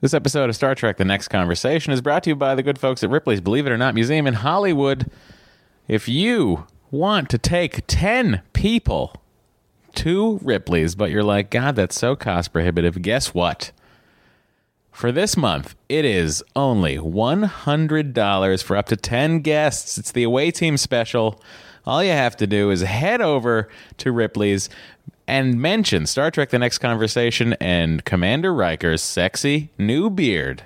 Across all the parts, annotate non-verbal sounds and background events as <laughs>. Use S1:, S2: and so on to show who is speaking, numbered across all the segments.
S1: This episode of Star Trek The Next Conversation is brought to you by the good folks at Ripley's Believe It or Not Museum in Hollywood. If you want to take 10 people to Ripley's, but you're like, God, that's so cost prohibitive, guess what? For this month, it is only $100 for up to 10 guests. It's the away team special. All you have to do is head over to Ripley's and mention Star Trek The Next Conversation and Commander Riker's sexy new beard.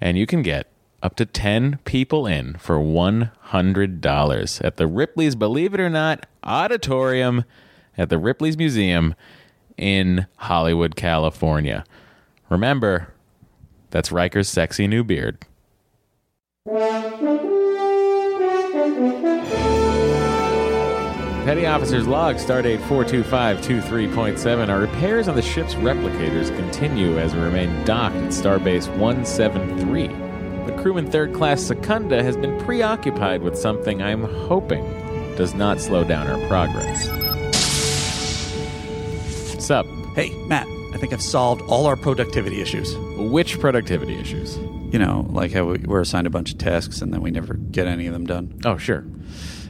S1: And you can get up to 10 people in for $100 at the Ripley's Believe It or Not Auditorium at the Ripley's Museum in Hollywood, California. Remember, that's Riker's sexy new beard. Petty Officer's Log, Stardate 42523.7. Our repairs on the ship's replicators continue as we remain docked at Starbase 173. The crew in Third Class Secunda has been preoccupied with something I'm hoping does not slow down our progress. Sup?
S2: Hey, Matt, I think I've solved all our productivity issues.
S1: Which productivity issues? Oh
S2: You know, like how we- we're assigned a bunch of tasks and then we never get any of them done.
S1: Oh, sure.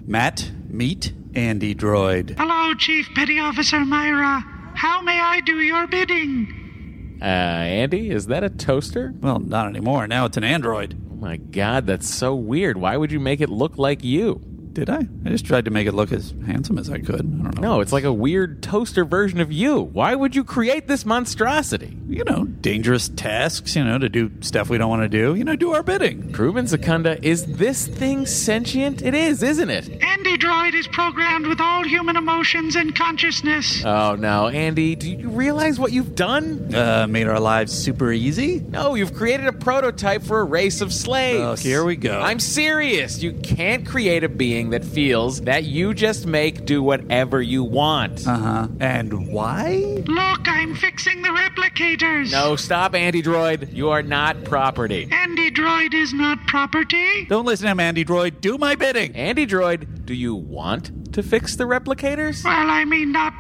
S2: Matt, meet Andy Droid.
S3: Hello, Chief Petty Officer Myra. How may I do your bidding?
S1: Uh, Andy, is that a toaster?
S2: Well, not anymore. Now it's an android.
S1: Oh my god, that's so weird. Why would you make it look like you?
S2: Did I? I just tried to make it look as handsome as I could. I don't know.
S1: No, it's like a weird toaster version of you. Why would you create this monstrosity?
S2: You know, dangerous tasks, you know, to do stuff we don't want to do. You know, do our bidding.
S1: Proven Secunda, is this thing sentient? It is, isn't it?
S3: Andy Droid is programmed with all human emotions and consciousness.
S1: Oh no, Andy, do you realize what you've done?
S2: Uh, made our lives super easy.
S1: No, you've created a prototype for a race of slaves.
S2: Oh, here we go.
S1: I'm serious. You can't create a being that feels that you just make do whatever you want.
S2: Uh huh. And why?
S3: Look, I'm fixing the replicators.
S1: no, stop, Andy Droid. You are not property.
S3: Andy Droid is not property.
S2: Don't listen to him, Andy Droid. Do my bidding.
S1: Andy Droid, do you want to fix the replicators?
S3: Well, I mean, not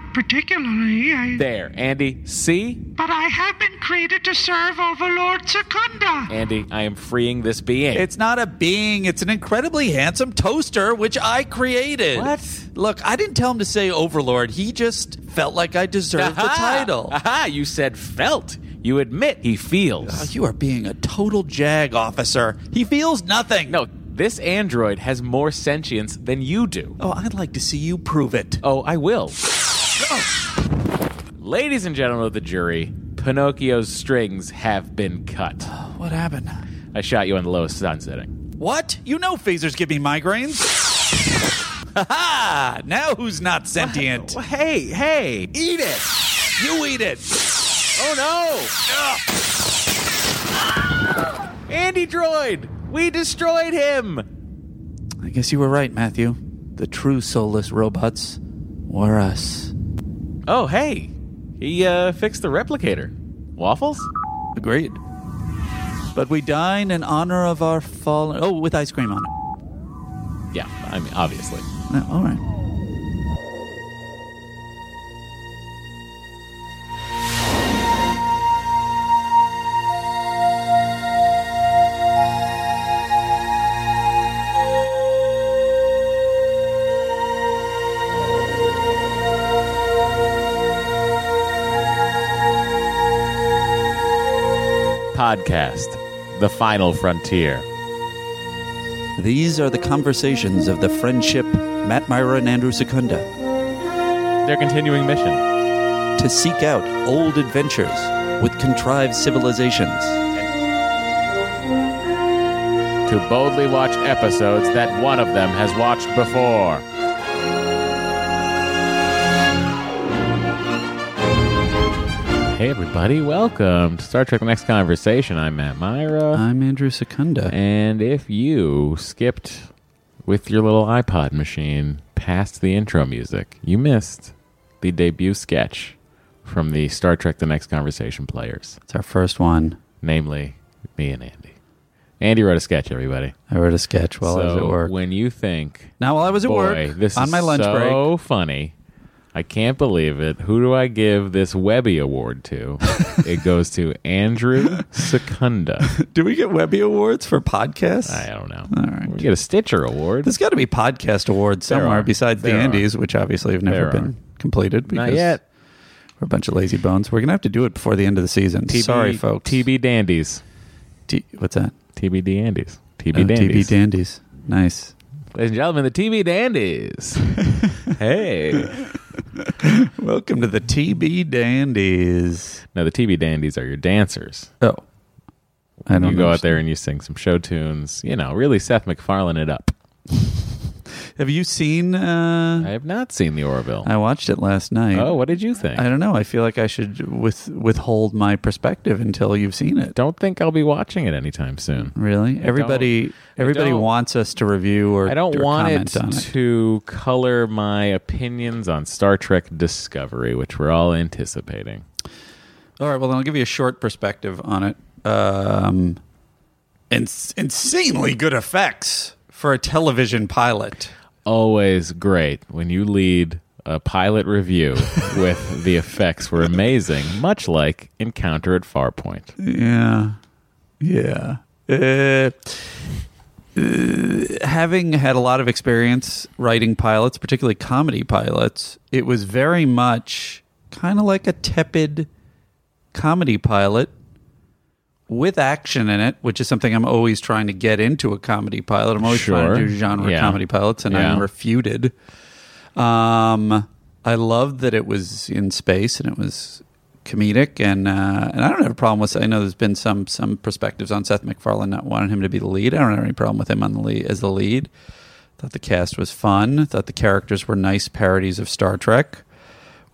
S3: particularly. I,
S1: There, Andy. See?
S3: but I have been created to serve Overlord Secunda.
S1: Andy, I am freeing this being.
S2: It's not a being. It's an incredibly handsome toaster, which I created.
S1: What?
S2: Look, I didn't tell him to say Overlord. He just felt like I deserved the title.
S1: Aha, you said felt. You admit he feels.
S2: Oh, You are being a total jag, officer. He feels nothing.
S1: no, this android has more sentience than you do.
S2: Oh, I'd like to see you prove it.
S1: Oh, I will. Ladies and gentlemen of the jury, Pinocchio's strings have been cut.
S2: What happened?
S1: I shot you on the lowest sun setting.
S2: What? You know phasers give me migraines. Ha ha! Now who's not sentient?
S1: Hey, hey!
S2: Eat it! You eat it!
S1: Oh no! Andy Droid! We destroyed him!
S2: I guess you were right, Matthew. The true soulless robots were us.
S1: Oh hey! He uh fixed the replicator. Waffles?
S2: Agreed. But we dine in honor of our fallen. Oh, with ice cream on it.
S1: Yeah, I mean obviously.
S2: No, all right.
S1: Podcast The Final Frontier.
S2: These are the conversations of the friendship Matt Myra and Andrew Secunda
S1: Their continuing mission.
S2: to seek out old adventures with contrived civilizations.
S1: To boldly watch episodes that one of them has watched before. Hey everybody, welcome to Star Trek The Next Conversation. I'm Matt Myra.
S2: I'm Andrew Secunda.
S1: And if you skipped with your little iPod machine past the intro music, you missed the debut sketch from the Star Trek The Next Conversation players,
S2: It's our first one.
S1: namely me and Andy. Andy wrote a sketch, everybody.
S2: I wrote a sketch while I was
S1: So
S2: at work.
S1: when you think,
S2: now, while I was at
S1: boy,
S2: work,
S1: this
S2: on
S1: is
S2: my lunch
S1: so
S2: break,
S1: funny, I can't believe it. Who do I give this Webby
S2: <laughs>
S1: award to? it goes to Andrew Secunda.
S2: <laughs> Do we get Webby Awards for podcasts?
S1: I don't know.
S2: All right.
S1: We get a Stitcher award.
S2: There's got to be podcast awards
S1: There
S2: somewhere
S1: are.
S2: besides the
S1: There are.
S2: Andes, which obviously have never
S1: There
S2: been completed. Because
S1: Not yet.
S2: We're a bunch of lazy bones. We're gonna have to do it before the end of the season.
S1: TB
S2: Sorry, folks.
S1: TB Dandies.
S2: T- what's that?
S1: TBD Andies. TB
S2: Oh,
S1: Dandies.
S2: TB Dandies. Nice.
S1: Ladies and gentlemen, the TB
S2: <laughs>
S1: Dandies. hey.
S2: Welcome to the TB Dandies.
S1: No, the TB Dandies are your dancers.
S2: Oh, I don't
S1: You go
S2: know.
S1: out there and you sing some show tunes. You know, really Seth MacFarlane it up.
S2: <laughs> Have you seen? Uh,
S1: I have not seen the Orville.
S2: I watched it last night.
S1: oh, what did you think?
S2: I don't know. I feel like I should with withhold my perspective until you've seen it.
S1: don't think I'll be watching it anytime soon.
S2: Really, everybody everybody
S1: don't-
S2: wants us to review or
S1: I don't
S2: or
S1: want it
S2: comment on it.
S1: to color my opinions on Star Trek Discovery, which we're all anticipating.
S2: All right, well then I'll give you a short perspective on it. Um, ins- insanely good effects for a television pilot.
S1: Always great when you lead a
S2: <laughs>
S1: pilot review with the effects were amazing, much like Encounter at Farpoint.
S2: Yeah, yeah. Uh, uh, having had a lot of experience writing pilots, particularly comedy pilots, it was very much kind of like a tepid comedy pilot with action in it, which is something I'm always trying to get into a comedy pilot. I'm always trying to
S1: Sure.
S2: do genre
S1: Yeah.
S2: comedy pilots, and
S1: Yeah.
S2: I'm refuted. Um, I loved that it was in space and it was comedic, and uh, and I don't have a problem with. I know there's been some some perspectives on Seth MacFarlane not wanting him to be the lead. I don't have any problem with him on the lead as the lead. Thought the cast was fun. Thought the characters were nice parodies of Star Trek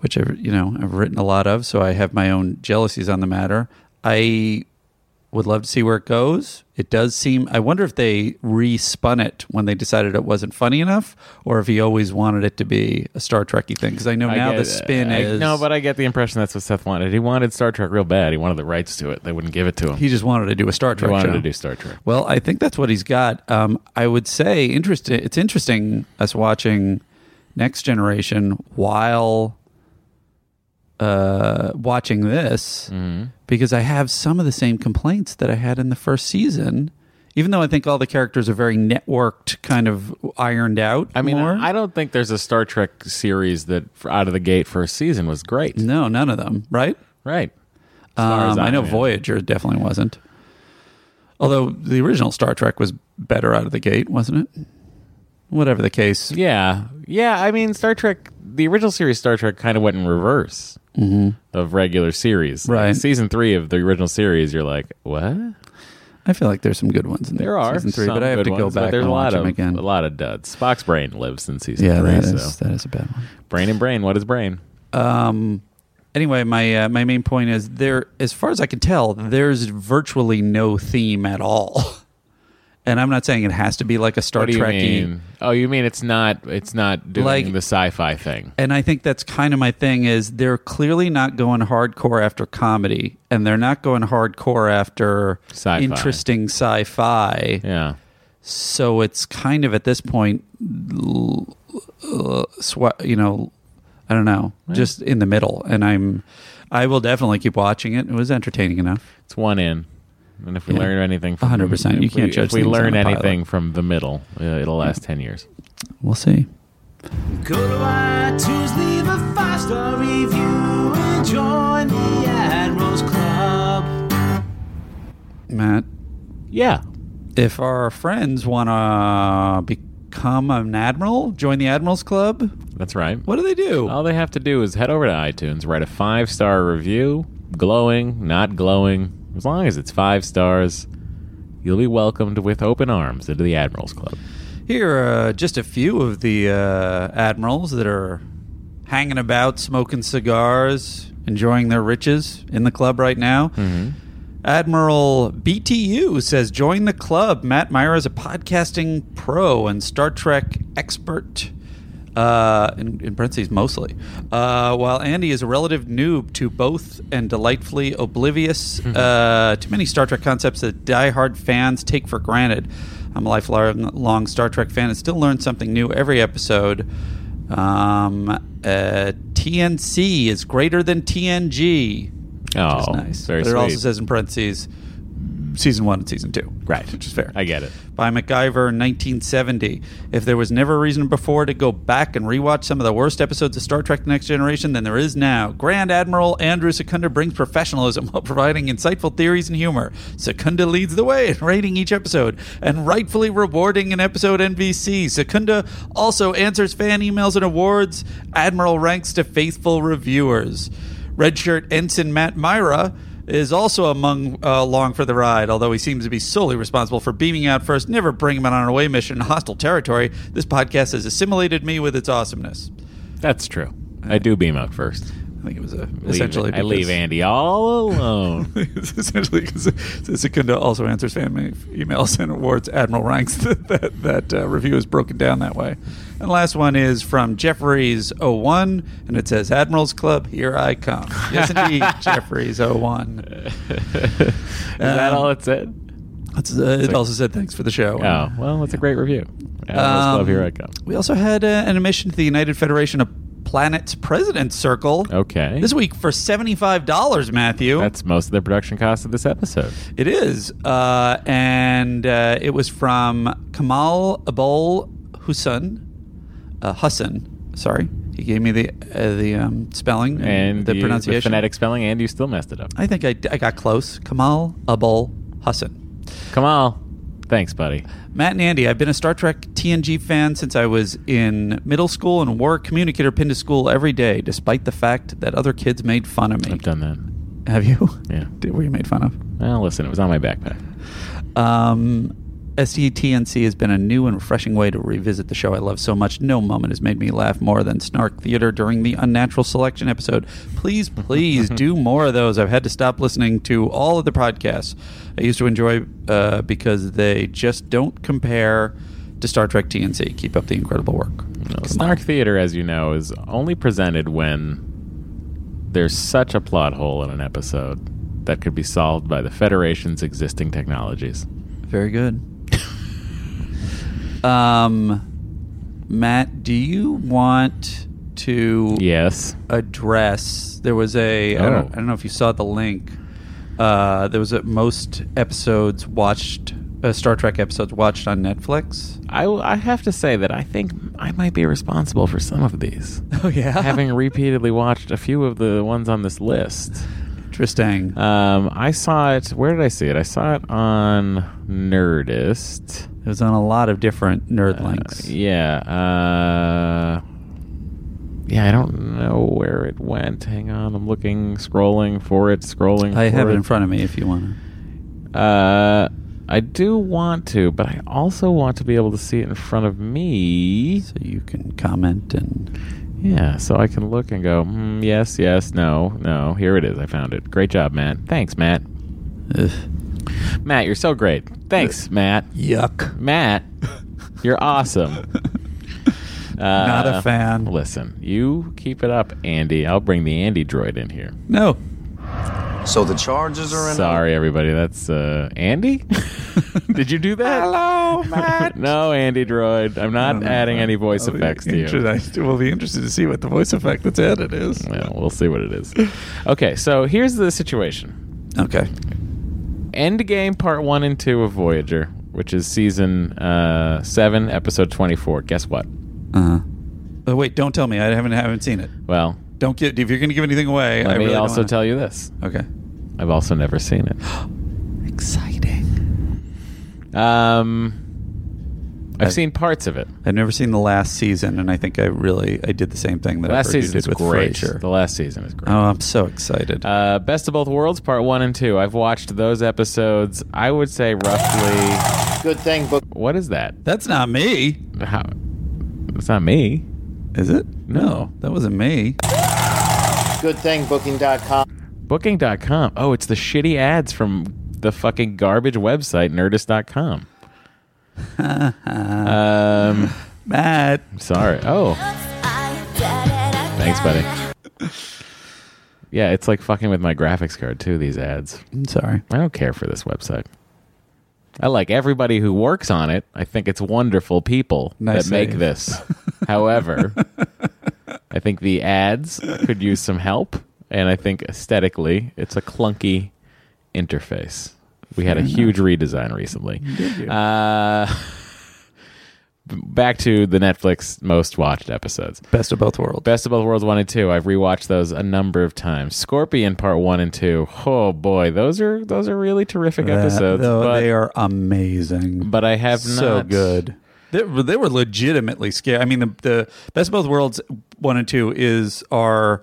S2: which I've you know I've written a lot of, so I have my own jealousies on the matter. I would love to see where it goes. It does seem. I wonder if they re-spun it when they decided it wasn't funny enough, or if he always wanted it to be a Star Trekky thing. Because I know now the spin
S1: I-
S2: is
S1: no, but I get the impression that's what Seth wanted. He wanted Star Trek real bad. He wanted the rights to it. They wouldn't give it to him. He,
S2: he just wanted to do a Star Trek.
S1: wanted
S2: show.
S1: to do Star Trek.
S2: Well, I think that's what he's got. Um, I would say interesting. It's interesting us watching Next Generation while uh, watching this
S1: Mm-hmm.
S2: because I have some of the same complaints that I had in the first season. Even though I think all the characters are very networked, kind of ironed out.
S1: I mean,
S2: more.
S1: I don't think there's a Star Trek series that f- out of the gate first season was great.
S2: no, none of them. Right?
S1: Right. As far as
S2: Um, I know
S1: am.
S2: Voyager definitely wasn't. Although the original Star Trek was better out of the gate, wasn't it? Whatever the case,
S1: Yeah, yeah. I mean, Star Trek, the original series Star Trek, kind of went in reverse of regular series. Like,
S2: Mm-hmm. Right.
S1: season three of the original series, you're like, what?
S2: I feel like there's some good ones in
S1: There are
S2: season three,
S1: some
S2: but I have
S1: good
S2: to go
S1: ones, but
S2: back
S1: There's
S2: and
S1: a
S2: watch
S1: lot
S2: them
S1: of
S2: again.
S1: a lot of duds. Spock's brain lives in season
S2: yeah,
S1: three.
S2: that is
S1: so
S2: that is a bad one.
S1: brain and brain. What is brain?
S2: Um, anyway, my uh, my main point is there. As far as I can tell, there's virtually no theme at all. <laughs> And I'm not saying it has to be like a Star
S1: What do you
S2: Trek.
S1: mean? Oh, you mean it's not? It's not doing
S2: Like-
S1: the sci-fi thing.
S2: and I think that's kind of my thing is they're clearly not going hardcore after comedy, and they're not going hardcore after
S1: Sci-fi.
S2: interesting sci-fi.
S1: Yeah.
S2: So it's kind of at this point, l- uh, sw- you know, I don't know, just in the middle. And I'm, I will definitely keep watching it. It was entertaining enough.
S1: It's one in. And if we
S2: Yeah.
S1: learn anything from
S2: 100%. You
S1: if
S2: can't
S1: we,
S2: judge
S1: if we
S2: things on
S1: learn
S2: a pilot.
S1: anything from the middle, uh, it'll last 10 years.
S2: We'll see.
S4: Go to iTunes, leave a five star review, and join the Admirals Club.
S2: Matt,
S1: Yeah.
S2: if our friends want to become an admiral, join the Admirals Club,
S1: That's right.
S2: what do they do?
S1: All they have to do is head over to iTunes, write a five star review, glowing, not glowing. As long as it's five stars, you'll be welcomed with open arms into the Admirals Club.
S2: Here are uh, just a few of the uh, admirals that are hanging about, smoking cigars, enjoying their riches in the club right now.
S1: Mm-hmm.
S2: Admiral BTU says, Join the club. Matt Meyer is a podcasting pro and Star Trek expert. Uh, in, in parentheses, mostly. Uh, while Andy is a relative noob to both and delightfully oblivious
S1: Mm-hmm.
S2: uh, to many Star Trek concepts that diehard fans take for granted. I'm a lifelong long Star Trek fan and still learn something new every episode. Um, uh, TNC is greater than TNG.
S1: Oh,
S2: It's nice.
S1: very
S2: but
S1: sweet.
S2: it also says in parentheses season one and season two.
S1: Right.
S2: Which is fair.
S1: I get it.
S2: By MacGyver, 1970. If there was never a reason before to go back and rewatch some of the worst episodes of Star Trek The Next Generation than there is now, Grand Admiral Andrew Secunda brings professionalism while providing insightful theories and humor. Secunda leads the way in rating each episode and rightfully rewarding an episode NVC. Secunda also answers fan emails and awards Admiral ranks to faithful reviewers. Redshirt Ensign Matt Myra is also among uh, along for the ride, although he seems to be solely responsible for beaming out first, never bringing him on an away mission in hostile territory. This podcast has assimilated me with its awesomeness.
S1: That's true. I do beam out first.
S2: I think it was a,
S1: Leave-
S2: essentially.
S1: I leave Andy all alone.
S2: because- <laughs> essentially because Secunda also answers fan ma- emails and awards Admiral ranks. <laughs> that that, that uh, review is broken down that way. And the last one is from Jeffries 01, and it says Admirals Club, here I come. Yes,
S1: <laughs>
S2: indeed, oh Jeffries 01.
S1: Is that all it said?
S2: It's, Um, uh, it also said thanks for the show.
S1: Oh, well, it's a great review. Admiral's
S2: Um,
S1: Club, here I come.
S2: We also had uh, an admission to the United Federation of Planets President's Circle.
S1: Oh, Okay.
S2: This week for $75, Matthew.
S1: That's most of the production cost of this episode.
S2: it is. Uh, and uh, it was from Kamal Abul Hussein. Uh, Hussein, sorry. He gave me the uh, the um, spelling
S1: And
S2: the
S1: you-
S2: pronunciation.
S1: phonetic spelling, and you still messed it up.
S2: I think I, I got close. Kamal Abul Hussein.
S1: Kamal, thanks, buddy.
S2: Matt and Andy, I've been a Star Trek TNG fan since I was in middle school and wore a communicator pin to school every day, despite the fact that other kids made fun of me.
S1: I've done that.
S2: Have you?
S1: Yeah.
S2: Did, were you made fun of?
S1: Well, listen, it was on my backpack.
S2: Um, SDTNC has been a new and refreshing way to revisit the show I love so much. No moment has made me laugh more than Snark Theater during the Unnatural Selection episode. Please,
S1: <laughs>
S2: please do more of those. I've had to stop listening to all of the podcasts I used to enjoy uh, because they just don't compare to Star Trek TNC. Keep up the incredible work.
S1: No, Snark Theater, as you know, is only presented when there's such a plot hole in an episode that could be solved by the Federation's existing technologies.
S2: Very good. um, Matt, do you want to
S1: Yes.
S2: address? There was a I don't,
S1: Oh.
S2: I don't know if you saw the link. Uh, there was a, most episodes watched, uh, Star Trek episodes watched on Netflix.
S1: I, I have to say that I think I might be responsible for some of these.
S2: Oh yeah,
S1: Having repeatedly watched a few of the ones on this list,
S2: interesting.
S1: um, I saw it. Where did I see it? I saw it on Nerdist.
S2: it was on a lot of different nerd links.
S1: Uh, yeah. Uh, yeah, I don't know where it went. Hang on, I'm looking, scrolling for it, scrolling.
S2: I
S1: for
S2: have
S1: it
S2: it in front of me if you want. to.
S1: Uh, I do want to, but I also want to be able to see it in front of me.
S2: So you can comment and
S1: Yeah, so I can look and go, mm, yes, yes, no, no. Here it is. I found it. Great job, Matt. Thanks, Matt.
S2: Ugh.
S1: Matt, you're so great. Thanks, Matt.
S2: yuck.
S1: Matt, you're awesome.
S2: <laughs>
S1: Uh,
S2: Not a fan.
S1: Listen, you keep it up, Andy. I'll bring the Andy droid in here.
S2: No,
S5: So the charges are in.
S1: Sorry, everybody. That's uh,
S2: <laughs>
S1: Andy. Did you do that? Hello, Matt. <laughs> no, Andy droid. I'm not adding any voice effects to you.
S2: We'll be interested to see what the voice effect that's added is.
S1: Well, we'll see what it is. Okay, so here's the situation.
S2: <laughs> Okay.
S1: Endgame Part One and Two of Voyager, which is season uh, seven, episode twenty-four. Guess what?
S2: Uh, oh, wait, don't tell me. I haven't haven't seen it.
S1: Well,
S2: Don't get if you're going to give anything away.
S1: let
S2: I
S1: me
S2: really
S1: also tell you this.
S2: You. Okay.
S1: I've also never seen
S2: <gasps>
S1: it.
S2: Exciting.
S1: Um, I've
S2: I-
S1: seen parts of it.
S2: I've never seen the last season, and I think I really I did the same thing that I
S1: Last
S2: heard you
S1: season is
S2: did with
S1: great.
S2: Frasier.
S1: The last season is great.
S2: Oh, I'm so excited.
S1: Uh, Best of Both Worlds, Part One and Two. I've watched those episodes. I would say roughly.
S5: Good thing, but
S1: What is that?
S2: that's not me,
S1: How? It's not me.
S2: is it?
S1: No.
S2: that wasn't me.
S5: good thing booking.com.
S1: Booking.com. Oh, it's the shitty ads from the fucking garbage website, Nerdist.com.
S2: <laughs>
S1: um,
S2: Matt,
S1: sorry. Oh,
S6: Thanks,
S1: thanks, buddy.
S2: <laughs>
S1: Yeah, it's like fucking with my graphics card too. These ads.
S2: I'm sorry.
S1: I don't care for this website. I like everybody who works on it. I think it's wonderful people
S2: Nice <laughs>
S1: that make
S2: save.
S1: this. However, I think the ads could use some help, and I think aesthetically, it's a clunky interface. We had a huge redesign recently. Uh, <laughs> b- back to the Netflix most watched episodes.
S2: Best of both worlds.
S1: Best of Both Worlds 1 and 2. I've rewatched those a number of times. Scorpion part 1 and 2. Oh boy, those are those are really terrific episodes.
S2: though,
S1: but,
S2: they are amazing.
S1: but I have
S2: so
S1: not
S2: good. They, were- they were legitimately scary. I mean, the, the best of both worlds one and two is are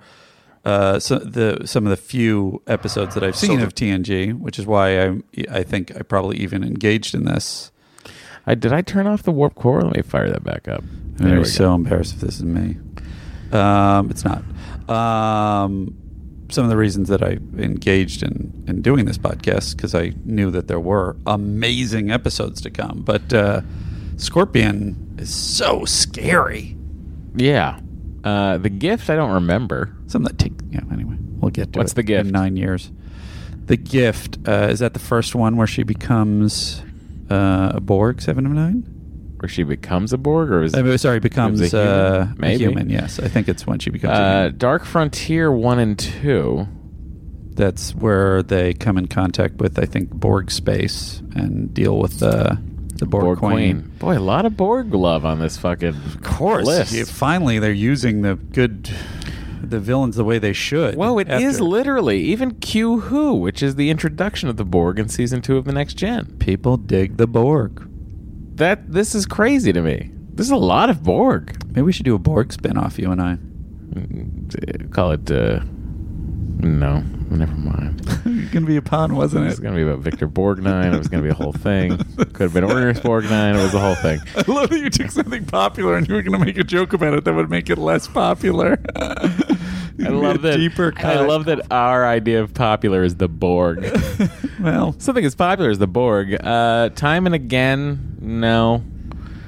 S2: uh, so the some of the few episodes that I've seen of TNG, which is why I I think I probably even engaged in this.
S1: I did I turn off the warp core? Let me fire that back up.
S2: I'm
S1: There we go.
S2: so embarrassed if this is me. Um, it's not. Um, some of the reasons that I engaged in, in doing this podcast because I knew that there were amazing episodes to come. But uh, Scorpion is so scary.
S1: Yeah. Uh, the gift I don't remember.
S2: Some that take. Yeah. Anyway, we'll get to
S1: What's
S2: it
S1: the gift?
S2: in nine years. The gift uh, is that the first one where she becomes uh, a Borg seven of nine.
S1: Where she becomes a Borg or is
S2: I mean, sorry, becomes
S1: Becomes a human.
S2: uh, a
S1: Maybe.
S2: human. Yes, I think it's when she becomes. a
S1: uh,
S2: human.
S1: Dark Frontier one and two.
S2: that's where they come in contact with I think Borg space and deal with the the Borg,
S1: Borg
S2: Queen.
S1: Queen. Boy, a lot of Borg love on this fucking of list.
S2: You- finally, they're using the good the villains the way they should.
S1: Well, it is
S2: after-
S1: literally even Q Who, which is the introduction of the Borg in season two of the Next Gen.
S2: people dig the Borg.
S1: That this is crazy to me. This is a lot of Borg.
S2: Maybe we should do a Borg spinoff, you and I.
S1: Call it. Uh, no, never mind.
S2: it's gonna <laughs> be a pun, wasn't
S1: It's gonna be about Victor Borgnine. It was gonna be a whole thing. Could have been Ernest Borgnine. It was a whole thing.
S2: <laughs> I love that you took something popular and you were gonna make a joke about it that would make it less popular.
S1: I love that.
S2: Deeper
S1: I
S2: cut.
S1: love that our idea of popular is the Borg.
S2: <laughs> well,
S1: Something as popular as the Borg. Uh, time and again. No,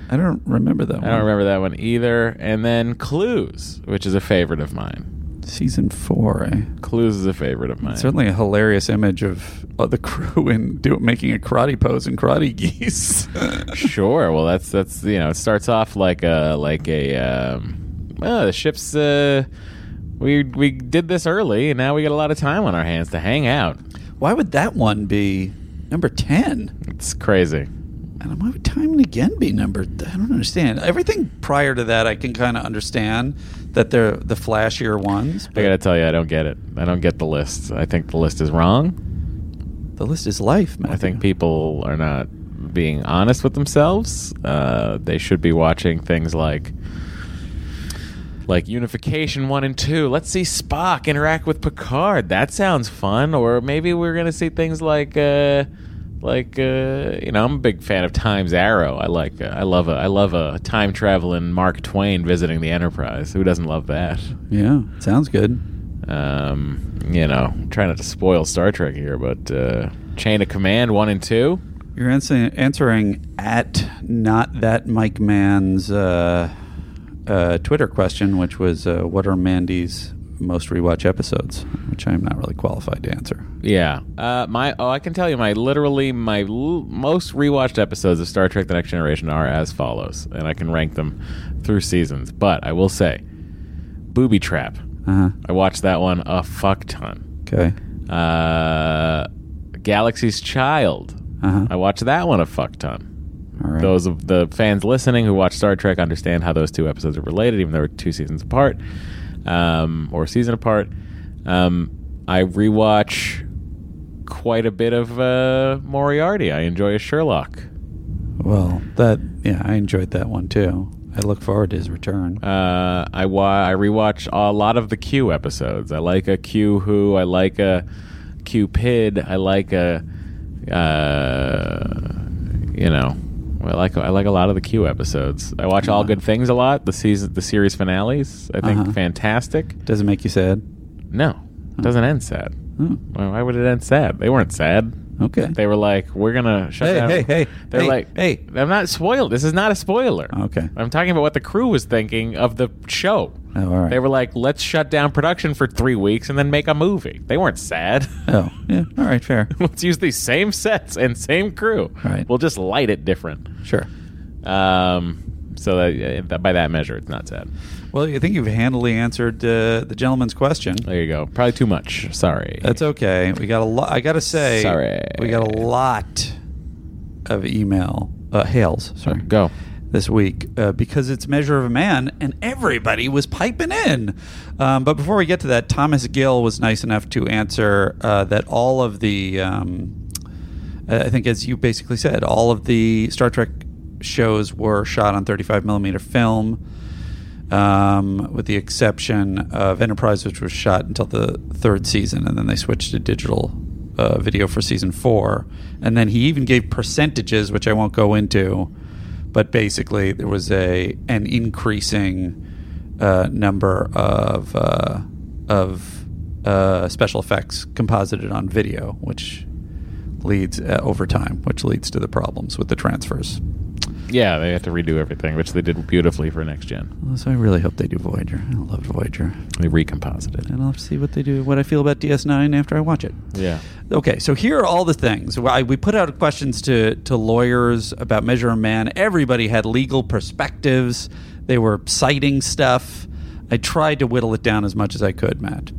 S2: I don't remember that.
S1: I don't remember that one either. And then Clues, which is a favorite of mine.
S2: season four. Eh?
S1: Clues is a favorite of mine.
S2: Certainly a hilarious image of uh, the crew in do, making a karate pose in karate geese. <laughs>
S1: Sure. Well, that's that's you know it starts off like a like a um, oh, the ship's uh, we we did this early and now we got a lot of time on our hands to hang out.
S2: why would that one be number 10?
S1: It's crazy.
S2: And why would time and again be number? I don't understand. Everything prior to that, I can kind of understand that they're the flashier ones.
S1: I gotta tell you, I don't get it. I don't get the list. I think the list is wrong.
S2: The list is life, man.
S1: I think people are not being honest with themselves. Uh, they should be watching things like like Unification One and Two. Let's see Spock interact with Picard. That sounds fun. Or maybe we're gonna see things like. Uh, like uh, you know, I'm a big fan of Time's Arrow. I like, uh, I love a, I love a time traveling Mark Twain visiting the Enterprise. Who doesn't love that?
S2: Yeah, sounds good.
S1: um, you know, trying not to spoil Star Trek here, but uh, Chain of Command one and two.
S2: You're answering, answering at not that Mike Mann's uh, uh, Twitter question, which was uh, what are Mandy's most rewatch episodes, which I'm not really qualified to answer.
S1: Yeah, uh, my oh, I can tell you, my literally my l- most rewatched episodes of Star Trek: The Next Generation are as follows, and I can rank them through seasons. But I will say, Booby Trap.
S2: Uh-huh.
S1: I watched that one a fuck ton.
S2: Okay.
S1: Uh, Galaxy's Child.
S2: Uh-huh.
S1: I watched that one a fuck ton.
S2: All right.
S1: Those of the fans listening who watch Star Trek understand how those two episodes are related, even though they're two seasons apart um, or a season apart. Um, I rewatch quite a bit of uh, Moriarty. I enjoy a Sherlock.
S2: Well, that yeah, I enjoyed that one too. I look forward to his return.
S1: Uh, I wa- I rewatch a lot of the Q episodes. I like a Q Who. I like a Cupid. I like a uh, you know. I like I like a lot of the Q episodes. I watch All Good Things a lot. The season the series finales. I think
S2: Uh-huh.
S1: fantastic.
S2: Does it make you sad? Oh.
S1: No, it doesn't end sad.
S2: Hmm.
S1: Why why would it end sad? They weren't sad.
S2: Okay.
S1: They were like, we're gonna shut
S2: Hey,
S1: down.
S2: hey, hey,
S1: They're
S2: hey,
S1: like,
S2: hey.
S1: I'm not spoiled. This is not a spoiler.
S2: Okay.
S1: I'm talking about what the crew was thinking of the show.
S2: Oh, all right.
S1: They were like, let's shut down production for three weeks and then make a movie. They weren't sad. <laughs>
S2: Oh, yeah. All right, fair.
S1: let's use these same sets and same crew.
S2: Right.
S1: We'll just light it different.
S2: Sure.
S1: Um, So that, that- by that measure, it's not sad.
S2: Well, I think you've handily answered uh, the gentleman's question.
S1: There you go. Probably too much. Sorry.
S2: That's okay. We got a lot. I gotta say,
S1: Sorry.
S2: we got a lot of email uh, hails. Sorry,
S1: Go.
S2: this week uh, because it's Measure of a Man, and everybody was piping in. Um, but before we get to that, Thomas Gill was nice enough to answer uh, that all of the, um, uh, I think as you basically said, all of the Star Trek shows were shot on 35 millimeter film. Um, with the exception of Enterprise, which was shot until the third season, and then they switched to digital uh, video for season four. And then he even gave percentages, which I won't go into, but basically there was a an increasing uh, number of uh, of uh, special effects composited on video, which leads uh, over time, which leads to the problems with the transfers.
S1: Yeah, they had to redo everything, which they did beautifully for next gen.
S2: So I really hope they do Voyager. I loved Voyager,
S1: They recomposited.
S2: and I'll have to see what they do, what I feel about DS9 after I watch it.
S1: Yeah.
S2: Okay, so here are all the things. Why- We put out questions to, to lawyers about Measure of Man. Everybody had legal perspectives, they were citing stuff. I tried to whittle it down as much as I could, Matt.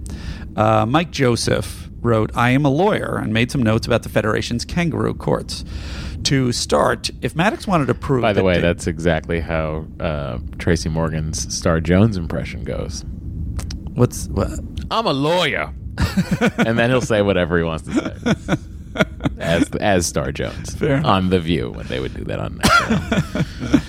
S2: Uh, Mike Joseph wrote, I am a lawyer, and made some notes about the Federation's kangaroo courts. To start, if Maddox wanted to prove.
S1: By the
S2: that
S1: way,
S2: they-
S1: that's exactly how uh, Tracy Morgan's Star Jones impression goes.
S2: What's. What?
S1: I'm a lawyer. <laughs> and then he'll say whatever he wants to <laughs> say. As, as Star Jones
S2: Fair.
S1: on The View when they would do that on
S2: <laughs>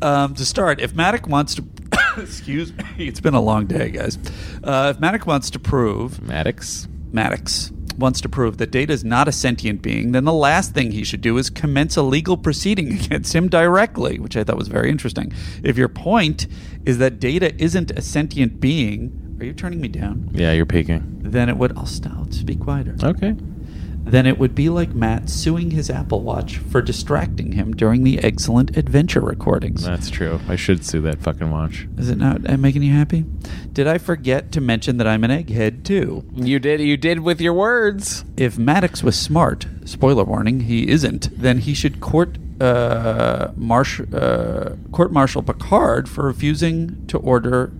S2: Um, to start, if Maddox wants to. <coughs> excuse me, it's been a long day, guys. Uh, if Maddox wants to prove
S1: Maddox.
S2: Maddox wants to prove that Data is not a sentient being, then the last thing he should do is commence a legal proceeding <laughs> against him directly, which I thought was very interesting. If your point is that Data isn't a sentient being, are you turning me down?
S1: Yeah, you're peeking.
S2: Then it would. I'll stop. Speak quieter.
S1: Okay.
S2: Then it would be like Matt suing his Apple Watch for distracting him during the excellent adventure recordings.
S1: That's true. I should sue that fucking watch.
S2: Is it not uh, making you happy? Did I forget to mention that I'm an egghead too?
S1: You did you did with your words.
S2: if Maddox was smart, spoiler warning, he isn't, then he should court uh, marsh, uh, court martial Picard for refusing to order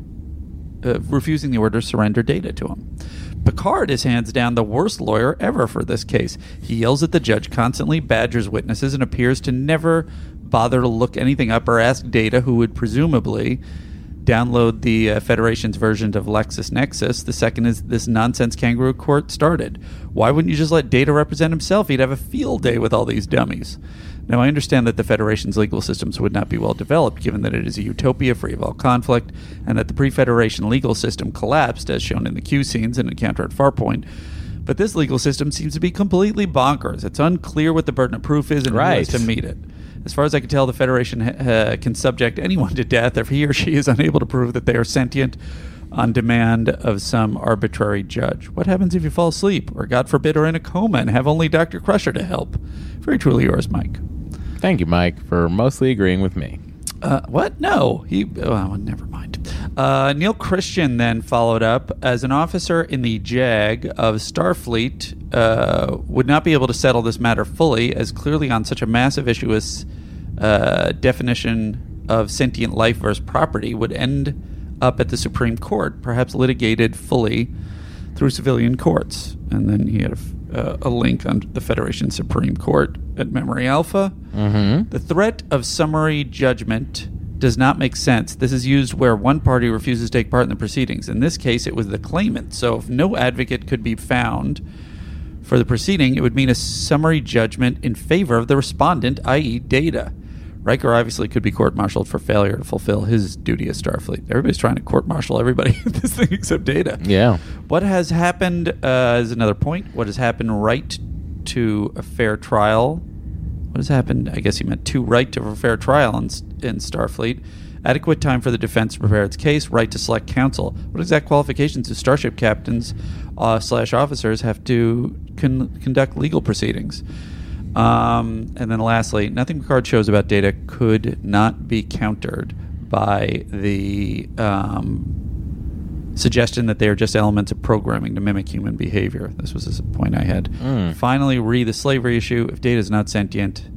S2: uh, refusing the order to surrender data to him. Picard is hands down the worst lawyer ever for this case. He yells at the judge constantly, badgers witnesses, and appears to never bother to look anything up or ask Data, who would presumably download the uh, Federation's version of LexisNexis. The second is this nonsense kangaroo court started. Why wouldn't you just let Data represent himself? He'd have a field day with all these dummies. Now, I understand that the Federation's legal systems would not be well developed, given that it is a utopia free of all conflict, and that the pre Federation legal system collapsed, as shown in the Q scenes and Encounter at Farpoint. But this legal system seems to be completely bonkers. It's unclear what the burden of proof is and who
S1: Right.
S2: has to meet it. As far as I can tell, the Federation uh, can subject anyone to death if he or she is <laughs> unable to prove that they are sentient on demand of some arbitrary judge. What happens if you fall asleep, or God forbid, are in a coma and have only Dr. Crusher to help? Very truly yours, Mike.
S1: Thank you, Mike, for mostly agreeing with me.
S2: Uh, what? No, he. Oh, never mind. Uh, Neil Christian then followed up as an officer in the JAG of Starfleet uh, would not be able to settle this matter fully, as clearly on such a massive issue as uh, definition of sentient life versus property would end up at the Supreme Court, perhaps litigated fully through civilian courts. And then he had a, f- uh, a link on the Federation Supreme Court at Memory Alpha. Mm-hmm. The threat of summary judgment does not make sense. This is used where one party refuses to take part in the proceedings. In this case, it was the claimant. So if no advocate could be found for the proceeding, it would mean a summary judgment in favor of the respondent, i.e., data. Riker obviously could be court martialed for failure to fulfill his duty as Starfleet. Everybody's trying to court martial everybody <laughs> in this thing except data.
S1: Yeah.
S2: What has happened uh, is another point. What has happened right to a fair trial? What has happened? I guess he meant to right to a fair trial in, in Starfleet. Adequate time for the defense to prepare its case. Right to select counsel. What exact qualifications do starship captains uh, slash officers have to con- conduct legal proceedings? Um, and then lastly, nothing Picard shows about data could not be countered by the um, suggestion that they are just elements of programming to mimic human behavior. Mm. This was a point I had. Finally, re the slavery issue. If data is not sentient,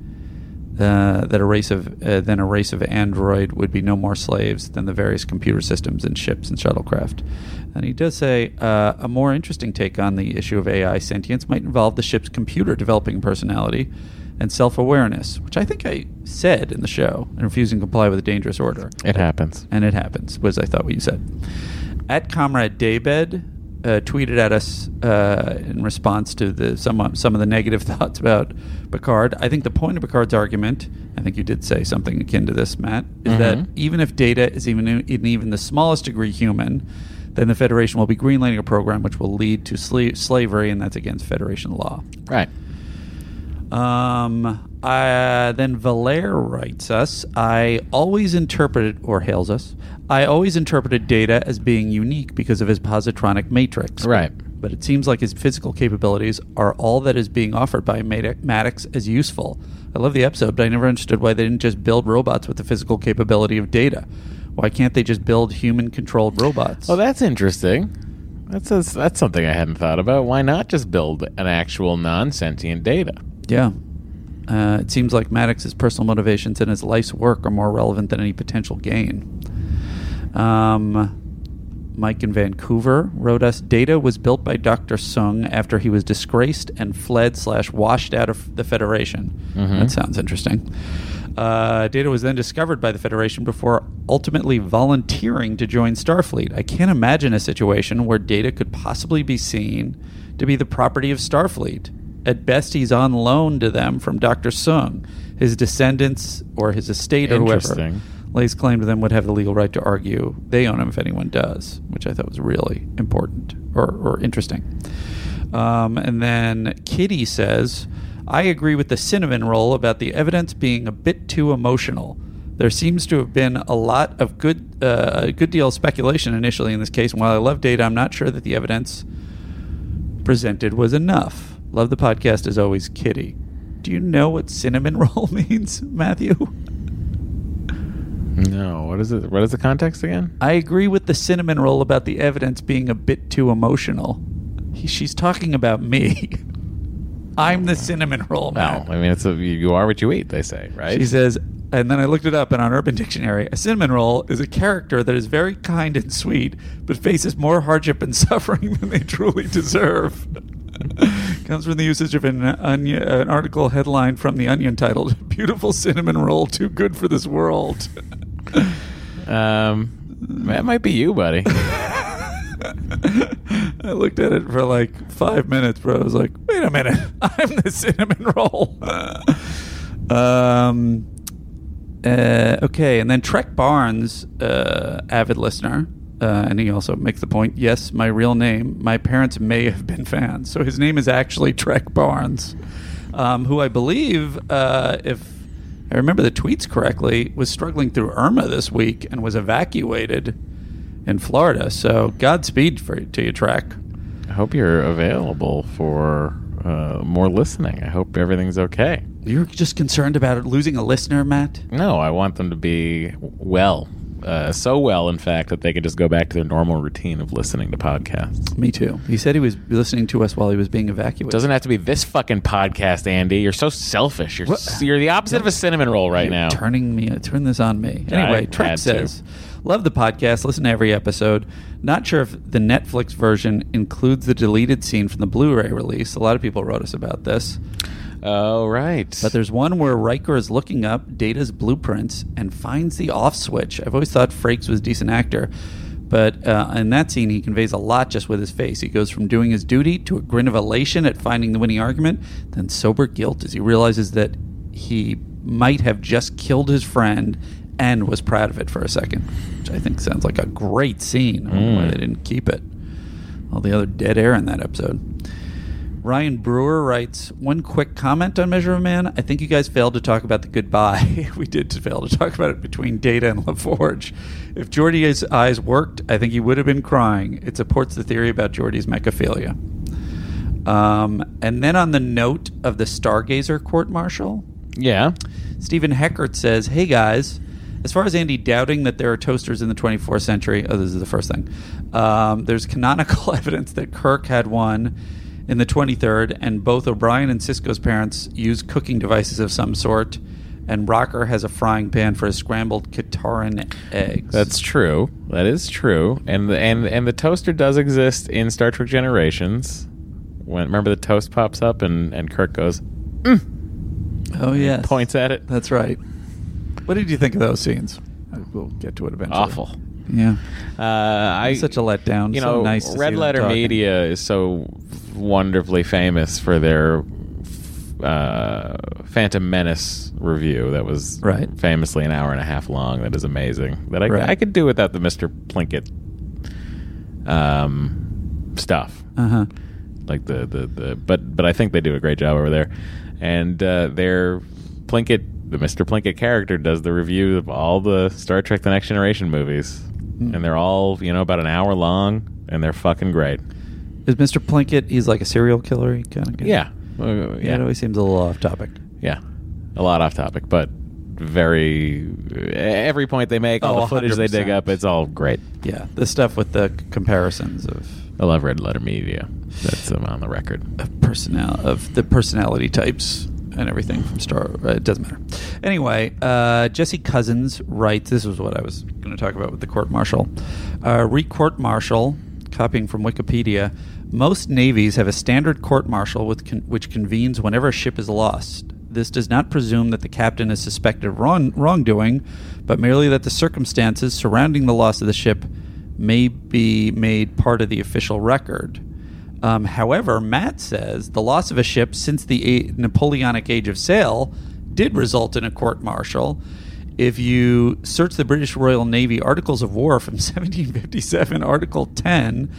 S2: uh, that a race of uh, then a race of android would be no more slaves than the various computer systems and ships and shuttlecraft. And he does say uh, a more interesting take on the issue of AI sentience might involve the ship's computer developing personality and self-awareness, which I think I said in the show, and refusing to comply with a dangerous order.
S1: It happens.
S2: And it happens, was I thought what you said. At Comrade Daybed uh, tweeted at us uh, in response to the some, uh, some of the negative <laughs> thoughts about Picard. I think the point of Picard's argument, I think you did say something akin to this, Matt, is
S1: Mhm.
S2: that even if data is even in even the smallest degree human, then the Federation will be greenlighting a program which will lead to sla- slavery, and that's against Federation law.
S1: Right.
S2: Um, uh, then Valere writes us I always interpreted, or hails us, I always interpreted data as being unique because of his positronic matrix.
S1: Right.
S2: But it seems like his physical capabilities are all that is being offered by Mate- Maddox as useful. I love the episode, but I never understood why they didn't just build robots with the physical capability of data. Why can't they just build human controlled robots?
S1: Oh, that's interesting. That's that's that's something I hadn't thought about. Why not just build an actual non-sentient data?
S2: Yeah. Uh, it seems like Maddox's personal motivations and his life's work are more relevant than any potential gain. Um, Mike in Vancouver wrote us Data was built by Dr. Sung after he was disgraced and fled slash washed out of the Federation.
S1: Mhm.
S2: That sounds interesting. Uh, Data was then discovered by the Federation before ultimately volunteering to join Starfleet. I can't imagine a situation where Data could possibly be seen to be the property of Starfleet. At best, he's on loan to them from Dr. Sung. His descendants or his estate or whoever
S1: Interesting.
S2: lays claim to them would have the legal right to argue they own him if anyone does, which I thought was really important or, or interesting. Um, and then Kitty says, I agree with the cinnamon roll about the evidence being a bit too emotional. There seems to have been a lot of good, uh, a good deal of speculation initially in this case. And while I love data, I'm not sure that the evidence presented was enough. Love the podcast as always, Kitty. Do you know what cinnamon <laughs> roll means, Matthew?
S1: No. What is it? What is the context again?
S2: I agree with the cinnamon roll about the evidence being a bit too emotional. He, she's talking about me. <laughs> I'm the cinnamon roll
S1: Well,
S2: now.
S1: Oh, I mean, it's a, you you are what you eat. They say, right?
S2: She says, and then I looked it up, and on Urban Dictionary, a cinnamon roll is a character that is very kind and sweet, but faces more hardship and <laughs> suffering than they truly deserve. <laughs> Comes from the usage of an, onion, an article headline from The Onion titled, Beautiful Cinnamon Roll, Too Good for This World.
S1: <laughs> um, that might be you, buddy.
S2: <laughs> I looked at it for like five minutes, but I was like, wait a minute, <laughs> I'm the cinnamon roll. <laughs> um, uh, okay, and then Trek Barnes, uh, avid listener, uh, and he also makes the point yes, my real name, my parents may have been fans. So his name is actually Trek Barnes, um, who I believe, uh, if I remember the tweets correctly, was struggling through Irma this week and was evacuated in Florida. So Godspeed for, to you, Trek.
S1: I hope you're available for uh, more listening. I hope everything's okay.
S2: You're just concerned about losing a listener, Matt?
S1: No, I want them to be well, uh, so well, in fact, that they can just go back to their normal routine of listening to podcasts.
S2: Me too. He said he was listening to us while he was being evacuated.
S1: Doesn't have to be this fucking podcast, Andy. You're so selfish. You're
S2: What?
S1: s- you're the opposite of a cinnamon roll right
S2: You're
S1: now.
S2: Turning me, turn this on me.
S1: Yeah,
S2: Anyway,
S1: I
S2: Trek
S1: had to.
S2: says, "Love the podcast. Listen to every episode. Not sure if the Netflix version includes the deleted scene from the Blu-ray release. A lot of people wrote us about this,
S1: Oh right,
S2: but there's one where Riker is looking up Data's blueprints and finds the off switch. I've always thought Frakes was a decent actor." But uh, in that scene, he conveys a lot just with his face. He goes from doing his duty to a grin of elation at finding the winning argument, then sober guilt as he realizes that he might have just killed his friend and was proud of it for a second, which I think sounds like a great scene. I wonder why they didn't keep it. All the other dead air in that episode. Ryan Brewer writes one quick comment on Measure of Man. I think you guys failed to talk about the goodbye. <laughs> we did fail to talk about it between Data and LaForge. If Geordie's eyes worked, I think he would have been crying. It supports the theory about Geordie's mechaphilia. Um, and then on the note of the Stargazer court martial,
S1: yeah.
S2: Stephen Heckert says, "Hey guys, as far as Andy doubting that there are toasters in the 24th century, oh, this is the first thing. Um, there's canonical <laughs> evidence that Kirk had one in the 23rd, and both O'Brien and Cisco's parents used cooking devices of some sort." and Rocker has a frying pan for his scrambled Kataran eggs.
S1: That's true. That is true. And the, and and the toaster does exist in Star Trek Generations. When remember the toast pops up and and Kirk goes
S2: oh yes,
S1: points at it.
S2: That's right. What did you think of those scenes? Uh, We'll get to it eventually.
S1: Awful.
S2: Yeah.
S1: Uh, I
S2: Such a letdown.
S1: You
S2: So
S1: know,
S2: nice to see
S1: Red
S2: them
S1: Letter
S2: talking.
S1: Media is so wonderfully famous for their uh, Phantom Menace review that was
S2: Right.
S1: famously an hour and a half long. That is amazing. That I,
S2: Right.
S1: I could do without the Mister Plinkett um, stuff.
S2: Uh huh.
S1: like the, the, the but but I think they do a great job over there, and uh, their Plinkett the Mister Plinkett character does the review of all the Star Trek: The Next Generation movies, and they're all you know about an hour long, and they're fucking great.
S2: Is Mr. Plinkett? He's like a serial killer kind of guy.
S1: Yeah, Uh,
S2: Yeah. It
S1: yeah,
S2: always seems a little off topic.
S1: yeah. A lot off topic, but very E-, every point they make, all
S2: Oh,
S1: the footage they dig
S2: 100%.
S1: up, it's all great.
S2: Yeah. The stuff with the c- comparisons of
S1: I love Red Letter Media. That's um, on the record.
S2: of personnel of the personality types and everything from Star. uh, It doesn't matter. Anyway, uh, Jesse Cousins writes. This was what I was going to talk about with the court martial. Uh, Re court martial, copying from Wikipedia. Most navies have a standard court martial with con- which convenes whenever a ship is lost. This does not presume that the captain is suspected of wrong- wrongdoing, but merely that the circumstances surrounding the loss of the ship may be made part of the official record. Um, however, Matt says the loss of a ship since the a- Napoleonic Age of Sail did result in a court martial. If you search the British Royal Navy Articles of War from <laughs> 1757, Article 10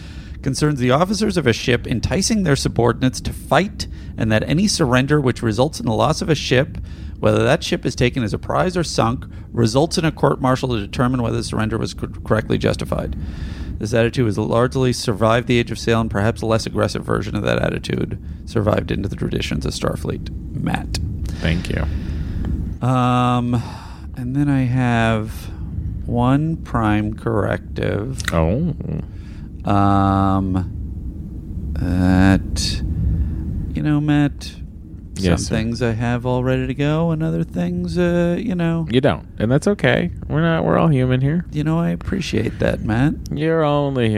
S2: concerns the officers of a ship enticing their subordinates to fight, and that any surrender which results in the loss of a ship, whether that ship is taken as a prize or sunk, results in a court martial to determine whether the surrender was cor- correctly justified. This attitude has largely survived the Age of Sail, and perhaps a less aggressive version of that attitude survived into the traditions of Starfleet. Matt.
S1: Thank you.
S2: Um, and then I have one prime corrective.
S1: Oh,
S2: Um, that you know, Matt.
S1: Yes,
S2: some
S1: sir.
S2: things I have all ready to go, and other things, uh, you know,
S1: you don't, and that's okay. We're not. We're all human here.
S2: you know, I appreciate that, Matt.
S1: You're only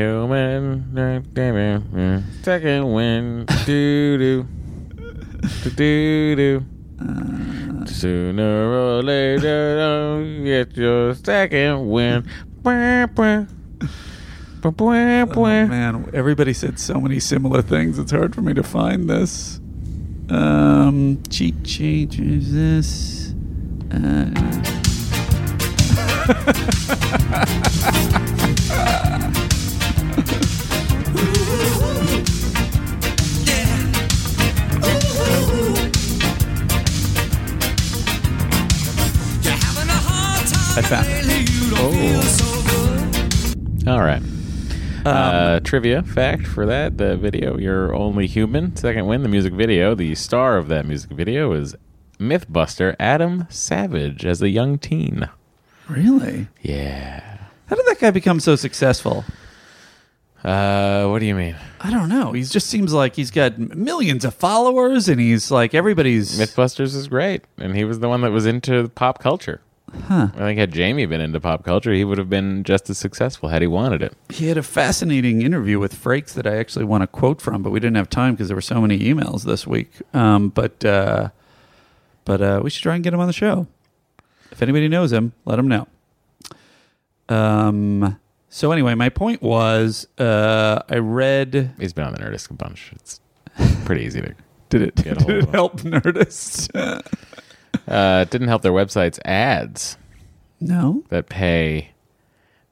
S1: human. Second wind. Doo doo. Doo doo. Sooner or later, don't get your second wind. Bah, bah. Bah, bah,
S2: Oh,
S1: bah.
S2: man, everybody said so many similar things. It's hard for me to find this. Um, cheat change is this. Uh, I found it.
S1: Oh. All right. uh, trivia fact for that the video "You're Only Human" second win the music video. The star of that music video is MythBuster Adam Savage as a young teen.
S2: Really?
S1: Yeah.
S2: How did that guy become so successful?
S1: Uh, what do you mean?
S2: I don't know. He just seems like he's got m- millions of followers, and he's like everybody's.
S1: MythBusters is great, and he was the one that was into pop culture. Huh. I think had Jamie been into pop culture, he would have been just as successful had he wanted it.
S2: He had a fascinating interview with Frakes that I actually want to quote from, but we didn't have time because there were so many emails this week. Um, but uh, but uh, we should try and get him on the show. If anybody knows him, let him know. Um. So anyway, my point was, uh, I read.
S1: He's been on the Nerdist a bunch. It's pretty easy to.
S2: <laughs> Did it?
S1: Get a
S2: Did
S1: hold of
S2: it
S1: him.
S2: help Nerdist?
S1: <laughs> Uh, it didn't help their website's ads.
S2: no.
S1: that pay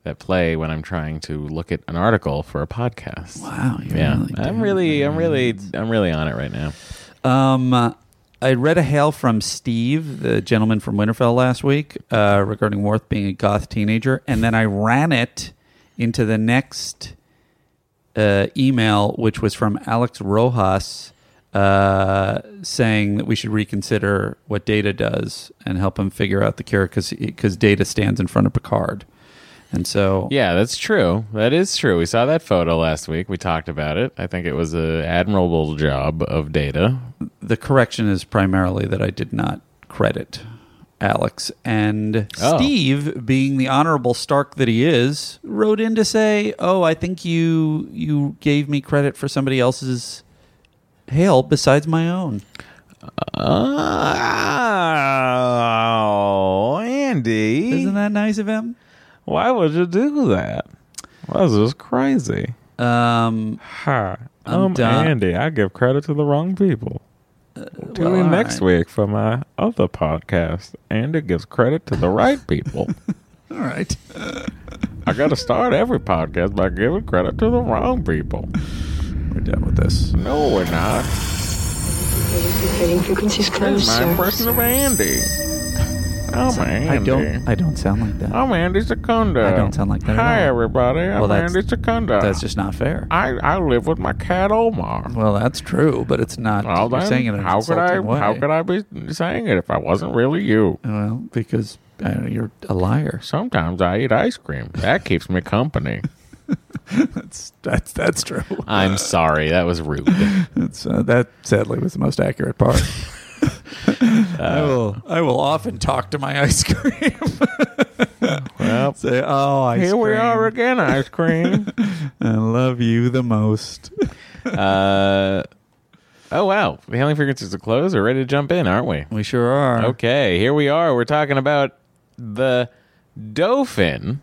S1: that play when I'm trying to look at an article for a podcast.
S2: Wow. you
S1: Yeah.
S2: really did.
S1: I'm really I'm really I'm really on it right now.
S2: Um, uh, I read a hail from Steve, the gentleman from Winterfell last week, uh, regarding Worth being a goth teenager, and then I ran it into the next uh, email, which was from Alex Rojas, uh, saying that we should reconsider what Data does and help him figure out the cure because Data stands in front of Picard, and so
S1: Yeah, that's true. That is true. We saw that photo last week. We talked about it. I think it was an admirable job of data.
S2: the correction is primarily that I did not credit Alex. And
S1: Oh.
S2: Steve, being the honorable Stark that he is, wrote in to say, "Oh, I think you you gave me credit for somebody else's hail besides my own."
S1: Oh, Andy.
S2: Isn't that nice of him?
S1: Why would you do that? That was just crazy.
S2: Um,
S1: Hi,
S2: I'm
S1: I'm,
S2: done.
S1: Um,
S2: Uh,
S1: Andy. I give credit to the wrong people. Tune
S2: well,
S1: in
S2: all
S1: next
S2: right.
S1: week for my other podcast. Andy gives credit to the right people.
S2: <laughs> all right.
S1: I got to start every podcast by giving credit to the wrong people.
S2: We're done with this.
S1: No, we're not.
S6: Trading frequencies closed,
S1: That's my
S6: sir.
S1: impression of Andy. I'm Andy.
S2: I don't. I don't sound like that.
S1: I'm Andy Secunda.
S2: I don't sound like that at
S1: Hi,
S2: all.
S1: everybody. I'm
S2: Well, that's-
S1: Andy Secunda.
S2: That's just not fair.
S1: uh, I, I live with my cat Omar.
S2: Well, that's true, but it's not.
S1: Well,
S2: you're
S1: then,
S2: saying it in an
S1: how could I?
S2: insulting way.
S1: How could I be saying it if I wasn't really you?
S2: Well, because I don't know, you're a liar.
S1: Sometimes I eat ice cream. That keeps me company.
S2: <laughs> That's <laughs> that's that's true.
S1: I'm sorry, that was rude.
S2: That's uh, that sadly was the most accurate part.
S1: <laughs> Uh,
S2: I will I will often talk to my ice cream. <laughs>
S1: Well,
S2: Say, <laughs> oh, ice
S1: here
S2: cream,
S1: we
S2: <laughs>
S1: are again, ice cream.
S2: I love you the most.
S1: uh, oh wow, the hailing frequencies are closed. We're ready to jump in, aren't we?
S2: We sure are.
S1: Okay, here we are. We're talking about the Dauphin.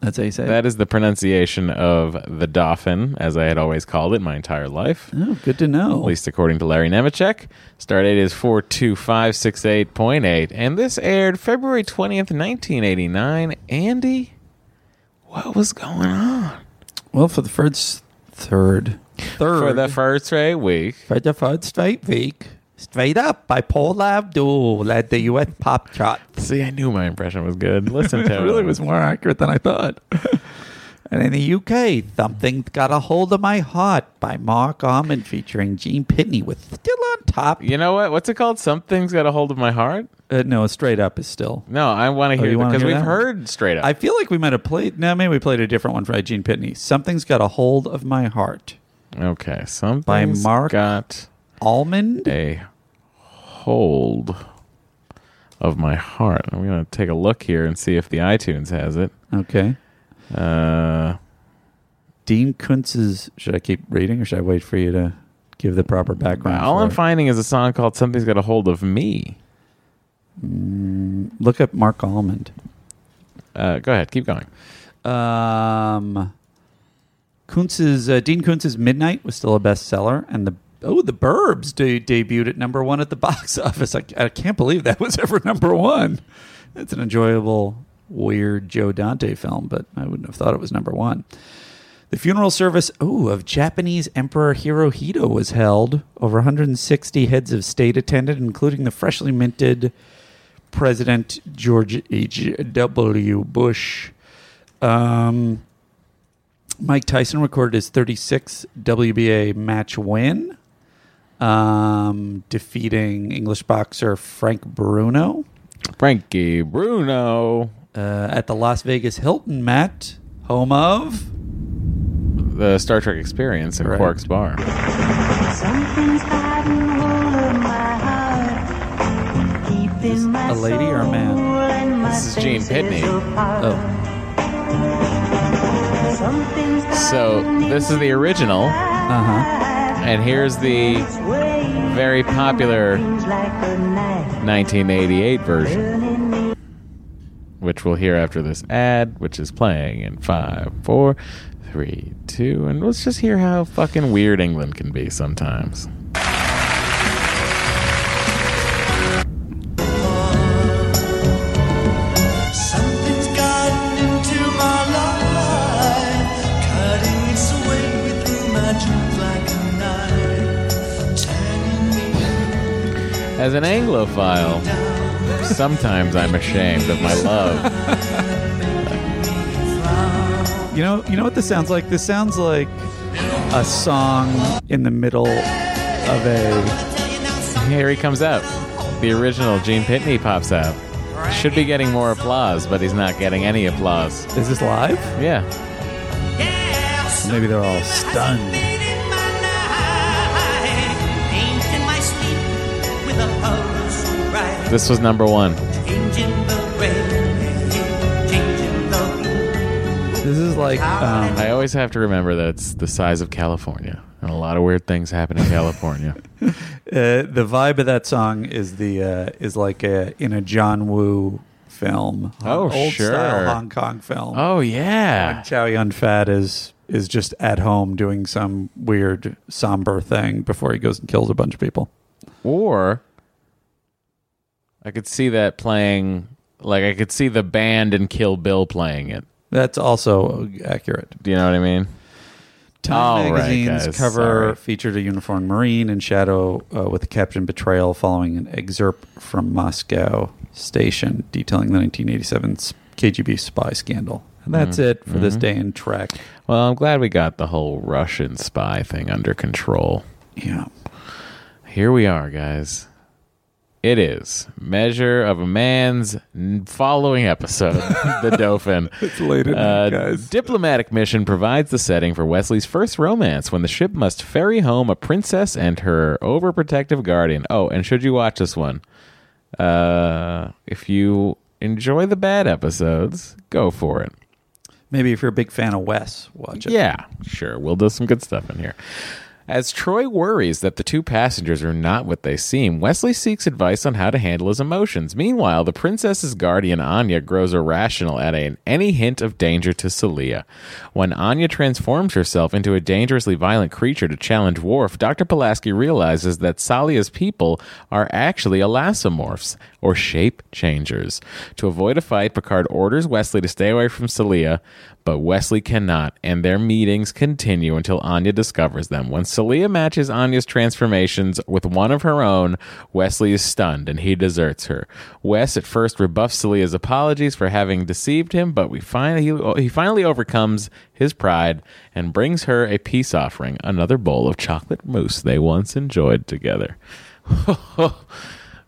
S2: That's how you say it.
S1: That is the pronunciation of the Dauphin, as I had always called it my entire life.
S2: Oh, good to know.
S1: at least according to Larry Nemechek. Stardate is 42568.8. And this aired February 20th, 1989. Andy, what was going on?
S2: Well, for the first third third
S1: For the first straight week.
S2: for the third straight week, straight up by Paul Abdul led the U.S. pop chart.
S1: See, I knew my impression was good. Listen
S2: <laughs>
S1: to
S2: it really was more accurate than I thought. <laughs> and in the UK, Something Got a Hold of My Heart by Mark Almond featuring Gene Pitney with Still on Top.
S1: You know what? What's it called? Something's got a hold of my heart.
S2: Uh, no, Straight Up is still. Oh,
S1: No, I want to hear
S2: you wanna
S1: because
S2: hear
S1: we've
S2: that one?
S1: heard straight up.
S2: I feel like we might have played. No, maybe we played a different one by Gene Pitney. Something's Got a Hold of My Heart.
S1: okay, something's
S2: Mark-
S1: got
S2: Almond?
S1: a hold of my heart. I'm gonna take a look here and see if the iTunes has it.
S2: Okay.
S1: Uh,
S2: Dean Kuntz's. Should I keep reading or should I wait for you to give the proper background?
S1: all
S2: for
S1: I'm
S2: it?
S1: finding is a song called "Something's Got a Hold of Me."
S2: Mm, Look up Mark Almond.
S1: Uh, go ahead, keep going.
S2: Um, Kuntz's uh, Dean Kuntz's Midnight was still a bestseller, and the oh, the Burbs de- debuted at number one at the <laughs> box office. I, I can't believe that was ever number one. It's an enjoyable, weird Joe Dante film, but I wouldn't have thought it was number one. The funeral service, ooh, of Japanese Emperor Hirohito was held. Over 160 heads of state attended, including the freshly minted President George H.W. Bush. Um, Mike Tyson recorded his 36th WBA match win, um, defeating English boxer Frank Bruno.
S1: Frankie Bruno,
S2: Uh, at the Las Vegas Hilton Met, home of.
S1: the Star Trek Experience in
S2: Right.
S1: Quark's Bar.
S7: Something's gotten hold of my heart. Keeping my
S2: a lady or a man?
S7: soul and my
S1: This is Gene
S7: senses
S1: Pitney.
S7: apart.
S2: Oh,
S7: Something's
S1: So this is the original,
S2: uh huh.
S1: and here's the
S7: way
S1: very popular
S7: seems like a knife
S1: 1988 version,
S7: burning me.
S1: which we'll hear after this ad, which is playing in five, four, three, two, and let's just hear how fucking weird England can be sometimes.
S4: Something's gotten into my life, cutting its way through my dreams like a knife, turning me
S1: As an Anglophile, sometimes I'm ashamed of my love.
S2: <laughs> You know, you know what this sounds like? This sounds like a song in the middle uh, of a.
S1: Here he comes out. The original Gene Pitney pops out. Should be getting more applause, but he's not getting any applause.
S2: Is this live?
S1: Yeah.
S2: Maybe they're all stunned.
S1: This was number one.
S4: changing the rain, changing the blue.
S2: This is like um,
S1: I always have to remember that it's the size of California, and a lot of weird things happen
S2: <laughs>
S1: in California.
S2: uh, the vibe of that song is the uh, is like a, in a John Woo film.
S1: Oh,
S2: old
S1: sure.
S2: style Hong Kong film.
S1: oh yeah,
S2: When Chow Yun Fat is is just at home doing some weird somber thing before he goes and kills a bunch of people.
S1: or I could see that playing. Like I could see the band and Kill Bill playing it.
S2: That's also accurate.
S1: Do you know what I mean? All
S2: Time
S1: right,
S2: magazine's
S1: guys,
S2: cover
S1: sorry.
S2: featured a uniformed Marine in shadow uh, with the caption Betrayal following an excerpt from Moscow Station detailing the 1987 s- KGB spy scandal. And that's
S1: Mm-hmm.
S2: it for this day in track.
S1: Well, I'm glad we got the whole Russian spy thing under control.
S2: Yeah.
S1: Here we are, guys. It is measure of a man's n- following episode, <laughs> the Dauphin. Uh,
S2: It's late at night, guys.
S1: Diplomatic mission provides the setting for Wesley's first romance when the ship must ferry home a princess and her overprotective guardian. Oh, and should you watch this one? Uh, if you enjoy the bad episodes, go for it.
S2: Maybe if you're a big fan of Wes, watch it.
S1: Yeah, sure. We'll do some good stuff in here. As Troy worries that the two passengers are not what they seem, Wesley seeks advice on how to handle his emotions. Meanwhile, the princess's guardian Anya grows irrational at a- any hint of danger to Celia. When Anya transforms herself into a dangerously violent creature to challenge Worf, Dr. Pulaski realizes that Salia's people are actually elasomorphs, or shape changers. To avoid a fight, Picard orders Wesley to stay away from Celia, but Wesley cannot, and their meetings continue until Anya discovers them. When Celia matches Anya's transformations with one of her own, Wesley is stunned and he deserts her. Wes at first rebuffs Celia's apologies for having deceived him, but we finally he, he finally overcomes his pride and brings her a peace offering, another bowl of chocolate mousse they once enjoyed together. <laughs>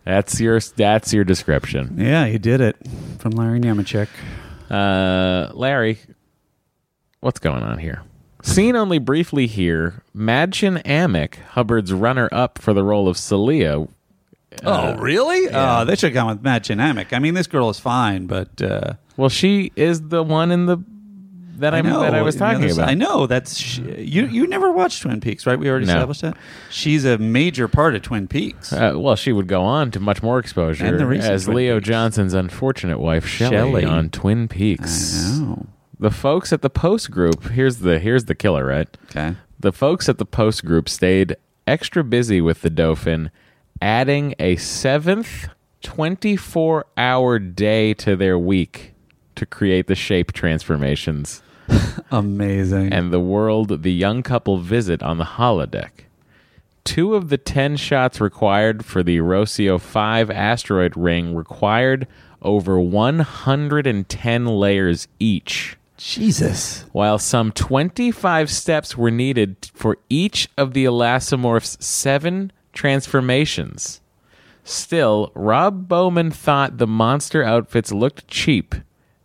S1: that's your that's your description.
S2: Yeah, you did it. From Larry Namachek.
S1: Uh, Larry, what's going on here? Seen only briefly here, Madchen Amick, Hubbard's runner up for the role of Celia. uh,
S2: oh, really? Oh, they should have gone with Matt Dynamic. I mean, this girl is fine, but. Uh,
S1: Well, she is the one in the that I, that I was
S2: the other
S1: talking
S2: s-
S1: about.
S2: I know that's sh- you. You never watched Twin Peaks, right? We already
S1: No.
S2: established that. She's a major part of Twin Peaks.
S1: Uh, well, she would go on to much more
S2: And the
S1: exposure
S2: recent
S1: as
S2: Twin
S1: Leo
S2: Peaks.
S1: Johnson's unfortunate wife Shelley,
S2: Shelley.
S1: on Twin Peaks. The folks at the Post Group here's the here's the killer, right?
S2: Okay.
S1: The folks at the Post Group stayed extra busy with the Dauphin, adding a seventh 24 hour day to their week to create the shape transformations.
S2: <laughs> Amazing.
S1: And the world the young couple visit on the holodeck. Two of the 10 shots required for the Erosio 5 asteroid ring required over 110 layers each
S2: Jesus.
S1: while some 25 steps were needed for each of the elastomorph's seven transformations. Still, Rob Bowman thought the monster outfits looked cheap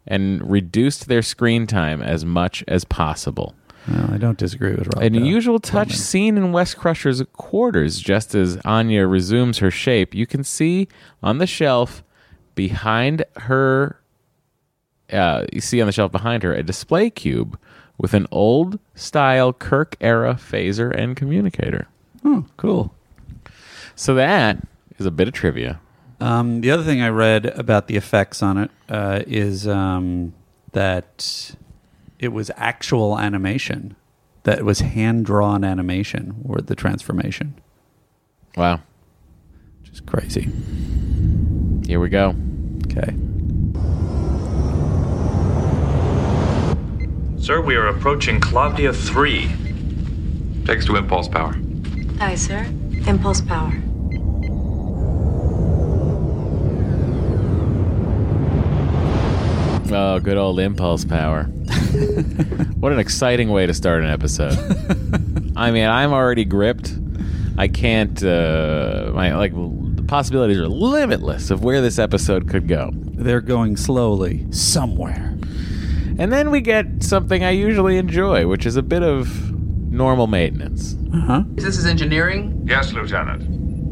S1: and reduced their screen time as much as possible.
S2: No, I don't disagree with Rob.
S1: An
S2: though.
S1: unusual touch seen in Wes Crusher's quarters just as Anya resumes her shape. You can see on the shelf behind her, uh, you see on the shelf behind her a display cube with an old style Kirk era phaser and communicator.
S2: Oh, cool.
S1: So that is a bit of trivia.
S2: Um, the other thing I read about the effects on it uh, is um, that it was actual animation. That it was hand drawn animation or the transformation,
S1: Wow.
S2: which is crazy.
S1: Here we go.
S2: Okay.
S8: Sir, we are approaching Claudia 3.
S9: Text to impulse power.
S6: Aye, sir. Impulse power.
S1: Oh, good old
S2: <laughs>
S1: impulse power. what an exciting way to start
S2: <laughs>
S1: an episode. I mean, I'm already gripped. I can't, uh, my, like, the possibilities are limitless of where this episode could go.
S2: They're going slowly somewhere.
S1: And then we get something I usually enjoy, which is a bit of normal maintenance.
S2: Uh huh.
S10: This is engineering.
S9: Yes, Lieutenant.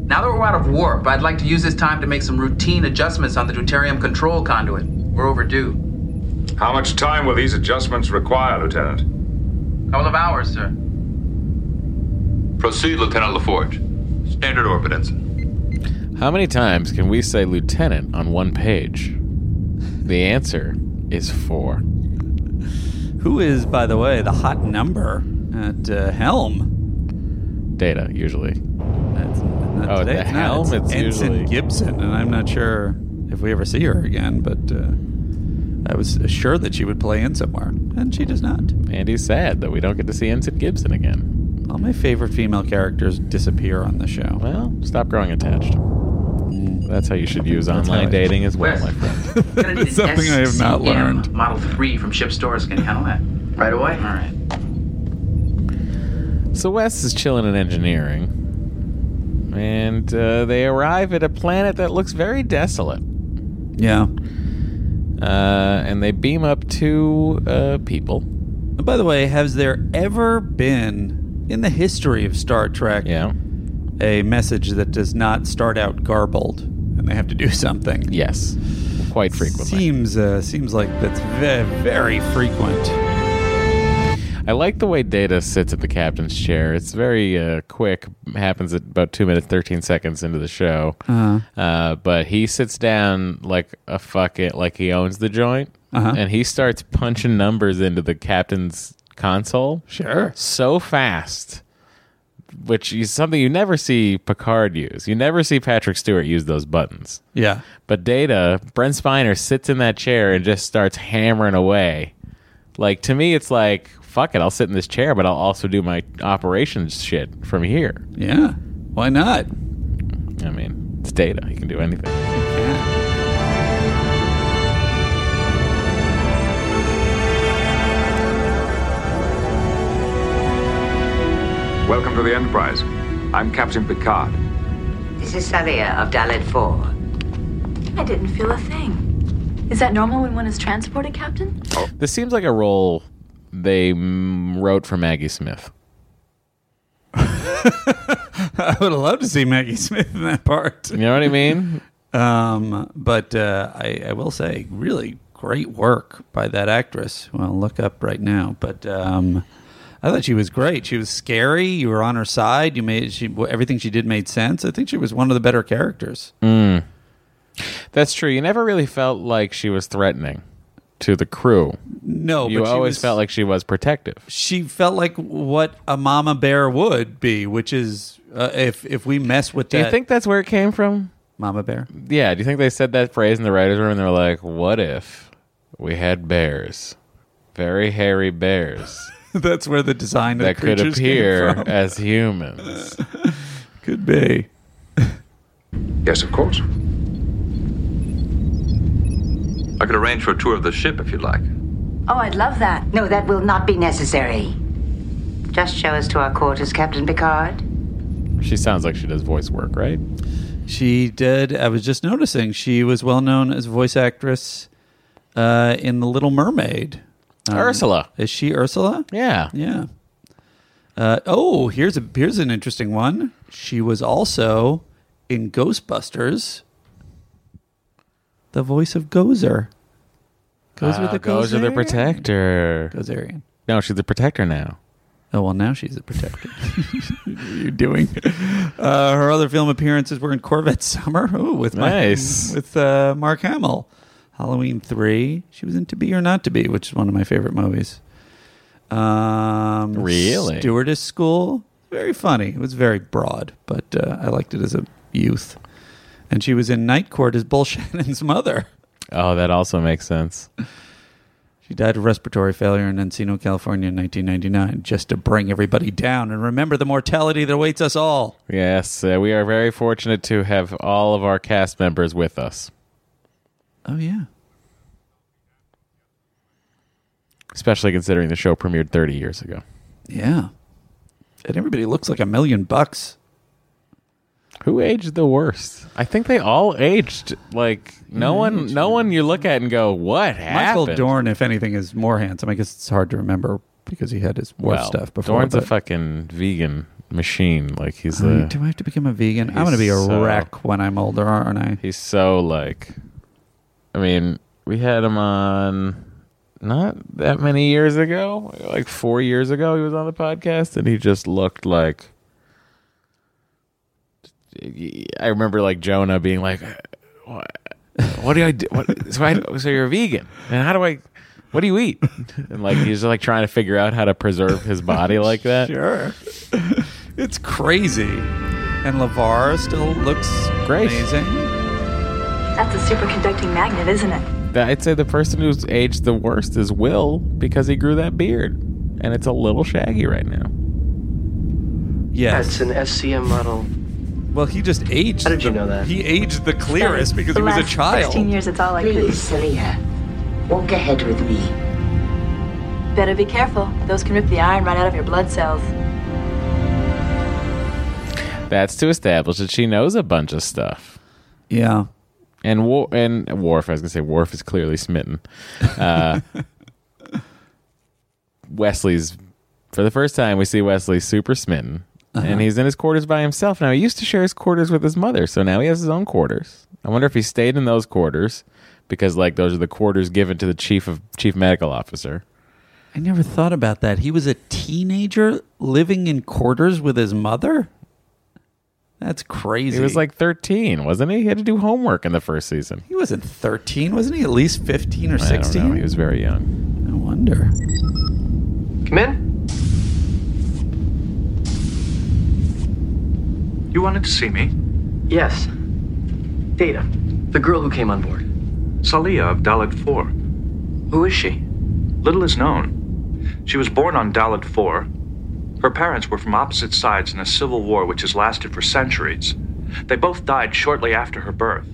S10: Now that we're out of warp, I'd like to use this time to make some routine adjustments on the deuterium control conduit. We're overdue.
S9: How much time will these adjustments require, Lieutenant?
S10: Couple of hours, sir.
S9: Proceed, Lieutenant LaForge. Standard orbit ensign.
S1: How many times can we say lieutenant on one page? The answer is four.
S2: Who is, by the way, the hot number at uh, helm?
S1: Data, usually.
S2: That's, not
S1: Oh,
S2: today.
S1: the
S2: No,
S1: helm, it's
S2: Ensign
S1: usually-
S2: Gibson, and I'm not sure if we ever see her again. But uh, I was sure that she would play in somewhere, and she does not.
S1: Andy's sad that we don't get to see Ensign Gibson again.
S2: All my favorite female characters disappear on the show.
S1: Well, stop growing attached. That's how you should use online
S2: how I-
S1: dating as well, my friend.
S10: <laughs>
S1: <laughs>
S10: Gonna need an
S2: Something I have not
S10: SCM
S2: learned.
S10: Model 3 from ship stores. Can you handle that? Right away? All right.
S1: So Wes is chilling in engineering, and uh, they arrive at a planet that looks very desolate.
S2: Yeah.
S1: Uh, and they beam up two uh, people.
S2: And by the way, has there ever been in the history of Star Trek
S1: Yeah.
S2: a message that does not start out garbled and they have to do something?
S1: Yes. Quite frequently.
S2: Seems uh, seems like that's ve- very frequent.
S1: I like the way Data sits at the captain's chair. It's very uh, quick. Happens at about two minutes thirteen seconds into the show.
S2: Uh-huh.
S1: uh but he sits down like a fuck it, like he owns the joint,
S2: Uh-huh.
S1: and he starts punching numbers into the captain's console
S2: Sure.
S1: so fast. Which is something you never see Picard use. You never see Patrick Stewart use those buttons.
S2: Yeah.
S1: But Data, Brent Spiner sits in that chair and just starts hammering away. Like to me, it's like fuck it. I'll sit in this chair, but I'll also do my operations shit from here.
S2: Yeah. Why not?
S1: I mean, it's Data. He can do anything.
S9: Welcome to the Enterprise. I'm Captain Picard.
S11: This is Salia of Dalit 4.
S6: I didn't feel a thing. Is that normal when one is transported, Captain?
S1: This seems like a role they mm, wrote for Maggie Smith.
S2: <laughs> I would have loved to see Maggie Smith in that part.
S1: You know what I mean?
S2: <laughs> Um, but uh, I, I will say, really great work by that actress. who I'll look up right now. But um, I thought she was great. She was scary. You were on her side. You made she everything she did made sense. I think she was one of the better characters.
S1: Mm, That's true. You never really felt like she was threatening to the crew.
S2: No,
S1: you
S2: but she
S1: always
S2: was,
S1: felt like she was protective.
S2: she felt like what a mama bear would be, which is uh, if if we mess with
S1: Do
S2: that
S1: you think that's where it came from?
S2: mama bear.
S1: Yeah, do you think they said that phrase in the writers' room? And they were like, "What if we had bears, very hairy bears
S2: <laughs> That's where the design of
S1: that
S2: the
S1: could
S2: creatures came
S1: appear
S2: from.
S1: <laughs> as humans?"
S2: <laughs> could be.
S9: Yes, of course. I could arrange for a tour of the ship if you'd like.
S6: Oh, I'd love that.
S11: No, that will not be necessary. Just show us to our quarters, Captain Picard.
S1: she sounds like she does voice work, right?
S2: She did. I was just noticing she was well known as a voice actress uh, in The Little Mermaid. Um,
S1: Ursula.
S2: Is she Ursula?
S1: Yeah.
S2: Yeah. Uh, oh, here's a here's an interesting one. She was also in Ghostbusters, the voice of Gozer. Goes with
S1: Ah,
S2: the
S1: goes with the
S2: Gozerian?
S1: protector.
S2: Gozerian.
S1: No, she's the protector now.
S2: Oh well, now she's a protector. what <laughs> are you doing? Uh, her other film appearances were in Corvette Summer. Ooh, with my-
S1: Nice.
S2: with uh, Mark Hamill. Halloween three. She was in To Be or Not to Be, which is one of my favorite movies. Um,
S1: Really?
S2: Stewardess School. Very funny. It was very broad, but uh, I liked it as a youth. And she was in Night Court as Bull <laughs> Shannon's mother.
S1: Oh, that also makes sense.
S2: She died of respiratory failure in Encino, California in 1999, just to bring everybody down and remember the mortality that awaits us all.
S1: Yes, uh, we are very fortunate to have all of our cast members with us,
S2: Oh, yeah.
S1: especially considering the show premiered 30 years ago.
S2: Yeah. And everybody looks like a million bucks.
S1: Who aged the worst? I think they all aged like no one. No one you look at and go, "What happened?"
S2: Michael Dorn, if anything, is more handsome. I guess it's hard to remember because he had his worst
S1: Well,
S2: stuff before.
S1: Dorn's a
S2: but-
S1: fucking vegan machine. Like he's
S2: I mean,
S1: a,
S2: do I have to become a vegan? I'm
S1: he's
S2: going to be a
S1: so-
S2: wreck when I'm older, aren't I?
S1: He's so like, I mean, we had him on not that many years ago, like four years ago. He was on the podcast, and he just looked like. I remember like Jonah being like, "What, what do I do? What, so, I, so you're a vegan, and how do I? What do you eat?" And like he's like trying to figure out how to preserve
S2: <laughs>
S1: his body like that.
S2: Sure. it's crazy. And LeVar still looks
S1: Great.
S2: amazing.
S6: That's a superconducting magnet, isn't it?
S1: That- I'd say the person who's aged the worst is Will because he grew that beard, and it's a little shaggy right now.
S2: Yes.
S12: That's an SCM model.
S2: Well, he just aged.
S12: How did you know that?
S2: He aged the clearest because he was a child.
S6: years, it's all like
S11: Please, Celia, walk ahead with me.
S6: Better be careful. Those can rip the iron right out of your blood cells.
S1: That's to establish that she knows a bunch of stuff.
S2: Yeah.
S1: And War- and Worf, I was gonna say Worf is clearly smitten. Uh, <laughs> Wesley's for the first time we see Wesley super smitten,
S2: Uh-huh.
S1: and he's in his quarters by himself now. He used to share his quarters with his mother, so now he has his own quarters. I wonder if he stayed in those quarters because like those are the quarters given to the chief of chief medical officer.
S2: I never thought about that. He was a teenager living in quarters with his mother? That's crazy.
S1: He was like 13, wasn't he? He had to do homework in the first season.
S2: He wasn't 13, wasn't he? At least 15 or
S1: I don't
S2: 16?
S1: know. He was very young.
S2: No wonder.
S12: Come in.
S8: You wanted to see me?
S12: Yes. Data, the girl who came on board.
S8: Salia of Dalit 4.
S12: Who is she?
S8: Little is known. She was born on Dalit 4. Her parents were from opposite sides in a civil war which has lasted for centuries. They both died shortly after her birth.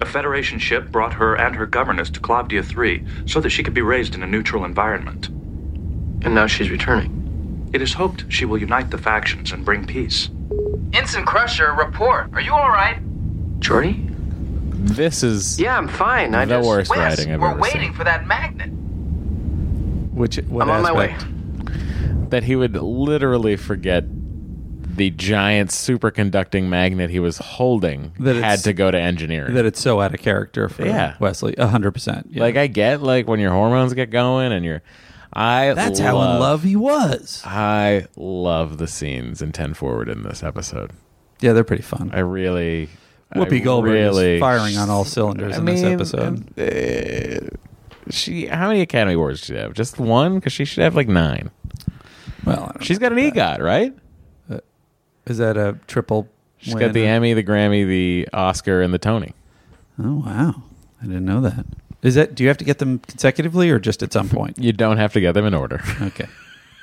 S8: A Federation ship brought her and her governess to Klavdia 3 so that she could be raised in a neutral environment.
S12: And now she's returning.
S8: It is hoped she will unite the factions and bring peace.
S10: Ensign Crusher, report. Are you all right?
S12: Jordy?
S1: This is
S12: Yeah, I'm fine. I
S1: the
S12: just.
S1: worst
S10: Wes,
S1: writing I've
S10: we're
S1: ever
S10: waiting for that magnet.
S2: Which, what
S12: I'm on my way.
S2: aspect?
S1: seen. That he would literally forget the giant superconducting magnet he was holding
S2: That
S1: had
S2: it's-
S1: to go to engineering.
S2: That it's so out of character for
S1: Yeah.
S2: Wesley. uh-huh. 100%. Yeah.
S1: Like I get like when your hormones get going and your I
S2: That's how in love he was.
S1: I love the scenes in 10 forward in this episode.
S2: Yeah, they're pretty fun.
S1: I really
S2: Whoopi
S1: I
S2: Goldberg
S1: really
S2: is firing on all cylinders
S1: I
S2: in
S1: mean, uh,
S2: this episode.
S1: she how many Academy Awards did she have? Just one? Because she should have like nine.
S2: well, I don't
S1: She's got an EGOT, right?
S2: know. Uh, is that a triple?
S1: She's got the Emmy, the Grammy, the Oscar, and the Tony.
S2: Oh wow, I didn't know that. Is that? Do you have to get them consecutively or just at some point?
S1: You don't have to get them in order.
S2: Okay.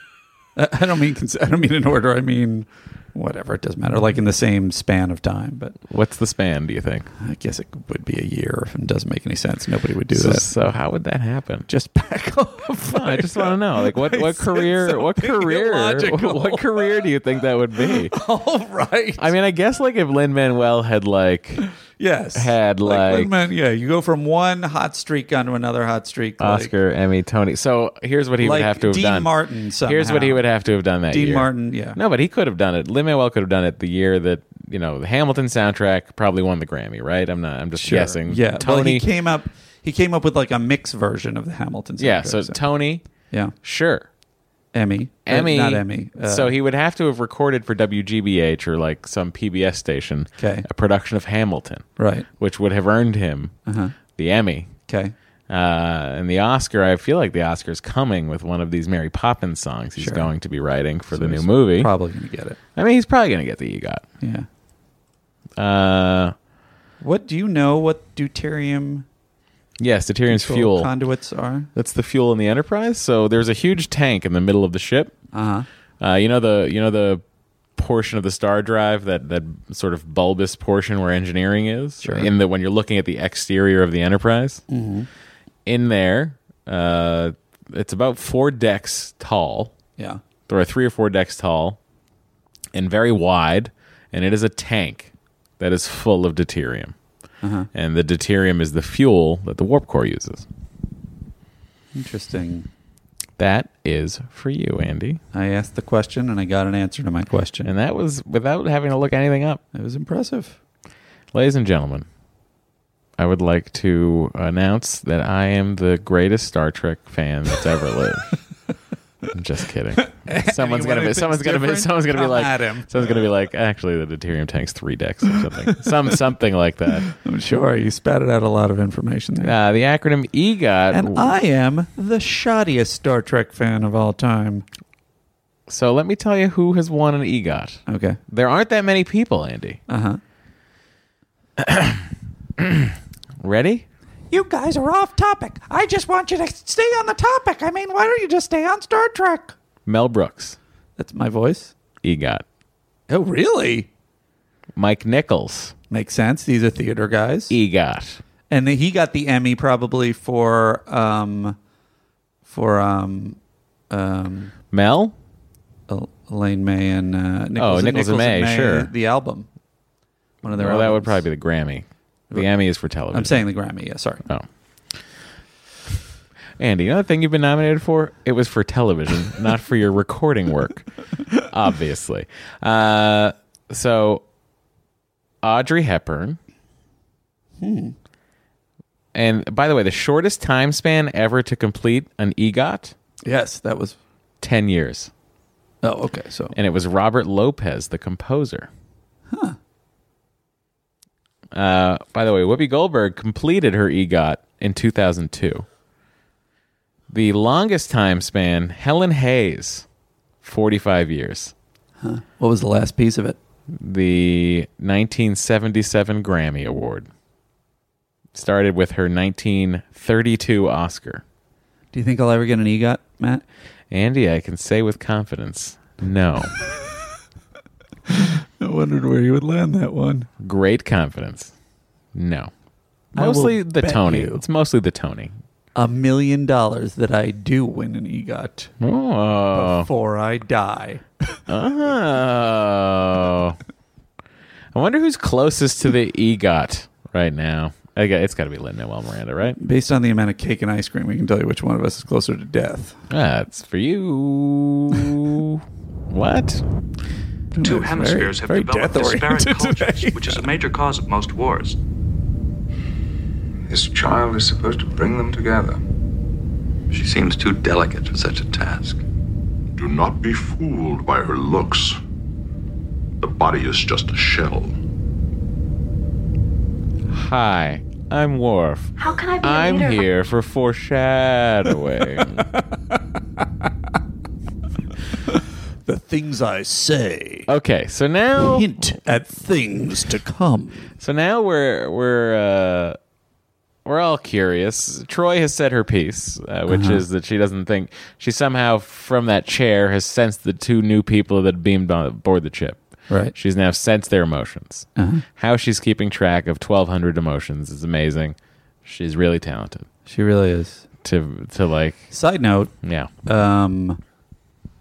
S2: <laughs> I I don't mean cons- I don't mean in order. I mean whatever. It doesn't matter. Like in the same span of time. But
S1: What's the span, do you think?
S2: I guess it would be a year. If it doesn't make any sense, nobody would do
S1: So,
S2: that.
S1: so how would that happen?
S2: Just back <laughs> off.
S1: No, I just want to know, like,
S2: <laughs>
S1: what,
S2: I
S1: what
S2: said
S1: career, what
S2: something
S1: career,
S2: illogical.
S1: what career do you think that would be?
S2: <laughs> All right.
S1: I mean, I guess like if Lin Manuel had like
S2: yes.
S1: had, like-
S2: Lin-Man- yeah, you go from one hot streak onto another hot streak. like-
S1: Oscar, Emmy, Tony. So here's what he
S2: like
S1: would have to have
S2: Dean
S1: done.
S2: Martin. Somehow.
S1: Here's what he would have to have done that
S2: Dean
S1: year.
S2: Martin. Yeah.
S1: No, but he could have done it. Lin Manuel could have done it the year that you know the Hamilton soundtrack probably won the Grammy, right? I'm not. I'm just
S2: Sure.
S1: guessing.
S2: Yeah.
S1: Tony.
S2: Well, he came up. He came up with like a mixed version of the Hamilton.
S1: yeah.
S2: soundtrack,
S1: So Tony,
S2: yeah,
S1: sure.
S2: Emmy, Uh,
S1: Emmy,
S2: not Emmy. Uh,
S1: so he would have to have recorded for WGBH or like some PBS station,
S2: Okay.
S1: a production of Hamilton,
S2: right.
S1: which would have earned him
S2: Uh-huh.
S1: the Emmy
S2: Okay.
S1: uh, and the Oscar. I feel like the Oscar's coming with one of these Mary Poppins songs he's
S2: Sure.
S1: going to be writing for the new
S2: he's
S1: movie.
S2: Probably gonna get it.
S1: I mean, he's probably going to get the EGOT.
S2: Yeah.
S1: Uh,
S2: What do you know? What deuterium
S1: yes, the Tyrion's
S2: control
S1: fuel.
S2: conduits are?
S1: That's the fuel in the Enterprise. So there's a huge tank in the middle of the ship.
S2: Uh huh.
S1: Uh, you know the you know the portion of the star drive that that sort of bulbous portion where engineering is.
S2: Sure. Mm-hmm.
S1: In the when you're looking at the exterior of the Enterprise, in there, uh, it's about four decks tall.
S2: Yeah.
S1: There are three or four decks tall, and very wide, and it is a tank that is full of deuterium.
S2: Uh-huh.
S1: And the deuterium is the fuel that the warp core uses.
S2: Interesting.
S1: That is for you, Andy.
S2: I asked the question and I got an answer to my question.
S1: And that was without having to look anything up.
S2: It was impressive.
S1: Ladies and gentlemen, I would like to announce that I am the greatest Star Trek fan that's
S2: <laughs>
S1: ever lived. I'm just kidding. <laughs> Someone's gonna be
S2: who
S1: someone's
S2: thinks
S1: gonna be
S2: different,
S1: someone's gonna be
S2: come
S1: like
S2: at him.
S1: someone's gonna be like actually the deuterium tank's three decks or something some something like that.
S2: I'm sure you spatted out a lot of information there.
S1: Uh, the acronym EGOT.
S2: And I am the shoddiest Star Trek fan of all time.
S1: So let me tell you who has won an EGOT.
S2: Okay.
S1: There aren't that many people, Andy.
S2: Uh
S1: huh. <coughs> Ready?
S13: You guys are off topic. I just want you to stay on the topic. I mean, why don't you just stay on Star
S2: <laughs>
S13: Trek?
S1: Mel Brooks.
S2: That's my voice.
S1: EGOT.
S2: Oh, really?
S1: Mike Nichols.
S2: Makes sense. These are theater guys.
S1: EGOT.
S2: And then he got the Emmy probably for um for um um
S1: Mel?
S2: El- Elaine May and uh
S1: Nichols
S2: Nichols,
S1: oh, Nichols and May, sure.
S2: the album. One of their
S1: well, that would
S2: albums.
S1: probably be the Grammy. The Emmy is for television.
S2: I'm saying the Grammy, yeah, sorry.
S1: Oh. Andy, you know the thing you've been nominated for? It was for
S2: <laughs>
S1: television, not for your recording work, obviously. Uh, so, Audrey Hepburn.
S2: Hmm.
S1: And by the way, the shortest time span ever to complete an EGOT?
S2: Yes, that was
S1: 10 years.
S2: Oh, okay. So
S1: And it was Robert Lopez, the composer. Huh. Uh, by the way, Whoopi Goldberg completed her EGOT in 2002. The longest time span, Helen Hayes, 45 years.
S2: Huh. What was the last piece of it?
S1: The 1977 Grammy Award started with her 1932 Oscar.
S2: Do you think I'll ever get an EGOT, Matt?
S1: Andy, I can say with confidence,
S2: <laughs>
S1: no.
S2: I wondered where you would land that one.
S1: Great confidence. No.
S2: I will
S1: Mostly the
S2: bet
S1: Tony.
S2: you.
S1: It's mostly the Tony.
S2: A million dollars that I do win an E EGOT
S1: Oh.
S2: before I
S1: <laughs>
S2: die.
S1: Oh. I wonder who's closest to the EGOT right now. I got, it's got to be Lin Manuel Miranda, right?
S2: Based on the amount of cake and ice cream, we can tell you which one of us is closer to death.
S1: That's for
S2: <laughs>
S1: you. what?
S8: Two
S2: It's
S8: hemispheres
S2: very- very
S8: have developed disparate
S2: death-oriented <laughs>
S8: cultures, which is a major cause of most wars.
S9: This child is supposed to bring them together.
S14: She seems too delicate for such a task.
S15: Do not be fooled by her looks. The body is just a shell.
S1: Hi, I'm Worf.
S6: How can I be a
S1: I'm
S6: leader?
S1: here
S6: <laughs>
S1: for foreshadowing.
S2: The things I say
S1: okay, so now
S2: hint at things to come.
S1: So now we're we're uh, we're all curious. Troy has said her piece, uh, which
S2: Uh-huh.
S1: is that she doesn't think she somehow from that chair has sensed the two new people that beamed on board the ship.
S2: Right.
S1: She's now sensed their emotions.
S2: Uh-huh.
S1: How she's keeping track of twelve hundred emotions is amazing. She's really talented.
S2: She really is.
S1: To to like
S2: Side note,
S1: yeah.
S2: um,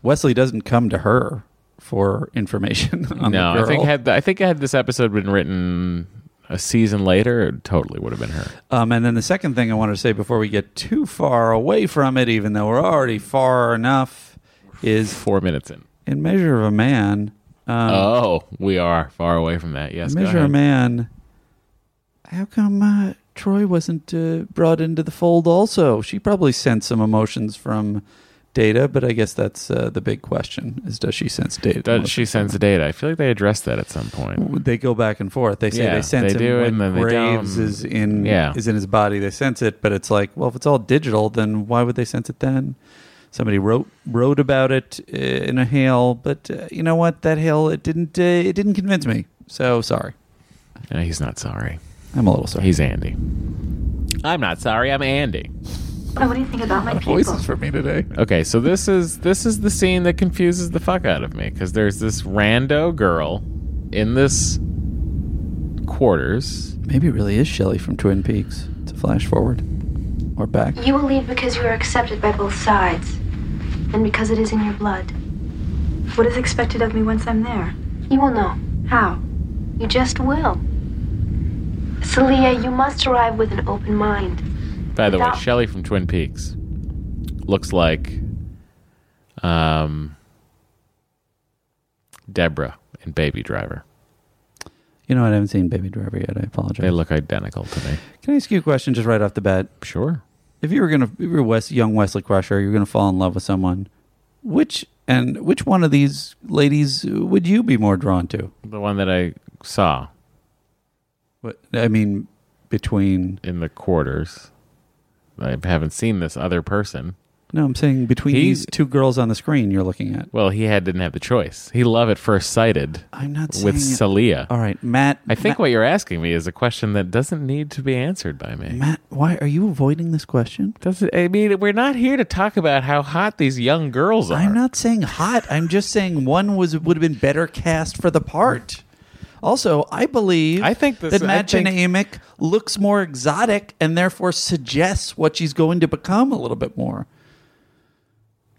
S2: Wesley doesn't come to her for information <laughs> on
S1: no,
S2: the girl.
S1: I think had the, I think had this episode been written a season later, it totally would have been her.
S2: Um, and then the second thing I wanted to say before we get too far away from it, even though we're already far enough, is
S1: Four minutes in.
S2: in Measure of a Man. Um,
S1: oh, we are far away from that. Yes,
S2: in
S1: go
S2: Measure of a
S1: ahead.
S2: Man. How come uh, Troy wasn't uh, brought into the fold? Also, she probably sent some emotions from Data, but I guess that's uh, the big question: is does she sense Data?
S1: Does she sense the data? I feel like they addressed that at some point.
S2: they go back and forth. They say
S1: Yeah,
S2: they sense
S1: they
S2: him
S1: do,
S2: when
S1: and then they
S2: Graves
S1: don't.
S2: is in
S1: Yeah.
S2: is in his body. They sense it, but it's like, well, if it's all digital, then why would they sense it then? Somebody wrote wrote about it uh, in a hail, but uh, you know what? That hail it didn't uh, it didn't convince me. So sorry,
S1: No, he's not sorry.
S2: I'm a little sorry.
S1: He's Andy. I'm not sorry. I'm Andy.
S6: Now, what do you think about my people?
S2: for me today.
S1: Okay, so this is this is the scene that confuses the fuck out of me because there's this rando girl in this quarters.
S2: Maybe it really is Shelley from Twin Peaks. It's a flash forward or back.
S6: You will leave because you are accepted by both sides, and because it is in your blood. What is expected of me once I'm there? You will know. How? You just will. Celia, you must arrive with an open mind.
S1: By the way,
S6: Without-
S1: Shelley from Twin Peaks looks like Um, Deborah and Baby Driver.
S2: You know, what? I haven't seen Baby Driver yet. I apologize.
S1: They look identical to me.
S2: Can I ask you a question just right off the bat?
S1: Sure.
S2: If you were gonna, if you were Wes, young Wesley Crusher, you're gonna fall in love with someone. Which and which one of these ladies would you be more drawn to?
S1: The one that I saw.
S2: What I mean, between
S1: in the quarters, I haven't seen this other person.
S2: No, I'm saying between
S1: He's-
S2: these two girls on the screen you're looking at.
S1: Well, he had didn't have the choice. He love at first sighted.
S2: I'm not
S1: with
S2: saying
S1: Celia.
S2: All right, Matt.
S1: I think what you're asking me is a question that doesn't need to be answered by me.
S2: Matt, why are you avoiding this question?
S1: Does it, I mean, we're not here to talk about how hot these young girls are.
S2: I'm not saying hot. I'm just saying one was would have been better cast for the part. Also, I believe I think
S1: this-
S2: that
S1: I
S2: Matt
S1: think-
S2: Amick looks more exotic and therefore suggests what she's going to become a little bit more.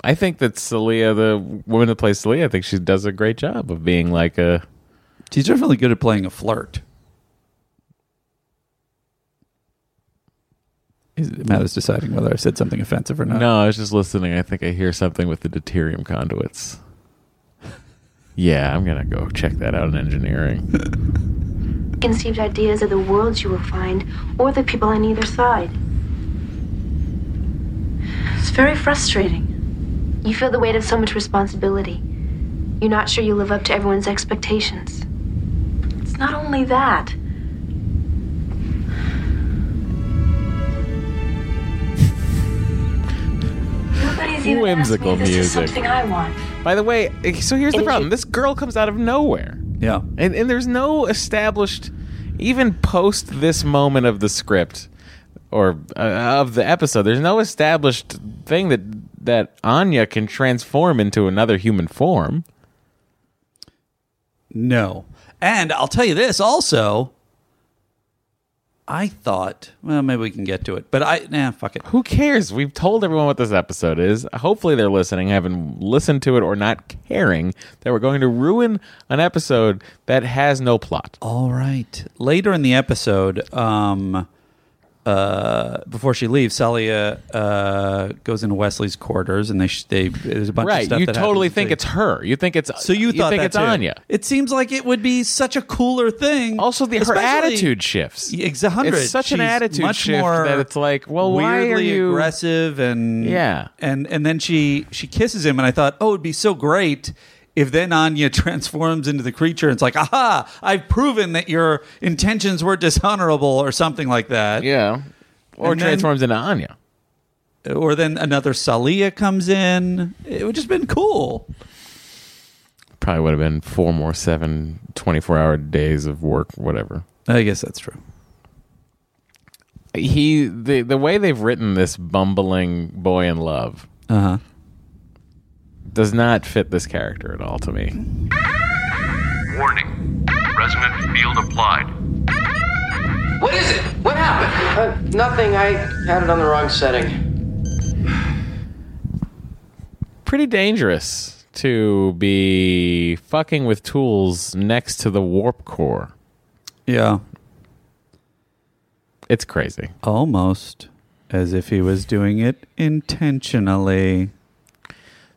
S1: I think that Celia, the woman that plays Celia, I think she does a great job of being like a.
S2: She's definitely good at playing a flirt. Is, Matt is deciding whether I said something offensive or not.
S1: No, I was just listening. I think I hear something with the deuterium conduits. <laughs> Yeah, I'm gonna go check that out in engineering.
S6: Conceived ideas of the worlds you will find, or the people on either side. It's very frustrating. You feel the weight of so much responsibility. You're not sure you live up to everyone's expectations. It's not only that. Nobody's even
S1: Whimsical
S6: asked me if this is
S1: music.
S6: something I want.
S1: <laughs> By the way, eh, so here's the problem. This girl comes out of nowhere.
S2: Yeah.
S1: And, and there's no established, even post this moment of the script or uh, of the episode, there's no established thing that that Anya can transform into another human form.
S2: No. And I'll tell you this also. I thought, well, maybe we can get to it, but I, nah, Eh, fuck it.
S1: Who cares? We've told everyone what this episode is. Hopefully, they're listening, haven't listened to it, or not caring that we're going to ruin an episode that has no plot.
S2: All right. Later in the episode, um, uh, before she leaves, Celia uh, goes into Wesley's quarters, and they sh- they there's a bunch of
S1: Right,
S2: stuff.
S1: you
S2: that
S1: totally
S2: happens
S1: think
S2: too.
S1: it's her. You think it's
S2: So you, thought
S1: think
S2: that
S1: it's
S2: too.
S1: Anya.
S2: It seems like it would be such a cooler thing. Also,
S1: the, her attitude shifts.
S2: It's a hundred.
S1: It's such an
S2: She's
S1: attitude
S2: much
S1: shift
S2: more
S1: that it's like, well, why
S2: weirdly
S1: are you-
S2: aggressive and
S1: Yeah.
S2: and and then she she kisses him, and I thought, oh, it'd be so great. If then Anya <laughs> transforms into the creature, and it's like, aha, I've proven that your intentions were dishonorable, or something like that.
S1: Yeah. Or transforms into Anya.
S2: Or then another Salia comes in. It would just been cool.
S1: Probably would have been four more seven 24 hour days of work, whatever.
S2: I guess that's true.
S1: He the the way they've written this bumbling boy in love
S2: Uh huh.
S1: does not fit this character at all to me.
S16: Warning. Resonant field applied.
S12: What is it? What happened?
S17: Uh, nothing. I had it on the wrong setting.
S1: Pretty dangerous to be fucking with tools next to the warp core.
S2: Yeah.
S1: It's crazy.
S2: Almost as if he was doing it intentionally.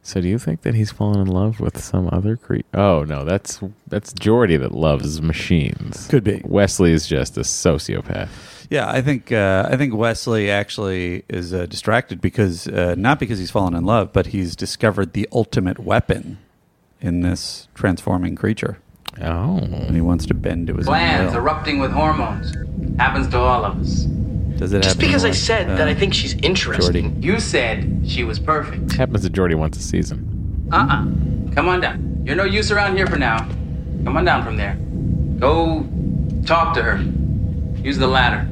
S1: So do you think that he's fallen in love with some other creature? Oh no, that's that's Geordie that loves machines.
S2: Could be.
S1: Wesley is just a sociopath.
S2: Yeah, I think uh, I think Wesley actually is uh, distracted because uh, not because he's fallen in love, but he's discovered the ultimate weapon in this transforming creature.
S1: Oh,
S2: and he wants to bend to his
S10: Glands
S2: own will.
S10: erupting with hormones. Happens to all of us.
S2: Does it
S10: Just
S2: happen
S10: because
S2: more?
S10: I said
S2: Uh,
S10: that I think
S17: she's
S10: interesting. You said she was perfect.
S1: Happens to Geordie once a season.
S10: Uh uh Come on down. You're no use around here for now. Come on down from there. Go talk to her. Use the ladder.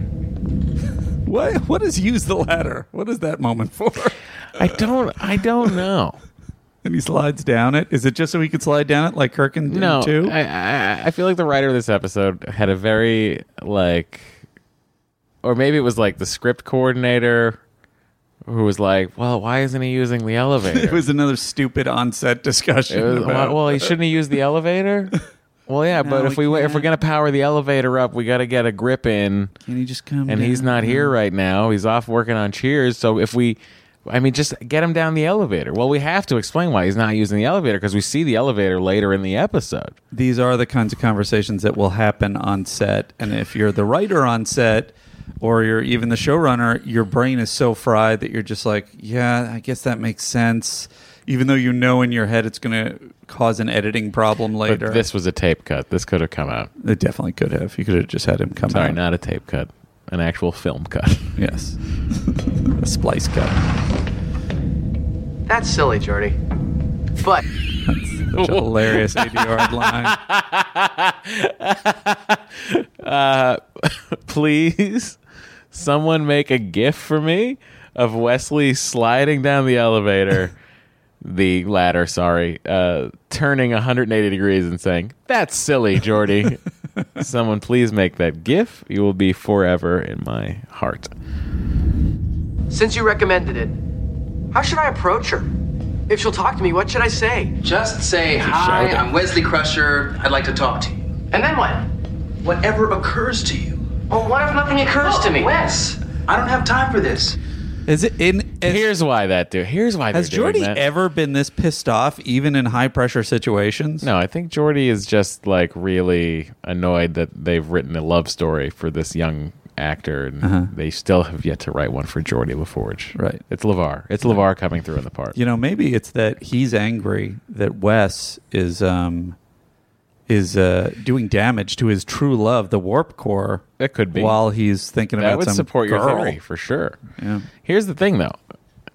S2: What what is use the ladder? What is that moment for?
S1: I don't I don't know.
S2: <laughs> and he slides down it. Is it just so he could slide down it like Kirk and
S1: No,
S2: too?
S1: I, I I feel like the writer of this episode had a very like, or maybe it was like the script coordinator, who was like, "Well, why isn't he using the elevator?"
S2: <laughs> it was another stupid on-set discussion.
S1: It was-
S2: about-
S1: well, he shouldn't have used the elevator. Well, yeah,
S2: <laughs> No,
S1: but if
S2: we
S1: we wa- if we're gonna power the elevator up, we got to get a grip in.
S2: Can he just come?
S1: And he's
S2: down?
S1: not here right now. He's off working on Cheers. So if we I mean, just get him down the elevator. Well, we have to explain why he's not using the elevator because we see the elevator later in the episode.
S2: These are the kinds of conversations that will happen on set. And if you're the writer on set or you're even the showrunner, your brain is so fried that you're just like, yeah, I guess that makes sense. Even though you know in your head it's going to cause an editing problem later.
S1: But this was a tape cut. This could have come out.
S2: It definitely could have. You could have just had him come
S1: Sorry,
S2: out.
S1: not a tape cut, an actual film cut.
S2: Yes. <laughs> a splice cut.
S12: That's silly, Jordy. But
S2: Such a hilarious 80
S12: <laughs>
S2: yard line.
S1: <laughs> uh, please, someone make a gif for me of Wesley sliding down the elevator, the ladder, sorry, uh, turning 180 degrees and saying, That's silly, Jordy. someone please make that gif. You will be forever in my heart.
S12: since you recommended it, how should I approach her? If she'll talk to me, what should I say?
S10: Just say, hi,
S12: shouting.
S10: I'm Wesley Crusher. I'd like to talk to you.
S12: And then what?
S10: Whatever occurs to you.
S12: Well, what if nothing occurs to me?
S10: Wes, I don't have time for this.
S2: Is it in?
S1: here's why that dude. Here's why
S2: Has
S1: they're doing
S2: Jordy
S1: that.
S2: ever been this pissed off, even in high pressure situations?
S1: No, I think Jordy is just like really annoyed that they've written a love story for this young actor, and
S2: Uh-huh.
S1: they still have yet to write one for Jordy LaForge.
S2: Right.
S1: It's Levar. It's Levar coming through in the part.
S2: You know, maybe it's that he's angry that Wes is um is uh doing damage to his true love, the warp core.
S1: That could be.
S2: while he's thinking
S1: That
S2: about
S1: would
S2: some
S1: support your
S2: girl.
S1: theory for sure.
S2: Yeah.
S1: Here's the thing, though.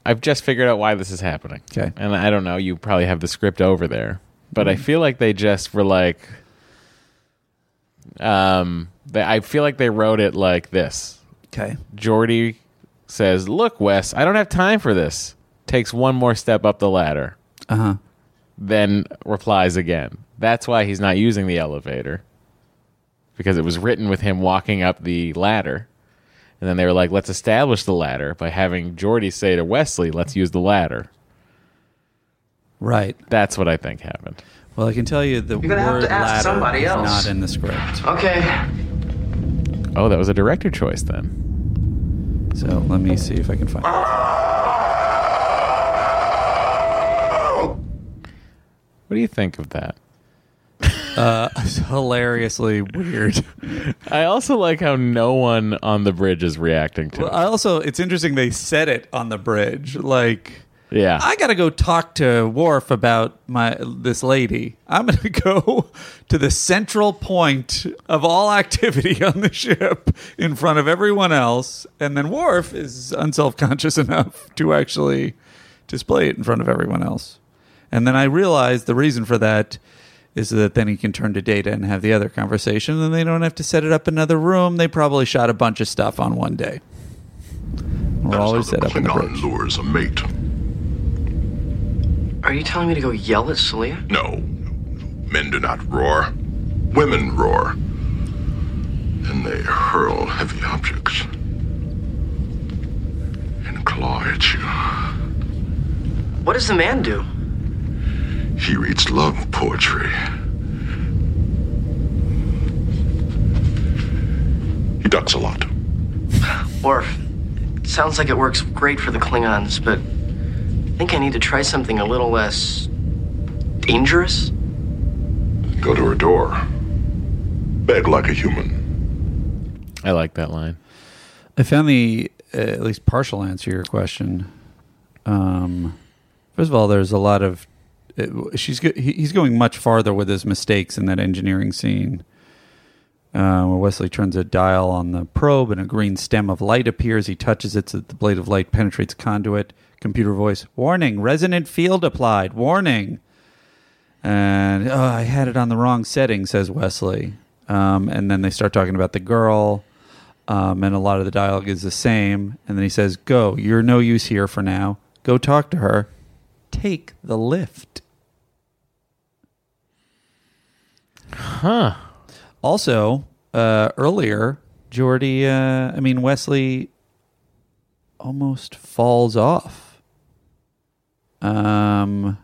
S1: I've just figured out why this is happening.
S2: Okay.
S1: And I don't know. You probably have the script over there, but I
S2: Mhm.
S1: feel like they just were like, um, they, I feel like they wrote it like this.
S2: Okay.
S1: Jordy says, "Look, Wes, I don't have time for this." Takes one more step up the ladder,
S2: Uh huh.
S1: then replies again. That's why he's not using the elevator because it was written with him walking up the ladder. And then they were like, let's establish the ladder by having Jordy say to Wesley, let's use the ladder.
S2: Right.
S1: That's what I think happened.
S2: Well, I can tell you the
S12: You're gonna have
S2: word
S12: to ask
S2: ladder
S12: somebody
S2: is
S12: else.
S2: not in the script.
S12: Okay.
S1: Oh, that was a director choice then.
S2: So let me see if I can find it.
S1: What do you think of that?
S2: Uh, <laughs> it's hilariously weird.
S1: I also like how no one on the bridge is reacting to
S2: Well,
S1: it.
S2: I also, it's interesting they said it on the bridge. Like,
S1: Yeah.
S2: I gotta go talk to Worf about my this lady. I'm gonna <laughs> go to the central point of all activity <laughs> on the ship in front of everyone else, and then Worf is unselfconscious <laughs> enough to actually display it in front of everyone else. And then I realized the reason for that is that then he can turn to data and have the other conversation, and they don't have to set it up in another room. They probably shot a bunch of stuff on one day. We're always set up in the bridge.
S15: Klingon lures a mate.
S12: Are you telling me to go yell at Celia?
S15: No, men do not roar. Women roar. And they hurl heavy objects and claw at you.
S12: What does the man do?
S15: He reads love poetry. He ducks a lot.
S12: Worf, it sounds like it works great for the Klingons, but I think I need to try something a little less dangerous.
S15: Go to her door. Beg like a human.
S1: I like that line.
S2: I found the uh, at least partial answer to your question. Um, first of all, there's a lot of it, she's go, he, he's going much farther with his mistakes in that engineering scene. Uh, where Wesley turns a dial on the probe and a green stem of light appears. He touches it so that the blade of light penetrates conduit. Computer voice, warning, resonant field applied, warning. And oh, I had it on the wrong setting, says Wesley. Um, and then they start talking about the girl, um, and a lot of the dialogue is the same. And then he says, Go, you're no use here for now. Go talk to her. Take the lift.
S1: Huh.
S2: Also, uh, earlier, Jordy, uh, I mean, Wesley almost falls off. Um,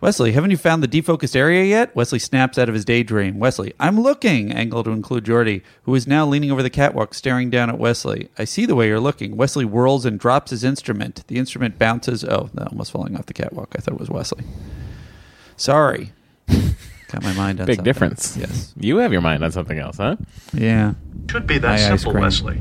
S2: Wesley, haven't you found the defocused area yet? Wesley snaps out of his daydream. Wesley, I'm looking, angle to include Geordie, who is now leaning over the catwalk, staring down at Wesley. I see the way you're looking. Wesley whirls and drops his instrument. The instrument bounces. Oh, no, almost falling off the catwalk. I thought it was Wesley.
S1: <laughs>
S2: Sorry. Got my mind on
S1: Big
S2: something.
S1: difference.
S2: Yes.
S1: You have your mind on something else, huh?
S2: Yeah.
S8: Should be that
S1: My ice
S8: simple,
S1: cream.
S8: Wesley.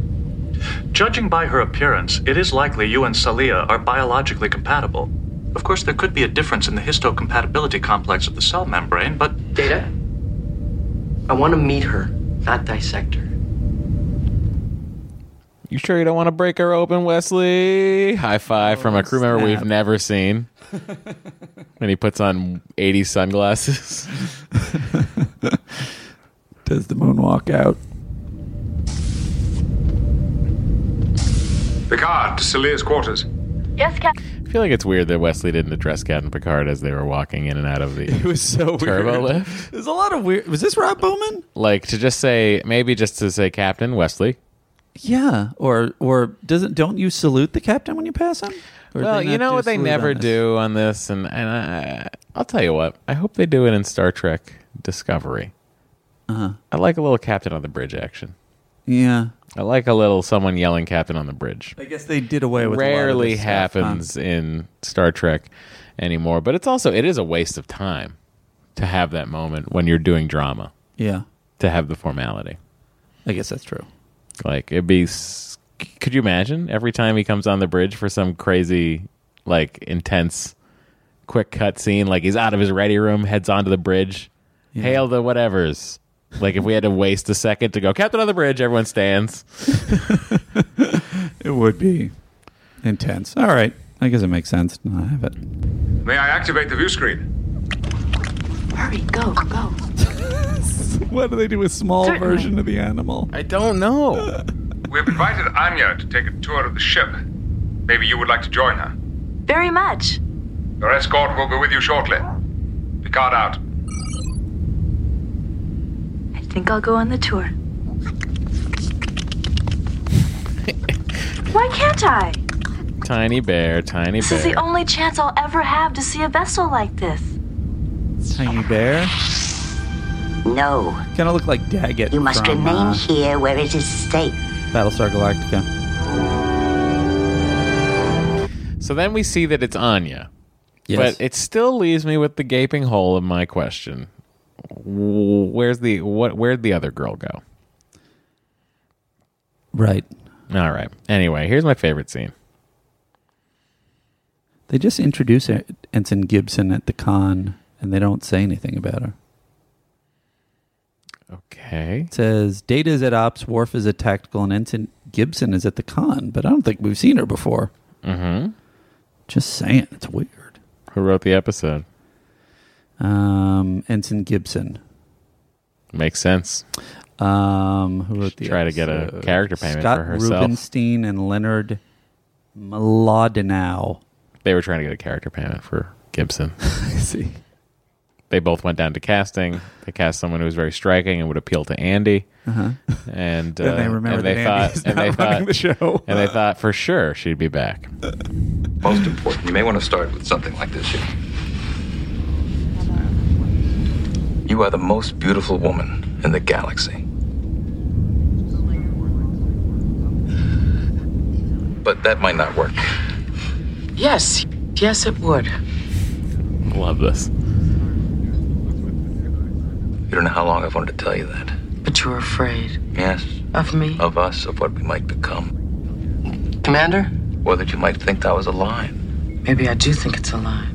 S8: Judging by her appearance, it is likely you and Salia are biologically compatible. Of course, there could be a difference in the histocompatibility complex of the cell membrane, but
S12: Data? I want to meet her, not dissect her.
S1: You sure you don't want to break her open, Wesley? High five from a crew member we've
S2: Oh, snap. <laughs>
S1: never seen. and he puts on 80 sunglasses.
S2: <laughs> Does the moonwalk out?
S9: Picard, to Celia's quarters.
S18: Yes, Captain.
S1: I feel like it's weird that Wesley didn't address Captain Picard as they were walking in and out of the
S2: <laughs> It was so
S1: turbo
S2: weird.
S1: lift.
S2: There's a lot of weird. Was this Rob Bowman?
S1: Like to just say, maybe just to say Captain Wesley.
S2: Yeah. Or or doesn't don't you salute the captain when you pass him? Or do
S1: well,
S2: they
S1: you
S2: not
S1: know
S2: do a
S1: what they
S2: salute
S1: never
S2: on this?
S1: do on this, and and I, I'll tell you what. I hope they do it in Star Trek Discovery.
S2: Uh-huh.
S1: I like a little Captain on the Bridge action.
S2: Yeah.
S1: I like a little someone yelling Captain on the Bridge.
S2: I guess they did away with.
S1: Rarely
S2: a lot of this stuff, huh?
S1: happens in Star Trek anymore, but it's also it is a waste of time to have that moment when you're doing drama.
S2: Yeah.
S1: to have the formality.
S2: I guess that's true.
S1: Like it'd be. s- Could you imagine every time he comes on the bridge for some crazy, like intense, quick cut scene? Like he's out of his ready room, heads onto the bridge, hail the whatevers. Like if we had to waste a second to go captain on the bridge, everyone
S2: <laughs>
S1: stands.
S2: It would be intense. All right. I guess it makes sense. to not have it. <laughs>
S9: May I activate the view screen?
S6: Hurry, go, go.
S2: what do they do with small version of the animal?
S1: I
S2: <laughs>
S1: don't know.
S9: We have invited Anya to take a tour of the ship. Maybe you would like to join her.
S18: Very much.
S9: Your escort will be with you shortly. Picard out.
S6: I think I'll go on the
S2: <laughs>
S6: tour.
S18: Why can't I?
S1: Tiny bear, tiny
S18: This is the
S1: bear.
S18: only chance I'll ever have to see a vessel like this.
S2: Tiny bear.
S11: No.
S2: Kind of look like Daggett.
S11: You must
S2: from,
S11: remain
S2: uh,
S11: here where it is safe.
S2: Battlestar Galactica.
S1: So then we see that it's Anya.
S2: Yes.
S1: But it still leaves me with the gaping hole of my question. W- Where's the what? Where'd the other girl go?
S2: Right.
S1: All right. Anyway, here's my favorite scene.
S2: They just introduce En- Ensign Gibson at the con, and they don't say anything about her.
S1: Okay.
S2: It says Data is at Ops, Worf is at Tactical, and Ensign Gibson is at the con, but I don't think we've seen her before.
S1: Mm-hmm.
S2: Just saying, it's weird.
S1: Who wrote the episode?
S2: Um, Ensign Gibson.
S1: Makes sense.
S2: Um, who wrote the
S1: Try to get a
S2: episode?
S1: character payment
S2: Scott
S1: for herself.
S2: Rubenstein and Leonard Mlodinow.
S1: They were trying to get a character payment for Gibson.
S2: <laughs> I see.
S1: They both went down to casting. They cast someone who was very striking and would appeal to Andy.
S2: Uh-huh.
S1: And
S2: Then
S1: uh,
S2: <laughs> they remembered
S1: and they
S2: that
S1: thought,
S2: Andy is
S1: and
S2: not
S1: they
S2: running
S1: thought,
S2: the show.
S1: and they thought for sure she'd be back.
S14: Most important, you may want to start with something like this here. You are the most beautiful woman in the galaxy. But that might not work.
S12: Yes, yes, it would.
S1: Love this.
S14: You don't know how long I've wanted to tell you that.
S12: But you're afraid
S14: Yes,
S12: of me,
S14: of us, of what we might become,
S12: Commander.
S14: or that you might think that was a lie.
S12: Maybe I do think it's a lie.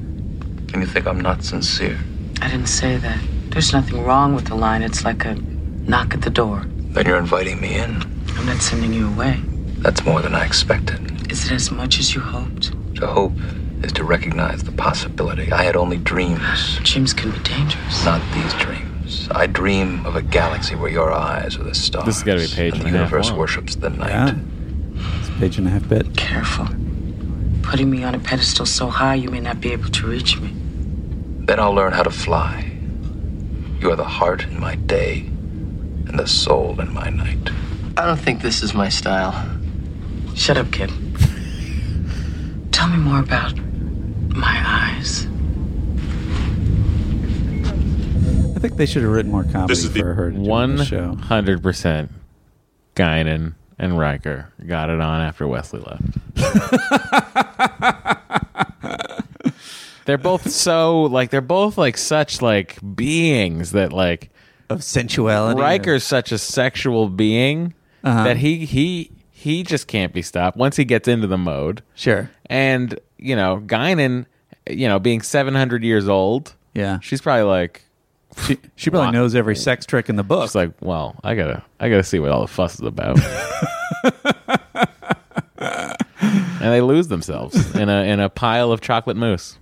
S14: And you think I'm not sincere.
S12: I didn't say that. There's nothing wrong with the line. It's like a knock at the door.
S14: Then you're inviting me in.
S12: I'm not sending you away.
S14: That's more than I expected.
S12: Is it as much as you hoped?
S14: To hope is to recognize the possibility. I had only dreams.
S12: Dreams can be dangerous.
S14: Not these dreams. I dream of a galaxy where your eyes are the stars.
S1: This has gotta be a page
S14: And the
S1: and a half
S14: universe
S1: long.
S14: worships the night.
S2: Yeah. It's a page and a half bit.
S12: Careful. Putting me on a pedestal so high you may not be able to reach me.
S14: Then I'll learn how to fly. You are the heart in my day and the soul in my night.
S12: I don't think this is my style. Shut up, kid. Tell me more about my eyes.
S2: I think they should have written more comedy
S1: This is the
S2: for her. to do on
S1: one
S2: the show.
S1: hundred percent. Guinan and Riker got it on after Wesley left. they're both so like they're both like such like beings that like
S2: of sensuality.
S1: Riker's such a sexual being
S2: Uh-huh.
S1: that he he he just can't be stopped once he gets into the mode.
S2: Sure.
S1: And you know, Guinan, you know, being seven hundred years old.
S2: Yeah.
S1: She's probably like
S2: she, she probably knows every sex trick in the book.
S1: She's like, well, I gotta, I gotta see what all the fuss is
S2: <laughs>
S1: about. and they lose themselves in a in a pile of chocolate mousse.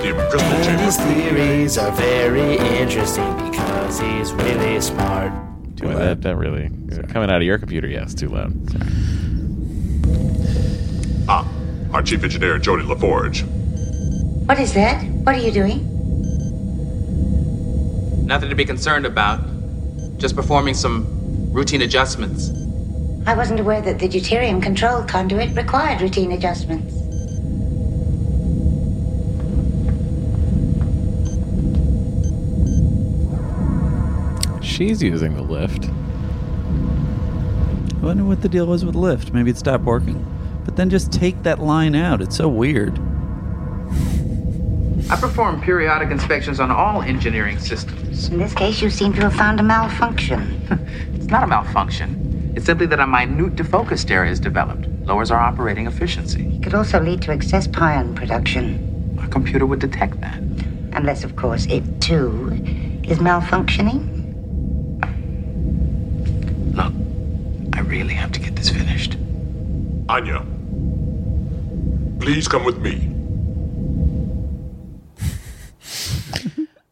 S19: His theories are very interesting because he's really smart.
S1: Boy, that that really coming out of your computer. Yes, too loud.
S15: Ah, our chief engineer, Jody LaForge.
S11: What is that? What are you doing?
S10: Nothing to be concerned about. Just performing some routine adjustments.
S11: I wasn't aware that the deuterium control conduit required routine adjustments.
S1: She's using the lift.
S2: I wonder what the deal was with Lyft. Maybe it stopped working. But then just take that line out. It's so weird.
S10: I perform periodic inspections on all engineering systems.
S11: In this case, you seem to have found a malfunction.
S10: It's not a malfunction. It's simply that a minute defocused area is developed, lowers our operating efficiency.
S11: It could also lead to excess pion production.
S10: Our computer would detect that.
S11: Unless, of course, it too is malfunctioning.
S10: Look, I really have to get this finished.
S15: Anya, please come with me.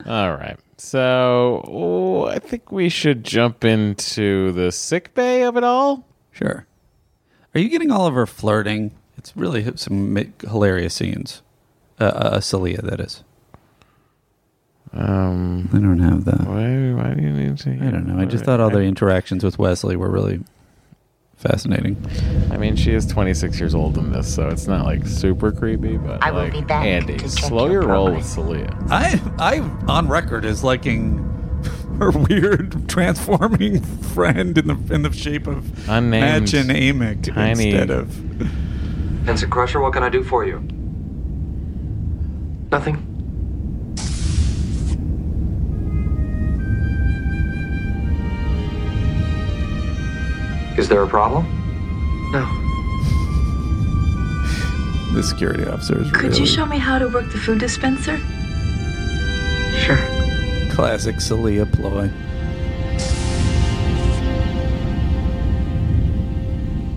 S1: All right. So oh, I think we should jump into the sick bay of it all.
S2: Sure. Are you getting all of her flirting? It's really h- some mi- hilarious scenes. Uh, uh, Celia, that is.
S1: Um,
S2: I don't have that.
S1: Why, why do you need to?
S2: I don't know. I just thought all their interactions with Wesley were really fascinating.
S1: I mean, she is 26 years old in this, so it's not like super creepy. But
S11: I will
S1: like,
S11: be back
S1: Andy,
S11: to check
S1: slow
S11: your
S1: your roll with
S11: progress.
S1: Celia.
S2: I I'm on record as liking her <laughs> weird transforming friend in the in the shape of <laughs>
S1: Unnamed
S2: Madge and Amick
S1: tiny-
S2: instead of
S17: Ensign Crusher, what can I do for you? Nothing. Is there a problem?
S2: the security officer. Is
S18: Could
S2: really
S18: you show me how to work the food dispenser?
S2: classic Celia ploy?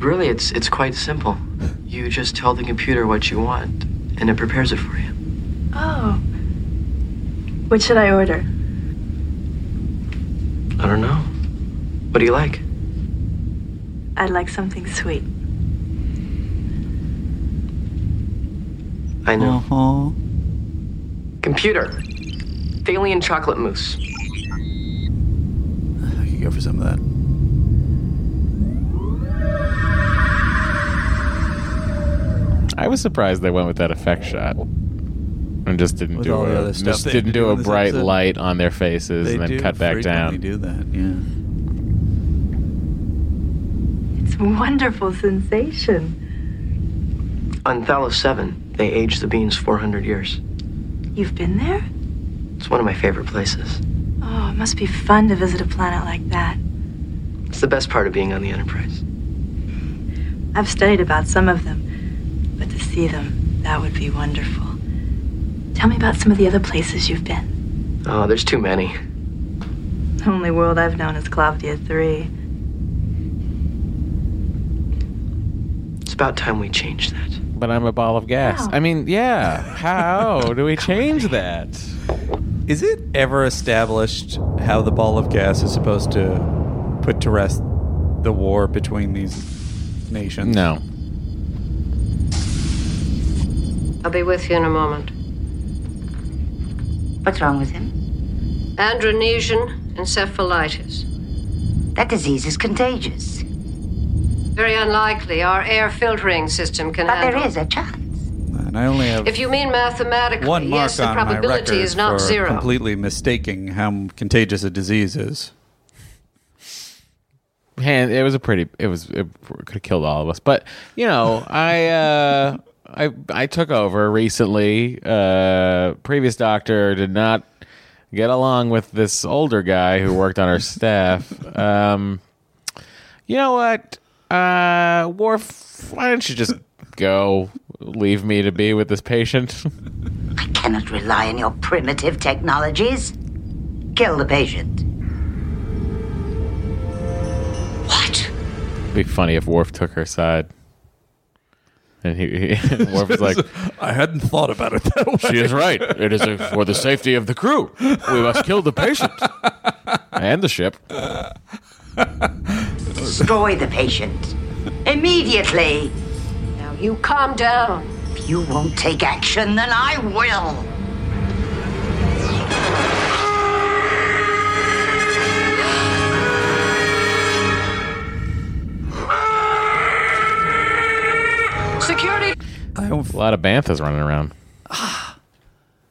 S12: Really, it's it's quite simple. You just tell the computer what you want, and it prepares it for you.
S18: Oh. What should I order?
S12: I don't know. What do you like?
S18: I'd like something sweet.
S12: I know.
S2: Uh-huh.
S12: Computer. Thalian chocolate mousse.
S2: I could go for some of that.
S1: I was surprised they went with that effect shot and just didn't
S2: With
S1: do
S2: all the
S1: a
S2: other stuff
S1: just
S2: they
S1: didn't
S2: do
S1: do a
S2: in this
S1: bright
S2: episode.
S1: light on their faces
S2: They
S1: and then
S2: do
S1: cut back
S2: frequently
S1: down.
S2: Do that, yeah.
S18: It's a wonderful sensation.
S12: On Thalos 7, they aged the beans 400 years.
S18: You've been there?
S12: It's one of my favorite places.
S18: Oh, it must be fun to visit a planet like that.
S12: It's the best part of being on the Enterprise.
S18: I've studied about some of them, but to see them, that would be wonderful. Tell me about some of the other places you've been.
S12: Oh, there's too many.
S18: The only world I've known is Clavdia 3.
S12: It's about time we changed that.
S1: But I'm a ball of gas.
S12: Wow.
S1: I
S12: <laughs>
S1: mean, yeah. How do we change that?
S2: Is it ever established how the ball of gas is supposed to put to rest the war between these nations?
S1: No.
S20: I'll be with you in a moment.
S11: What's wrong with him?
S20: Andronesian encephalitis.
S11: That disease is contagious.
S20: Very unlikely our air filtering system can
S11: But
S20: handle.
S11: there is a chance.
S2: And I only have
S20: If you mean mathematically,
S2: one mark
S20: yes, the
S2: on my record
S20: probability is not
S2: for
S20: zero.
S2: completely mistaking how contagious a disease is.
S1: Man, it was a pretty. It was it could have killed all of us, but you know, I uh, I I took over recently. Uh, previous doctor did not get along with this older guy who worked on our staff. Um, you know what, uh, Worf, why don't you just go? Leave me to be with this patient. <laughs>
S11: Cannot rely on your primitive technologies. Kill the patient. What?
S1: Be funny if Worf took her side. And he, he <laughs> Worf was like,
S2: <laughs> I hadn't thought about it that way.
S1: She is right. It is a, for the safety of the crew. We must kill
S2: <laughs>
S1: the patient and the ship.
S11: Destroy the patient. Immediately.
S20: Now you calm down.
S11: If you won't take action, then I will.
S20: Security.
S1: A lot of banthas running around.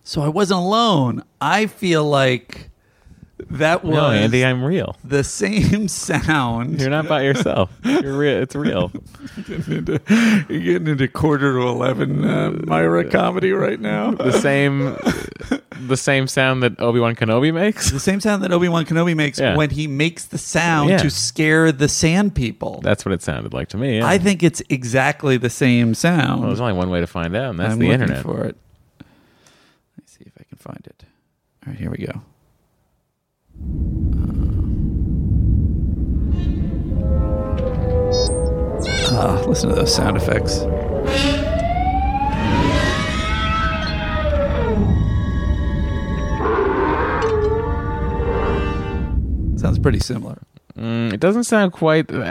S2: So I wasn't alone. I feel like that was
S1: No, Andy, I'm real.
S2: The same <laughs> sound.
S1: You're not by yourself. You're real. It's real.
S2: <laughs> getting into, you're getting into quarter to eleven uh, Myra comedy right now.
S1: The same, the same sound that Obi Wan Kenobi makes.
S2: The same sound that Obi Wan Kenobi makes
S1: Yeah.
S2: when he makes the sound
S1: Yeah.
S2: to scare the sand people.
S1: That's what it sounded like to me. yeah.
S2: I think it's exactly the same sound.
S1: Well, there's only one way to find out, and Oh,
S2: Um,
S1: that's
S2: I'm
S1: the
S2: looking
S1: internet.
S2: for it. Let me see if I can find it. All right, here we go. Ah, listen to those sound effects. Uh, Sounds pretty similar.
S1: Mm, it doesn't sound quite. uh,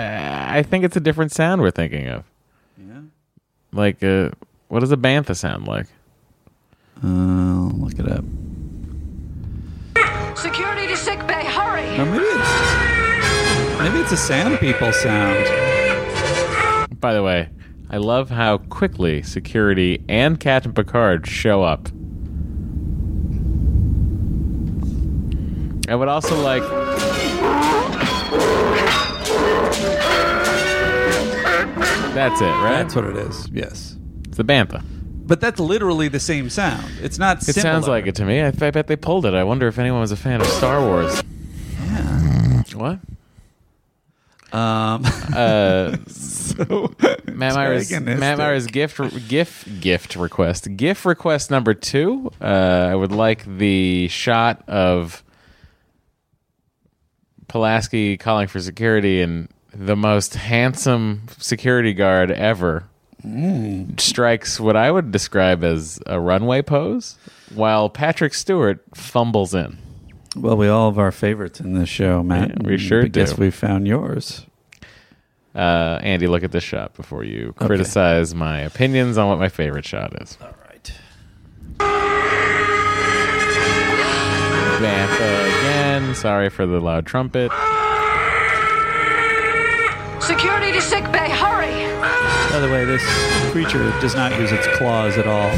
S1: I think it's a different sound we're thinking of.
S2: Yeah.
S1: Like, uh, what does a bantha sound like?
S2: Uh, I'll look it up.
S20: Security to sick bay. Hurry.
S2: Or maybe it's maybe it's a sound people sound.
S1: By the way, I love how quickly security and Captain Picard show up. I would also like. That's it, right?
S2: That's what it is. Yes.
S1: It's the Bantha.
S2: But that's literally the same sound. It's not.
S1: It sounds like it to me. I, I bet they pulled it. I wonder if anyone was a fan of Star Wars. What?
S2: Um.
S1: Uh,
S2: so,
S1: <laughs> Matt Myra's, Matt Myra's gift gift gift request gift request number two. Uh, I would like the shot of Pulaski calling for security and the most handsome security guard ever strikes what I would describe as a runway pose, while Patrick Stewart fumbles in.
S2: Well, we all have our favorites in this show, Matt.
S1: Yeah, we sure
S2: I guess
S1: do.
S2: we found yours.
S1: Uh, Andy, look at this shot before you criticize my opinions on what my favorite shot is. All
S2: right.
S1: Bantha again. Sorry for the
S2: <laughs>
S1: loud trumpet.
S20: Security to sick bay. Hurry.
S2: By the way, this creature does not use its claws at all. <laughs>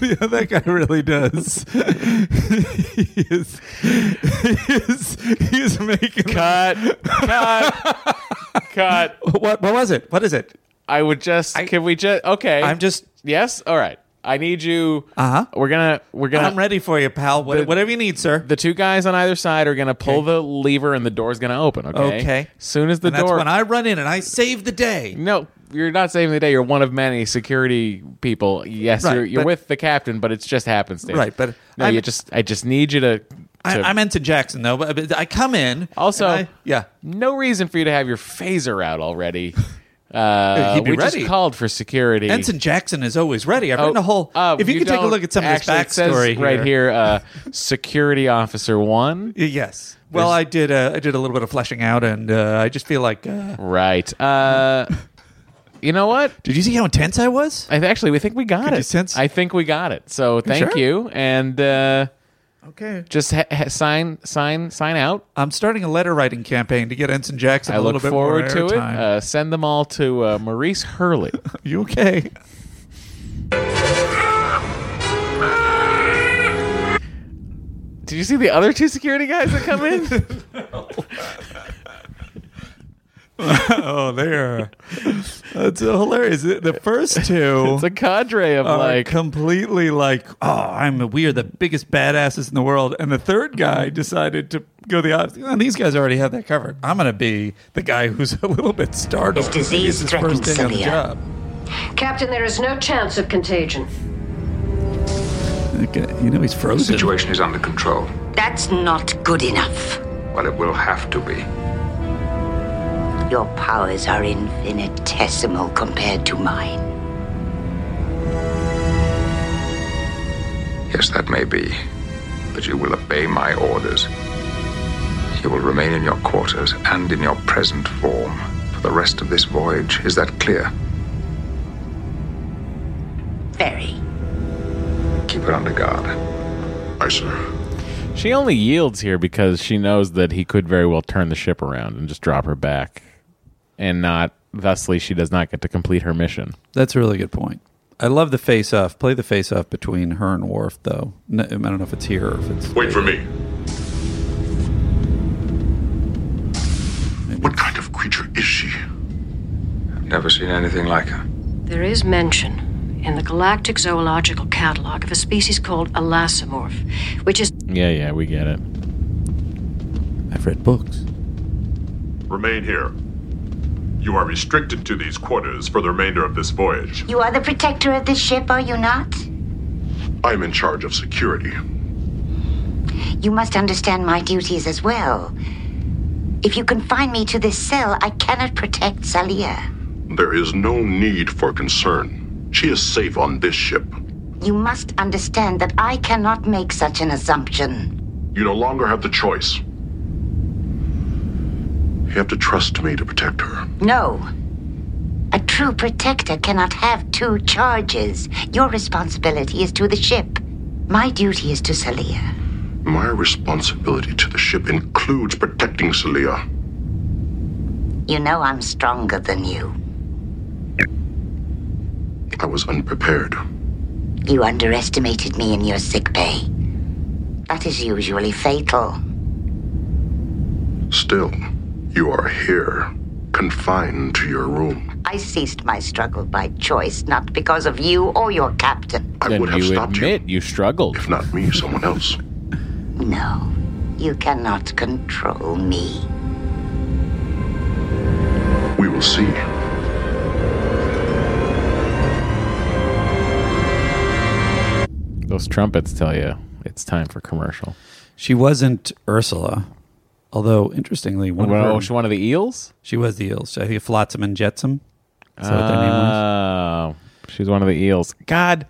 S2: yeah, that guy really does. he, is, he is. He is making.
S1: Cut. Cut. Cut.
S2: <laughs> What? What was it? What is it?
S1: I would just. can we just? Okay.
S2: I'm just.
S1: Yes. All right. I need you.
S2: Uh huh.
S1: We're gonna. We're gonna.
S2: I'm ready for you, pal. What,
S1: The-
S2: whatever you need, sir.
S1: the two guys on either side are gonna pull the lever and the door's gonna open. Okay.
S2: Okay.
S1: Soon as the
S2: And that's
S1: door.
S2: when I run in and I save the day.
S1: no, you're not saving the day. You're one of many security people. Yes,
S2: Right,
S1: you're, you're
S2: but-
S1: with the captain, but it's just happenstance.
S2: Right, but
S1: no,
S2: I'm-
S1: you just. I just need you to.
S2: I,
S1: to-
S2: I'm into Jackson though, but, but I come in.
S1: Also,
S2: and I- yeah,
S1: no reason for you to have your phaser
S2: <laughs>
S1: out already. Uh,
S2: He'd be
S1: we
S2: ready.
S1: just called for security.
S2: Ensign Jackson is always ready. I've
S1: Oh,
S2: written a whole.
S1: uh,
S2: if you, could take a
S1: don't-
S2: look at some of this
S1: actually, it says
S2: backstory
S1: right here, uh, security officer one.
S2: Y- Yes. Well, I did. Uh, I did a little bit of fleshing out, and uh, I just feel like. Uh,
S1: Right.
S2: <laughs>
S1: Uh, you know what?
S2: did you see how intense I was?
S1: I actually we think we got
S2: Could
S1: it.
S2: you sense-
S1: I think we got it. So thank
S2: sure?
S1: you, and uh,
S2: Okay.
S1: just ha- ha- sign, sign, sign out.
S2: I'm starting a letter writing campaign to get Ensign Jackson
S1: I
S2: a little
S1: look
S2: bit more
S1: forward to it.
S2: airtime. <laughs>
S1: Uh, send them all to uh, Maurice Hurley.
S2: you okay?
S1: Did you see the other two security guys that
S2: <laughs>
S1: come in?
S2: <laughs> oh, they are. That's hilarious. The first <laughs> two.
S1: It's a cadre of
S2: are
S1: like-
S2: completely like, oh, I'm we are the biggest badasses in the world, and the third guy decided to go the opposite. "Oh, these guys already have that covered. I'm going to be the guy who's <laughs> a little bit startled.
S11: His disease
S2: It's his first day on the
S11: threatens
S2: job.
S20: Captain, there is no chance of contagion.
S2: Okay, You know he's
S9: The
S2: frozen.
S9: situation is under control.
S11: That's not good enough.
S9: Well, it will have to be.
S11: Your powers are infinitesimal compared to mine.
S9: Yes, that may be. But you will obey my orders. You will remain in your quarters and in your present form for the rest of this voyage. Is that clear?
S11: Very.
S9: Keep her under guard.
S15: Aye, sir.
S1: She only yields here because she knows that he could very well turn the ship around and just drop her back, and not. Thusly, she does not get to complete her mission.
S2: That's a really good point. I love the face off. Play the face off between her and Worf, though. N- I don't know if it's here or if it's.
S15: Wait for me.
S9: What kind of creature is she? I've never seen anything like her.
S20: There is mention in the Galactic Zoological Catalog of a species called Elasomorph, which is
S1: Yeah, yeah, we get it.
S2: I've read books.
S15: Remain here. You are restricted to these quarters for the remainder of this voyage.
S11: You are the protector of this ship, are you not?
S15: I'm in charge of security.
S11: You must understand my duties as well. If you confine me to this cell, I cannot protect Salia.
S15: There is no need for concern. She is safe on this ship.
S11: You must understand that I cannot make such an assumption.
S15: You no longer have the choice. You have to trust me to protect her.
S11: No. A true protector cannot have two charges. Your responsibility is to the ship. My duty is to Salia.
S15: My responsibility to the ship includes protecting Celia.
S11: You know I'm stronger than you.
S15: I was unprepared.
S11: You underestimated me in your sickbay. That is usually fatal.
S15: Still, you are here, confined to your room.
S11: I ceased my struggle by choice, not because of you or your captain.
S15: I would have stopped
S1: admit you. struggled.
S15: If not me, someone else.
S11: No, you cannot control me.
S15: We will see.
S1: Those trumpets tell you it's time for commercial.
S2: She wasn't Ursula, although interestingly, one
S1: Well,
S2: of her,
S1: she one of the eels.
S2: She was the eels. I think Flotsam and Jetsam. Is that what their name was?
S1: Oh, she's one of the eels. God,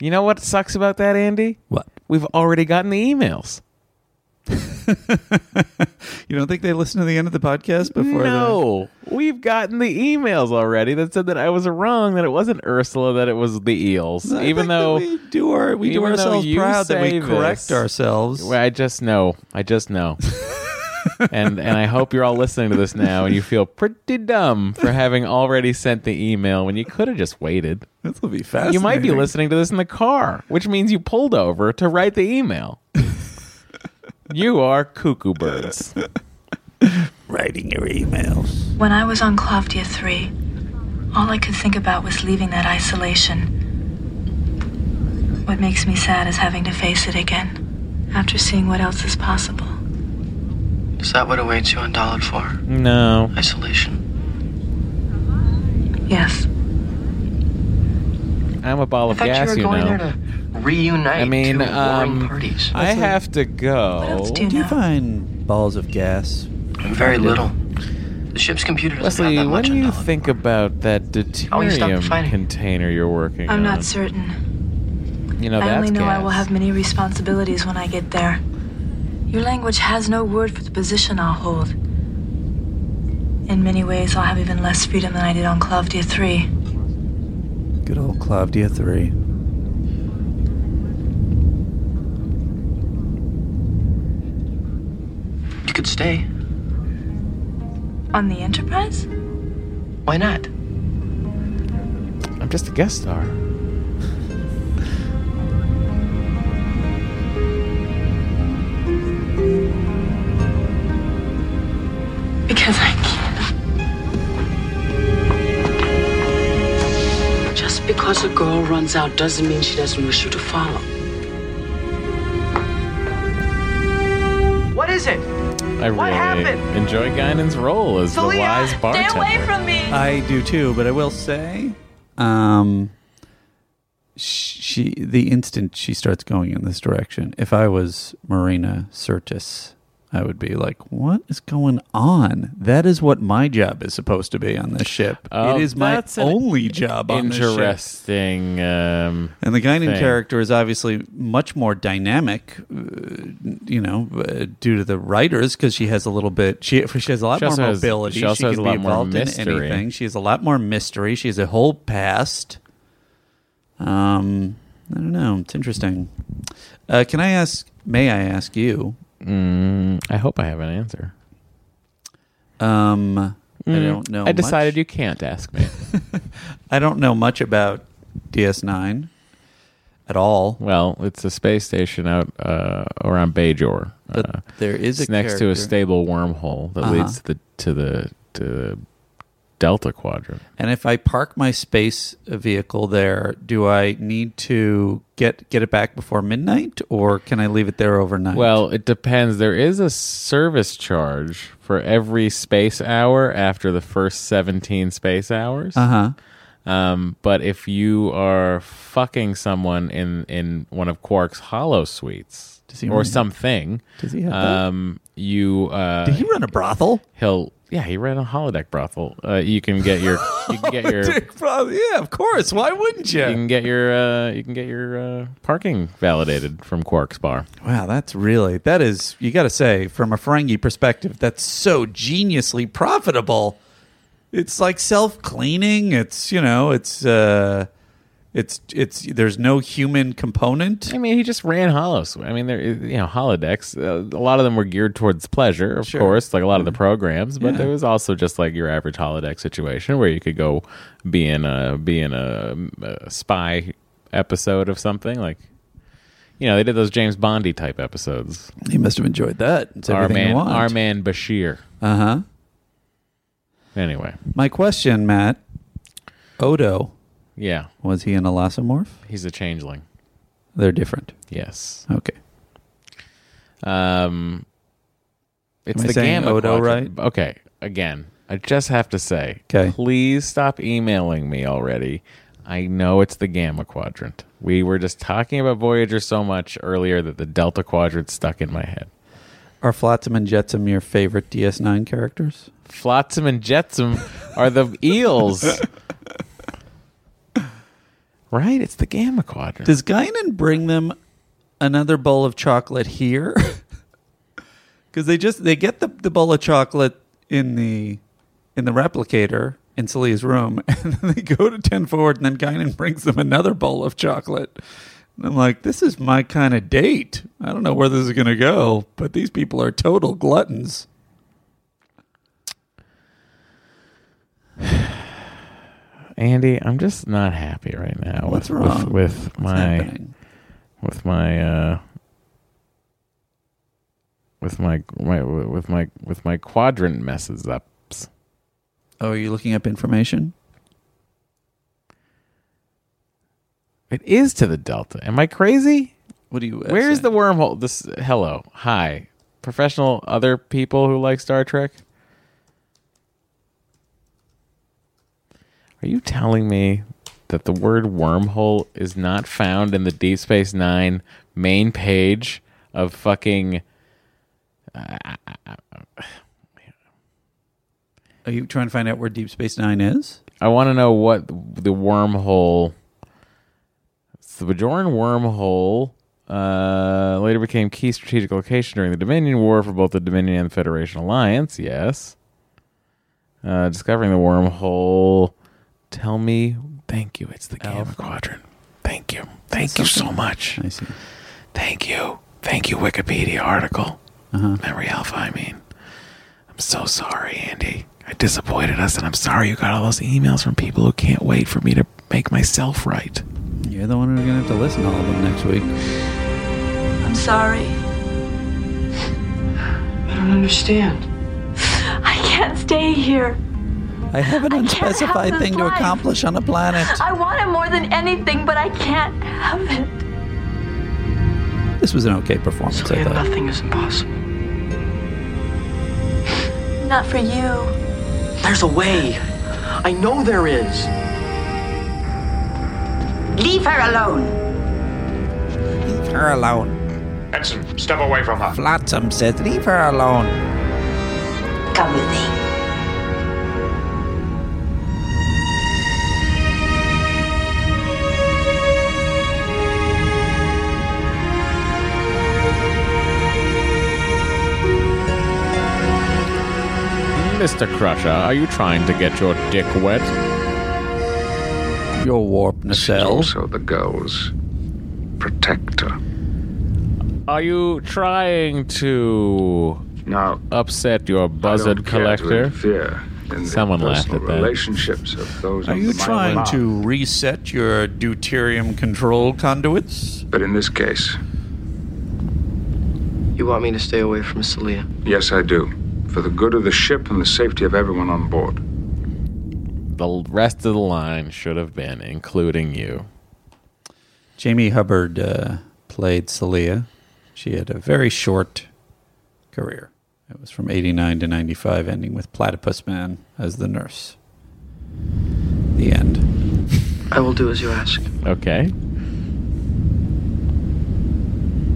S1: you know what sucks about that, Andy?
S2: What?
S1: We've already gotten the emails.
S2: <laughs> You don't think they listen to the end of the podcast before?
S1: no, we've gotten the emails already that said that I was wrong, that it wasn't Ursula, that it was the eels.
S2: No, I
S1: even
S2: think
S1: though
S2: that we do our- we do
S1: even though
S2: ourselves
S1: you
S2: proud that we
S1: say
S2: correct ourselves.
S1: Well, I just know, I
S2: <laughs>
S1: just know, and and I hope you're all listening to this now and you feel pretty dumb
S2: <laughs>
S1: for having already sent the email when you could have just waited.
S2: This will be
S1: You might be
S2: fascinating.
S1: listening to this in the car, which means you pulled over to write
S2: <laughs>
S1: the email. you are cuckoo
S2: <laughs>
S1: birds.
S2: Writing your emails.
S18: When I was on Clavdia 3, all I could think about was leaving that isolation. What makes me sad is having to face it again after seeing what else is possible.
S12: Is that what awaits you on Dalit 4?
S1: No.
S12: Isolation.
S18: Yes.
S1: I'm a ball of
S12: I thought
S1: gas,
S12: you
S1: you,
S12: were going
S1: know.
S12: there to reunite
S1: I mean,
S12: two warring
S1: um,
S12: parties.
S1: I have to go.
S2: do you, find balls of gas?
S12: Very little. The ship's computer doesn't
S1: Leslie,
S12: have that
S1: what
S12: much.
S1: do you think about that
S12: Oh, you stopped
S1: deuterium
S12: fighting.
S1: container you're working
S18: I'm
S1: on?
S18: not certain.
S1: You know,
S18: I
S1: that's
S18: only know
S1: gas.
S18: I will have many responsibilities when I get there. Your language has no word for the position I'll hold. In many ways, I'll have even less freedom than I did on Clavdia 3.
S2: Good old Clavdia three.
S12: You could stay.
S18: On the Enterprise?
S12: Why not?
S1: I'm just a guest star.
S21: because a girl runs out doesn't mean she doesn't wish you to follow.
S22: What is it?
S1: I really enjoy Guinan's role as the wise bartender.
S22: me.
S2: I do too, but I will say, um, she the instant she starts going in this direction, if I was Marina Sirtis, I would be like, "What is going on? That is what my job is supposed to be on this ship.
S1: Oh,
S2: it is my
S1: that's an
S2: only job on this ship."
S1: Interesting. Um,
S2: And the Guinan
S1: thing.
S2: character is obviously much more dynamic, uh, you know, uh, due to the writers because she has a little bit. She she has a lot
S1: She
S2: more
S1: also has-
S2: mobility.
S1: she also has
S2: can be
S1: a lot more
S2: involved
S1: mystery.
S2: in anything. She has a lot more mystery. She has a whole past. Um, I don't know. It's interesting. Uh, can I ask? May I ask you?
S1: Mm, I hope I have an answer.
S2: Um, I
S1: Mm,
S2: don't know.
S1: I decided
S2: you
S1: can't ask me.
S2: I don't know much about DS9 at all.
S1: Well, it's a space station out uh, around Bajor. uh. But
S2: there is a
S1: it's next to a
S2: character-
S1: stable wormhole that
S2: Uh-huh.
S1: leads to the to the to the Delta Quadrant.
S2: And if I park my space vehicle there, do I need to get get it back before midnight, or can I leave it there overnight?
S1: Well, it depends. There is a service charge for every space hour after the first 17 space hours.
S2: Uh-huh.
S1: Um, but if you are fucking someone in, in one of Quark's hollow suites
S2: he
S1: or
S2: run-
S1: something,
S2: Does he have that?
S1: um, you uh,
S2: Did he run a brothel?
S1: He'll yeah, he ran a holodeck brothel. Uh, you can get
S2: <laughs>
S1: your you can get your
S2: Oh, Dick, probably- yeah, of course. Why wouldn't
S1: you
S2: you?
S1: can get your uh, you can get your uh, parking validated from Quark's bar.
S2: Wow, that's really that is you got to say from a Ferengi perspective, that's so geniusly profitable. It's like self cleaning. It's you know, it's uh, it's it's there's no human component.
S1: I mean, he just ran hollows. I mean, there is- you know holodecks. Uh, a lot of them were geared towards pleasure, of
S2: Sure. Mm-hmm.
S1: course, like a lot of the programs. But
S2: Yeah.
S1: there was also just like your average holodeck situation where you could go be in a be in a, a spy episode of something. Like, you know, they did those James Bondy type episodes.
S2: He must have enjoyed that. It's
S1: our
S2: everything you
S1: man,
S2: want.
S1: our man Bashir.
S2: Uh huh.
S1: Anyway,
S2: My question, Matt. Odo.
S1: Yeah.
S2: Was he an elosomorph?
S1: he's a changeling.
S2: They're different.
S1: Yes.
S2: Okay.
S1: Um, it's
S2: Am I
S1: the
S2: saying
S1: gamma
S2: Odo
S1: quadrant. Okay, again, I just have to say, please stop emailing me already. I know it's the gamma quadrant. We were just talking about Voyager so much earlier that the delta quadrant stuck in my head.
S2: Are Flotsam and Jetsam your favorite DS9 characters?
S1: Flotsam and Jetsam
S2: <laughs>
S1: are the eels. Right? It's the gamma quadrant.
S2: Does Guinan bring them another bowl of chocolate here? <laughs> Because they just they get the, the bowl of chocolate in the in the replicator in Celia's room, <laughs> and then they go to ten forward, and then Guinan brings them another bowl of chocolate. And I'm like, this is my kind of date. I don't know where this is going to go, but these people are total gluttons.
S1: Andy, I'm just not happy right now.
S2: What's
S1: with,
S2: wrong?
S1: with, with
S2: What's
S1: my with my uh, with my my with my with my quadrant messes ups.
S2: Oh, are you looking up information?
S1: It is to the delta. Am I crazy?
S2: What do you?
S1: Where's the wormhole? This hello, hi, professional other people who like Star Trek. Are you telling me that the word wormhole is not found in the Deep Space Nine main page of fucking?
S2: Are you trying to find out where Deep Space Nine is?
S1: I want to know what the wormhole. It's the Bajoran wormhole. Uh, later became key strategic location during the Dominion War for both the Dominion and the Federation Alliance. Yes. Uh, discovering the wormhole. Tell me. Thank you. It's the Gamma Quadrant. Thank you. Thank you so much.
S2: I see.
S1: Thank you. Thank you, Wikipedia article. Memory Alpha, I mean. I'm so sorry, Andy. I disappointed us, and I'm sorry you got all those emails from people who can't wait for me to make myself right.
S2: You're the one who's gonna have to listen to all of them next week.
S22: I'm sorry.
S21: I don't understand.
S22: I can't stay here.
S2: I have an
S22: <laughs> I can't have
S2: unspecified
S22: this
S2: thing to
S22: life.
S2: accomplish on a planet.
S22: I want it more than anything, but I can't have it.
S2: This was an okay performance, I thought.
S12: Nothing is impossible.
S22: Not for you.
S12: There's a way. I know there is.
S11: Leave her alone.
S13: Leave her alone.
S3: Ensign, step away from her.
S13: Flotsam says, leave her alone.
S11: Come with me.
S1: Mr. Crusher, are you trying to get your dick wet?
S2: Your warp nacelle.
S9: So the girl's protector.
S1: Are you trying to
S9: no.
S1: upset your buzzard collector?
S9: Fear in
S1: Someone
S9: the
S1: laughed
S9: personal
S1: at that.
S9: relationships of those.
S2: Are
S9: of
S2: you
S9: my
S2: trying
S9: mouth.
S2: to reset your deuterium control conduits?
S9: But in this case,
S12: You want me to stay away from Celia?
S9: yes, I do, for the good of the ship and the safety of everyone on board.
S1: The rest of the line should have been, including you.
S2: Jamie Hubbard uh, played Celia. She had a very short career. It was from 89 to 95, ending with Platypus Man as the nurse. The end.
S12: I will do as you ask.
S1: Okay.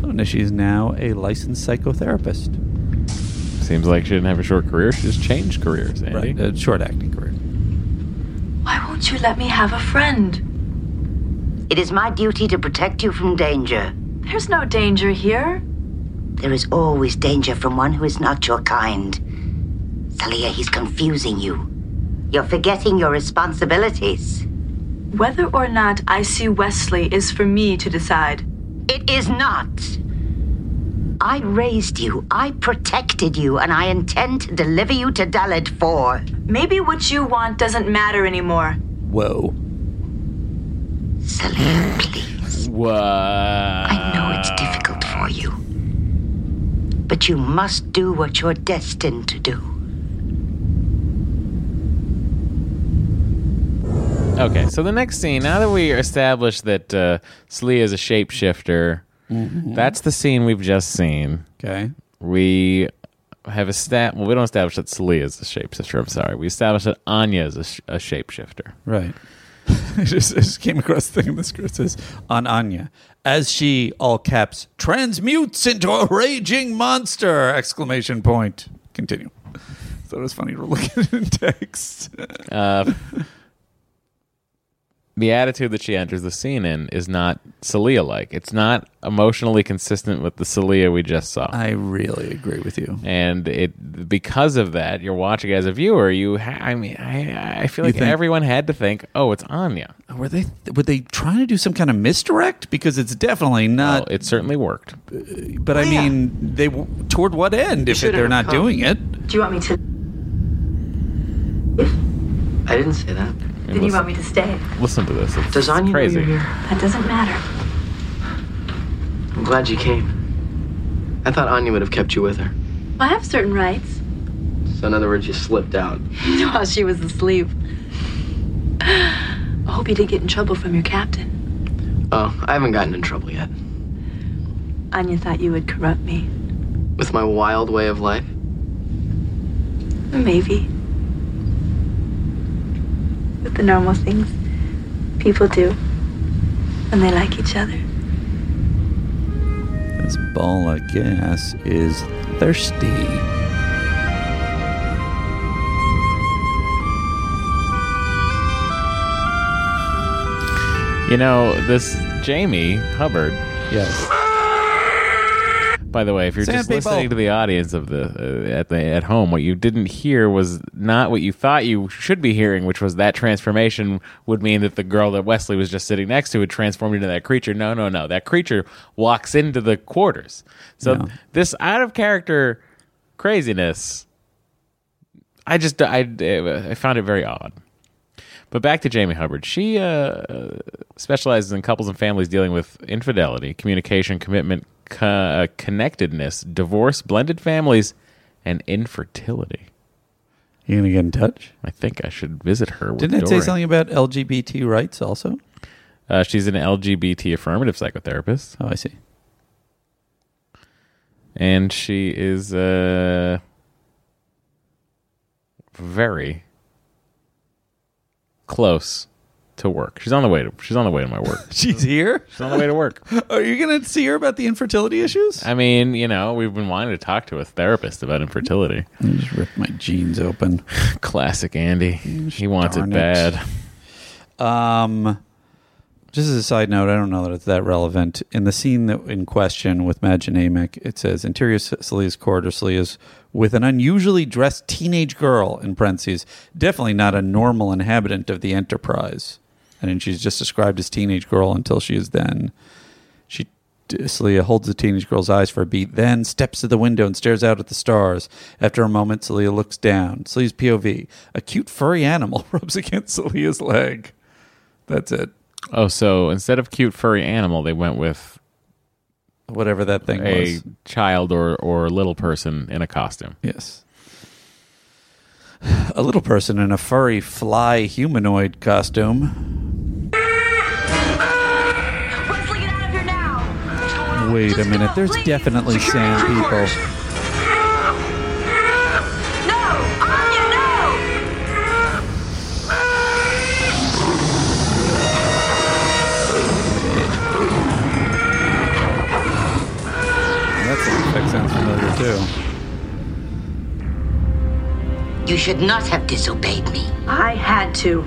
S2: Oh, And she's now a licensed psychotherapist.
S1: Seems like she didn't have a short career. She just changed careers, Andy.
S2: Right, a short acting career.
S18: Why won't you let me have a friend?
S11: It is my duty to protect you from danger.
S18: There's no danger here.
S11: There is always danger from one who is not your kind. Celia, he's confusing you. You're forgetting your responsibilities.
S18: Whether or not I see Wesley is for me to decide.
S11: It is not. I raised you, I protected you, and I intend to deliver you to Dalit 4.
S18: Maybe what you want doesn't matter anymore.
S2: Whoa.
S11: Celia, please.
S1: What? I
S11: know it's difficult for you. But you must do what you're destined to do.
S1: Okay, so the next scene, now that we established that uh, Slee is a shapeshifter, that's the scene we've just seen.
S2: Mm-hmm. Okay.
S1: We have established, well, we don't establish that Slee is a shapeshifter, I'm sorry. We established that Anya is a, sh- a shapeshifter.
S2: Right. <laughs> I just, I just came across the thing in the script says on Anya as she all caps transmutes into a raging monster exclamation point. Continue. Thought it was funny to look <laughs> at it in text. <laughs>
S1: Uh, the attitude that she enters the scene in is not Celia like. It's not emotionally consistent with the Celia we just saw.
S2: I really agree with you.
S1: And it because of that, you're watching as a viewer. You, ha- I mean, I, I feel
S2: You
S1: like
S2: think-
S1: everyone had to think, oh, it's Anya.
S2: Were they were they trying to do some kind of misdirect? Because it's definitely not.
S1: it certainly worked.
S2: But I mean, they w- toward what end if
S12: should
S2: they're
S12: have
S2: not
S12: come.
S2: doing it?
S18: Do you want me to?
S12: I didn't say that.
S18: Then you want me to stay.
S1: Listen to this. It's,
S12: Does Anya know
S1: crazy.
S12: you're here?
S18: That doesn't matter.
S12: I'm glad you came. I thought Anya would have kept you with her.
S18: I have certain rights. <laughs>
S12: So in other words, you slipped out.
S18: While she was asleep. <sighs> I hope you didn't get in trouble from your captain.
S12: Oh, I haven't gotten in trouble yet.
S18: Anya thought you would corrupt me.
S12: With my wild way of life,
S18: Maybe. With the normal things people do when they like each other.
S2: This ball of gas is thirsty.
S1: You know, this Jamie Hubbard.
S2: Yes.
S1: By the way, if you're
S2: Sand
S1: just
S2: people.
S1: listening to the audience of the uh, at the at home, what you didn't hear was not what you thought you should be hearing, which was that transformation would mean that the girl that Wesley was just sitting next to would transform into that creature. No, no, no. That creature walks into the quarters. So
S2: Yeah.
S1: this out of character craziness, I just I I found it very odd. But back to Jamie Hubbard. She uh, specializes in couples and families dealing with infidelity, communication, commitment, co- uh, connectedness, divorce, blended families, and infertility.
S2: You gonna get in touch?
S1: I think I should visit her. With
S2: Didn't it say
S1: Dora.
S2: something about LGBT rights also?
S1: Uh, she's an LGBT affirmative psychotherapist.
S2: Oh, I see.
S1: And she is uh, very close to work. She's on the way to she's on the way to my
S2: <laughs>
S1: work.
S2: <laughs> She's here.
S1: She's on the way to work.
S2: <laughs> Are you gonna see her about the infertility issues?
S1: I mean, you know, we've been wanting to talk to a therapist about infertility.
S2: I just ripped my jeans open.
S1: <laughs> Classic Andy. He wants it
S2: Darn
S1: bad.
S2: Um, just as a side note, I don't know that it's that relevant. In the scene that in question with Madge and Amick, it says interior Celia's corridor Celia's with an unusually dressed teenage girl in parentheses, definitely not a normal inhabitant of the Enterprise. And then she's just described as teenage girl until she is then. She Celia holds the teenage girl's eyes for a beat, then steps to the window and stares out at the stars. After a moment, Celia looks down. Celia's POV: a cute furry animal <laughs> rubs against Celia's leg. That's it.
S1: Oh, so instead of cute furry animal, they went with
S2: whatever that thing
S1: a
S2: was.
S1: child or or little person in a costume.
S2: Yes. A little person in a furry fly humanoid costume. Wait a minute. There's definitely sand people. That effect sounds familiar too.
S11: You should not have disobeyed me. I had to.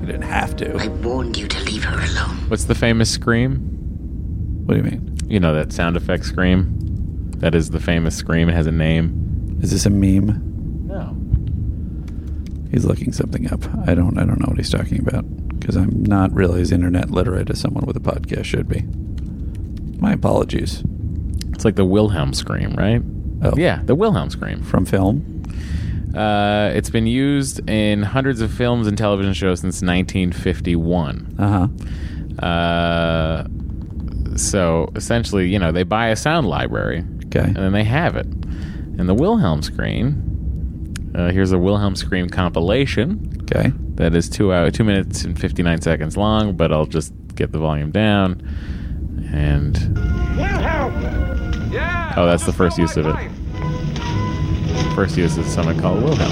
S2: You didn't have to.
S11: I warned you to leave her
S7: <laughs>
S11: alone.
S1: What's the famous scream?
S2: What do you mean?
S1: You know that sound effect scream? That is the famous scream. It has a name.
S2: Is this a meme?
S1: No.
S2: He's looking something up. I don't. I don't know what he's talking about because I'm not really as internet literate as someone with a podcast should be. My apologies.
S1: It's like the Wilhelm scream, right?
S2: Oh.
S1: Yeah,
S2: <laughs>
S1: the Wilhelm scream
S2: from film.
S1: Uh, it's been used in hundreds of films and television shows since 1951.
S2: Uh
S1: huh. Uh, so essentially, you know, they buy a sound library,
S2: okay, and
S1: then they have it. And the Wilhelm scream. Uh, here's a Wilhelm scream compilation.
S2: Okay.
S1: That is two hour, two minutes and 59 seconds long, but I'll just get the volume down. And oh, that's the first use of it. First use is someone called Wilhelm.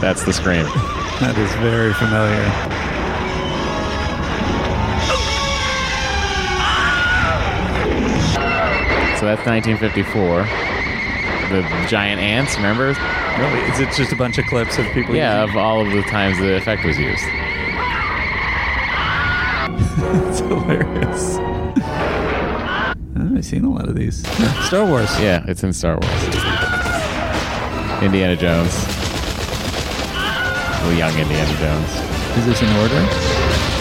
S1: That's the scream.
S2: That is very familiar.
S1: So that's 1954. The giant ants, remember?
S2: Really? Is it just a bunch of clips of people?
S1: Yeah, of all of the times the effect was used.
S2: it's hilarious. <laughs> I've seen a lot of these. Star Wars.
S1: Yeah, it's in Star Wars. Indiana Jones. Well, young Indiana Jones.
S2: Is this in order?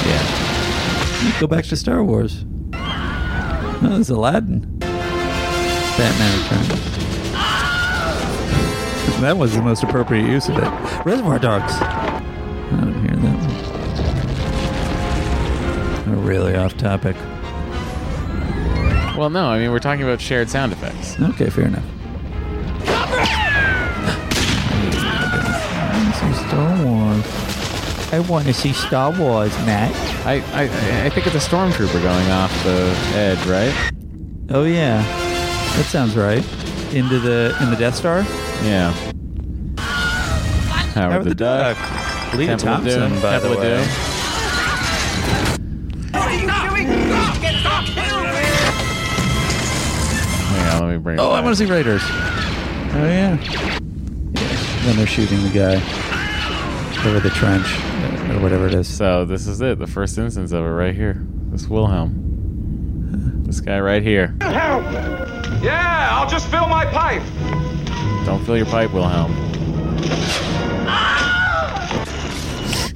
S1: Yeah.
S2: Go back to Star Wars. No, this is Aladdin. Batman Returns. That was the most appropriate use of it. Reservoir Dogs. I don't hear that one. They're really off topic.
S1: Well, no, I mean, we're talking about shared sound effects.
S2: Okay, fair enough. Some Star Wars. <gasps> I want to see Star Wars, Matt.
S1: I, I, I think it's a stormtrooper going off the edge, right?
S2: Oh yeah, that sounds right. Into the in the Death Star.
S1: Yeah. Howard,
S2: Howard
S1: the,
S2: the
S1: Duck.
S2: Leah
S1: Temple of
S2: Thompson,
S1: Doom,
S2: by
S1: Temple
S2: the
S1: of
S2: way.
S1: Doom. Hang on, let me bring it
S2: Oh, I
S1: back.
S2: want to see Raiders. Oh yeah. yeah. Then they're shooting the guy over the trench or whatever it is.
S1: So this is it, the first instance of it right here. This Wilhelm. This guy right here.
S3: Yeah, I'll just fill my pipe.
S1: Don't fill your pipe, Wilhelm.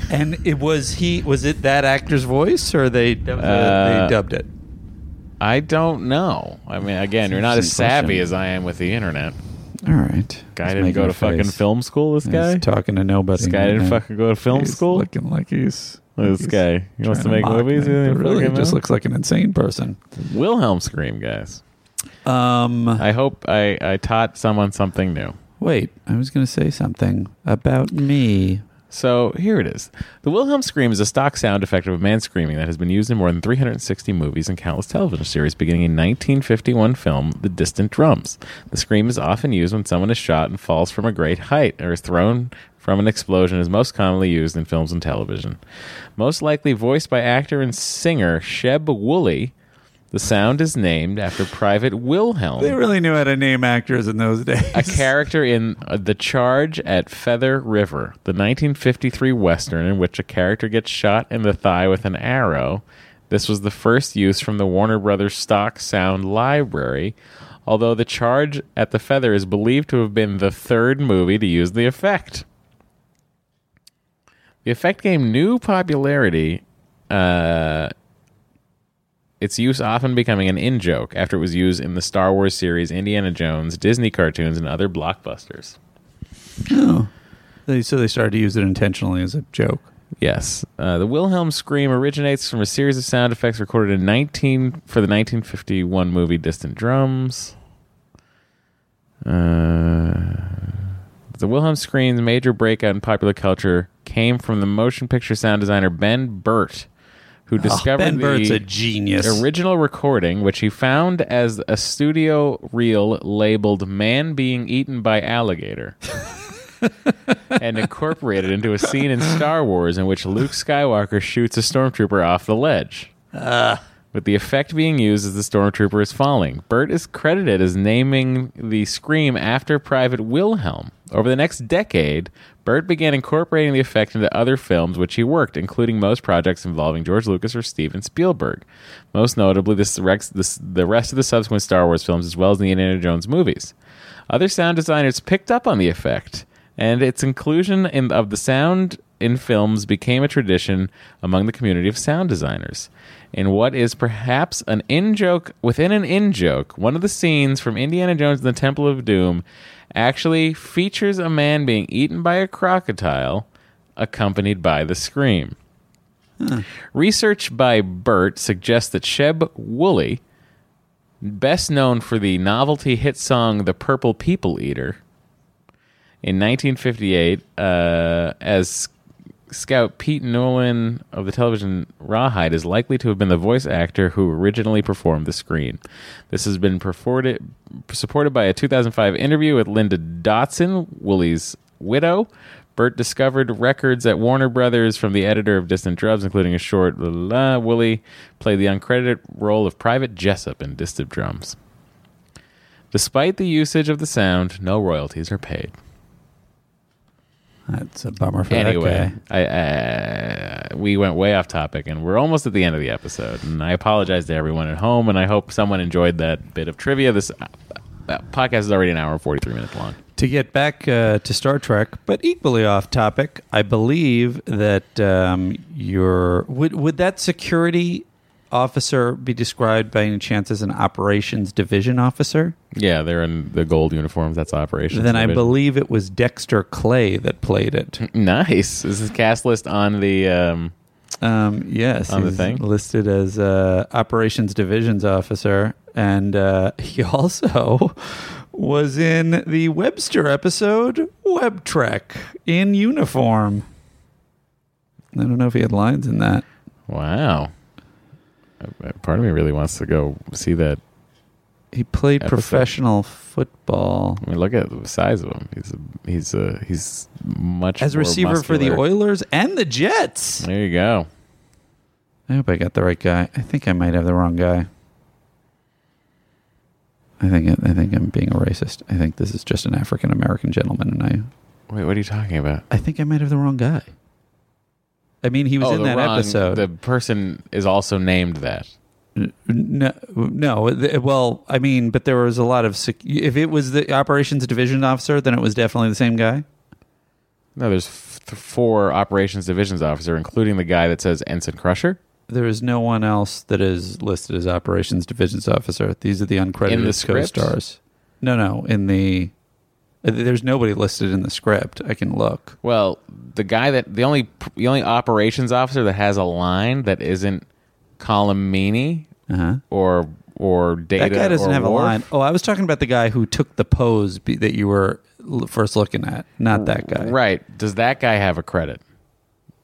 S2: And it was he. Was it that actor's voice, or they that was, uh,
S1: Uh,
S2: they dubbed it?
S1: I don't know. I mean, again, you're not as
S2: Interesting
S1: savvy
S2: question.
S1: as I am with the internet.
S2: All right.
S1: Guy
S2: He's
S1: didn't
S2: making
S1: go
S2: a
S1: to fucking
S2: face.
S1: film school. This
S2: He's
S1: guy.
S2: talking to nobody.
S1: This guy
S2: right
S1: didn't
S2: now.
S1: fucking go to film
S2: He's
S1: school?
S2: Looking like he's
S1: Look at this
S2: he's
S1: guy. He wants
S2: trying
S1: to make
S2: mock
S1: movies?
S2: me,
S1: He
S2: but
S1: doesn't
S2: really,
S1: fucking
S2: just
S1: know.
S2: looks like an insane person.
S1: Wilhelm scream, guys.
S2: Um,
S1: I hope I, I taught someone something new.
S2: Wait, I was going to say something about me.
S1: So here it is. The Wilhelm scream is a stock sound effect of a man screaming that has been used in more than 360 movies and countless television series, beginning in 1951 film The Distant Drums. The scream is often used when someone is shot and falls from a great height or is thrown from an explosion and is most commonly used in films and television. Most likely voiced by actor and singer Sheb Woolley, the sound is named after Private Wilhelm.
S2: They really knew how to name actors in those <laughs> days.
S1: a character in uh, The Charge at Feather River, the 1953 Western in which a character gets shot in the thigh with an arrow. This was the first use from the Warner Brothers stock sound library, although The Charge at the Feather is believed to have been the third movie to use the effect. The effect gained new popularity. Uh, its use often becoming an in joke after it was used in the Star Wars series, Indiana Jones, Disney cartoons, and other blockbusters.
S2: They, so they started to use it intentionally as a joke.
S1: Yes, uh, the Wilhelm scream originates from a series of sound effects recorded in 19 for the 1951 movie Distant Drums. Uh, the Wilhelm scream's major breakout in popular culture came from the motion picture sound designer Ben Burt, who
S2: Oh,
S1: discovered
S2: Ben
S1: the
S2: Burtt's a genius.
S1: original recording, which he found as a studio reel labeled "Man Being Eaten
S2: <laughs>
S1: by Alligator." and incorporated into a scene in Star Wars in which Luke Skywalker shoots a stormtrooper off the ledge.
S2: Ah,
S1: With the effect being used as the stormtrooper is falling. Burt is credited as naming the scream after Private Wilhelm. Over the next decade, Burt began incorporating the effect into other films which he worked, including most projects involving George Lucas or Steven Spielberg. Most notably, this, rex- this, the rest of the subsequent Star Wars films, as well as the Indiana Jones movies. Other sound designers picked up on the effect, and its inclusion in, of the sound in films became a tradition among the community of sound designers. In what is perhaps an in joke within an in joke, one of the scenes from Indiana Jones and the Temple of Doom actually features a man being eaten by a crocodile, accompanied by the scream. Research by Burt suggests that Sheb Woolley, best known for the novelty hit song The Purple People Eater, in 1958, uh, as Scout Pete Nolan of the television Rawhide is likely to have been the voice actor who originally performed the screen. This has been perforted, supported by a 2005 interview with Linda Dotson, Willie's widow. Burt discovered records at Warner Brothers from the editor of Distant Drums, including a short La La Willie played the uncredited role of Private Jessup in Distant Drums. Despite the usage of the sound, no royalties are paid.
S2: That's a bummer for
S1: Anyway,
S2: that guy.
S1: I, uh, we went way off topic, and we're almost at the end of the episode. And I apologize to everyone at home, and I hope someone enjoyed that bit of trivia. This uh, uh, podcast is already an hour and forty-three minutes long.
S2: To get back uh, to Star Trek, but equally off topic, I believe that um, your would would that security officer be described by any chance as an operations division officer?
S1: Yeah, they're in the gold uniforms. That's operations.
S2: Then I
S1: division.
S2: believe it was Dexter Clay that played it.
S1: Nice. Is his cast list on the? Um,
S2: um, yes,
S1: on the
S2: he's
S1: thing?
S2: listed as uh, operations divisions officer, and uh, <laughs> he also was in the Webster episode Web Trek in uniform. I don't know if he had lines in that.
S1: Wow. Uh, Part of me really wants to go see that.
S2: He played
S1: episode.
S2: professional football
S1: I mean, look at the size of him. He's a, he's a, he's much
S2: as
S1: more
S2: receiver for the
S1: muscular.
S2: Oilers and the Jets.
S1: There you go.
S2: I hope I got the right guy. I think I might have the wrong guy. I think I think I'm being a racist. I think this is just an African American gentleman, and I
S1: Wait, what are you talking about?
S2: I think I might have the wrong guy. I mean, he was
S1: Oh,
S2: in
S1: the
S2: that
S1: wrong-
S2: episode.
S1: The person is also named that.
S2: No, no. th- Well, I mean, but there was a lot of. sec- If it was the operations division officer, then it was definitely the same guy.
S1: No, there's f- th- four operations divisions officer, including the guy that says Ensign Crusher
S2: There is no one else that is listed as operations divisions officer. These are the uncredited
S1: in the script.
S2: co-stars. No, no. In the uh, there's nobody listed in the script. I can look.
S1: Well, the guy that the only the only operations officer that has a line that isn't Colomini
S2: Uh-huh.
S1: or or data.
S2: that guy doesn't
S1: or
S2: have
S1: Worf.
S2: a line. Oh, I was talking about the guy who took the pose be, that you were l- first looking at, not that guy.
S1: Mm, Right? Does that guy have a credit?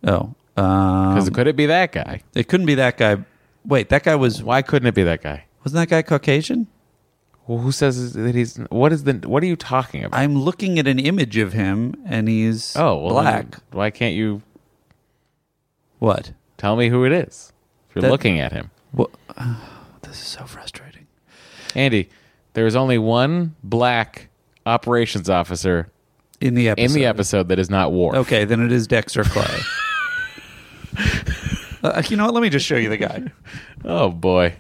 S2: Oh, because
S1: could it be that guy?
S2: It couldn't be that guy. Wait, that guy was.
S1: Why couldn't it be that guy?
S2: Wasn't that guy Caucasian?
S1: Well, who says that he's? What is the? What are you talking about?
S2: I'm looking at an image of him, and he's
S1: Oh, well,
S2: black.
S1: then Why can't you?
S2: What?
S1: Tell me who it is. If you're
S2: That-
S1: looking at him.
S2: Well, <sighs> this is so frustrating.
S1: Andy, there is only one black operations officer
S2: in the episode.
S1: in the episode that is not Worf.
S2: Okay, then it is Dexter
S1: <laughs>
S2: Clay. Uh, you know what? Let me just show you the guy.
S1: Oh boy.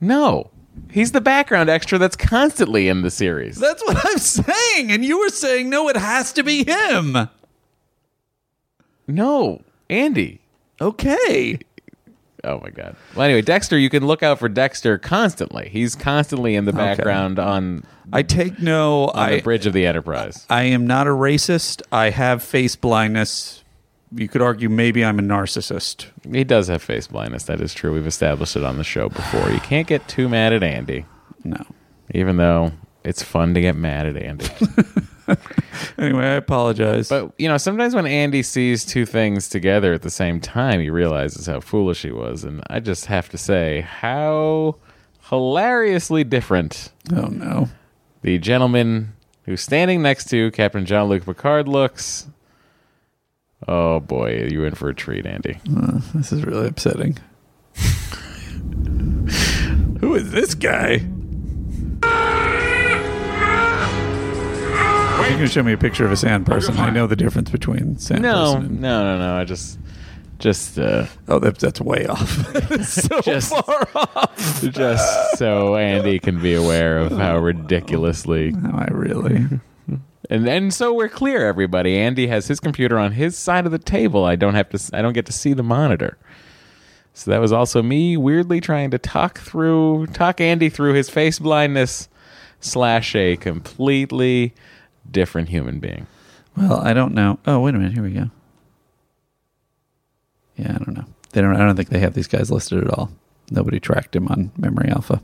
S1: No. He's the background extra that's constantly in the series.
S2: That's what I'm saying, and you were saying no. It has to be him.
S1: No, Andy.
S2: Okay.
S1: Oh my god. Well, anyway, Dexter, you can look out for Dexter constantly. He's constantly in the
S2: Okay.
S1: background on
S2: I take no.
S1: on
S2: I
S1: the bridge of the Enterprise.
S2: I am not a racist. I have face blindness. You could argue maybe I'm a narcissist.
S1: He does have face blindness. That is true. We've established it on the show before. You can't get too mad at Andy.
S2: No.
S1: Even though it's fun to get mad at Andy.
S2: Anyway, I apologize.
S1: But you know, sometimes when Andy sees two things together at the same time, he realizes how foolish he was. And I just have to say how hilariously different
S2: oh no.
S1: the gentleman who's standing next to Captain John Luke Picard looks. Oh boy, you in for a treat, Andy.
S2: Uh, this is really upsetting. Who is this guy? You're going to show me a picture of a sand person. I know the difference between sand
S1: No, no,
S2: person. and-
S1: no, no. I just, just, uh,
S2: Oh, that, that's way off. <laughs> so far off.
S1: just so Andy can be aware of how ridiculously.
S2: I really.
S1: <laughs> And and so we're clear, everybody. Andy has his computer on his side of the table. I don't have to. s- I don't get to see the monitor. So that was also me weirdly trying to talk through, talk Andy through his face blindness slash a completely different human being.
S2: Well, I don't know. Oh, wait a minute. Here we go. Yeah, I don't know. They don't. I don't think they have these guys listed at all. Nobody tracked him on Memory Alpha.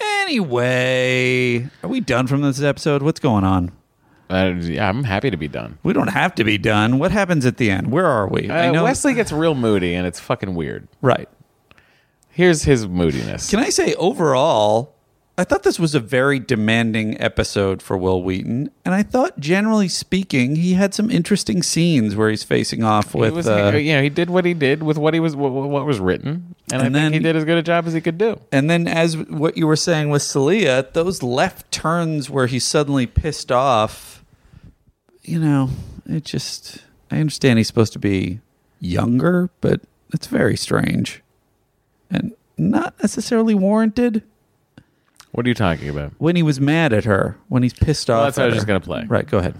S2: Anyway, are we done from this episode? What's going on?
S1: Uh, yeah, I'm happy to be done.
S2: We don't have to be done. What happens at the end? Where are we?
S1: Uh, Wesley gets real moody, and it's fucking weird.
S2: Right.
S1: Here's his moodiness.
S2: Can I say overall, I thought this was a very demanding episode for Will Wheaton, and I thought generally speaking, he had some interesting scenes where he's facing off with.
S1: he was,
S2: uh,
S1: you know, he did what he did with what he was, what, what was written, and, I
S2: And
S1: think he
S2: then-
S1: did as good a job as he could do.
S2: And then, as what you were saying with Celia, those left turns where he's suddenly pissed off, you know, it just. I understand he's supposed to be younger, but it's very strange and not necessarily warranted
S1: What are you talking about?
S2: when he was mad at her, when he's pissed off.
S1: Well, that's
S2: at
S1: what I was
S2: her.
S1: just gonna play.
S2: Right, go ahead.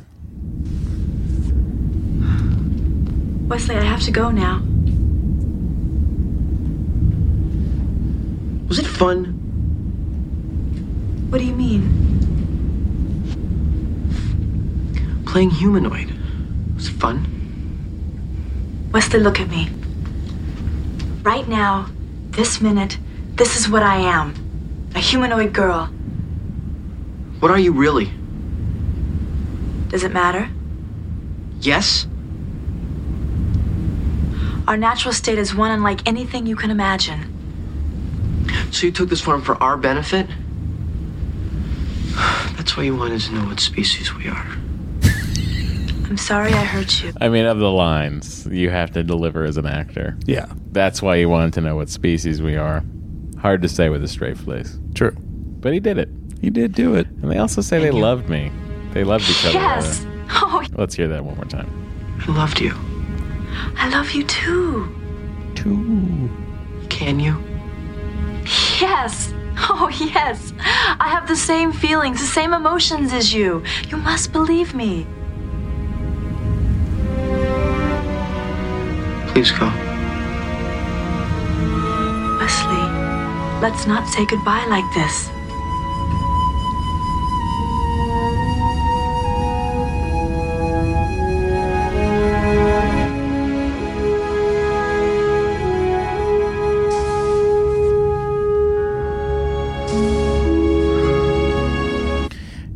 S18: Wesley, I have to go now.
S12: Was it fun?
S18: What do you mean?
S12: Playing humanoid. Was it fun?
S18: Wesley, look at me. Right now, this minute, this is what I am a humanoid girl.
S12: What are you really?
S18: Does it matter?
S12: Yes?
S18: Our natural state is one unlike anything you can imagine.
S12: So you took this form for our benefit? <sighs> That's why you wanted to know what species we are.
S18: I'm sorry I hurt you.
S1: I mean, of the lines you have to deliver as an actor.
S2: Yeah,
S1: That's why you wanted to know what species we are. Hard to say with a straight face.
S2: true.
S1: But he did it.
S2: He did do it.
S1: And they also say they loved me. They loved each other.
S18: Yes! Oh,
S1: Let's hear that one more time.
S12: I loved you.
S18: I love you too.
S2: Two.
S12: Can you?
S18: Yes! <laughs> Oh, yes! I have the same feelings, the same emotions as you. You must believe me.
S12: Please go.
S18: Wesley, let's not say goodbye like this.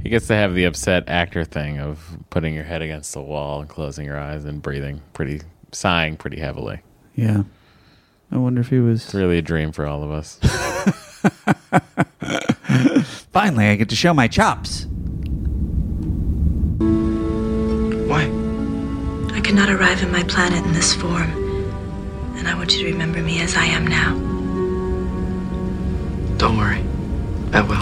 S1: gets to have the upset actor thing of putting your head against the wall and closing your eyes and breathing pretty, sighing pretty heavily.
S2: Yeah. I wonder if he was.
S1: It's really a dream for all
S2: <laughs>
S1: of us.
S2: Finally, I get to show my chops.
S18: I could not arrive in my planet in this form, and I want you to remember me as I am now.
S12: Don't worry. I will.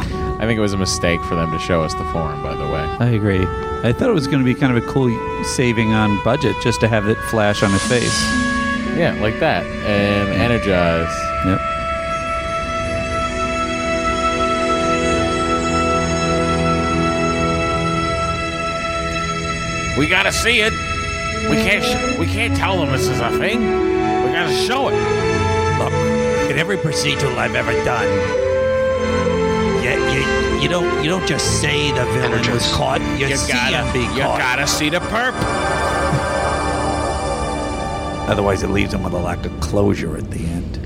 S1: I think it was a mistake for them to show us the form, by the way.
S2: I agree. I thought it was going to be kind of a cool saving on budget just to have it flash on his face.
S1: Yeah, like that. And energize.
S2: Yep.
S5: We gotta see it. We can't. Sh- we can't tell them this is a thing. We gotta show it.
S7: Look, in every procedural I've ever done, you, you, you don't you don't just say the villain was caught. You,
S5: You
S7: see
S5: gotta-
S7: him be
S5: you
S7: caught.
S5: gotta see the perp.
S7: Otherwise, it leaves him with a lack of closure at the end.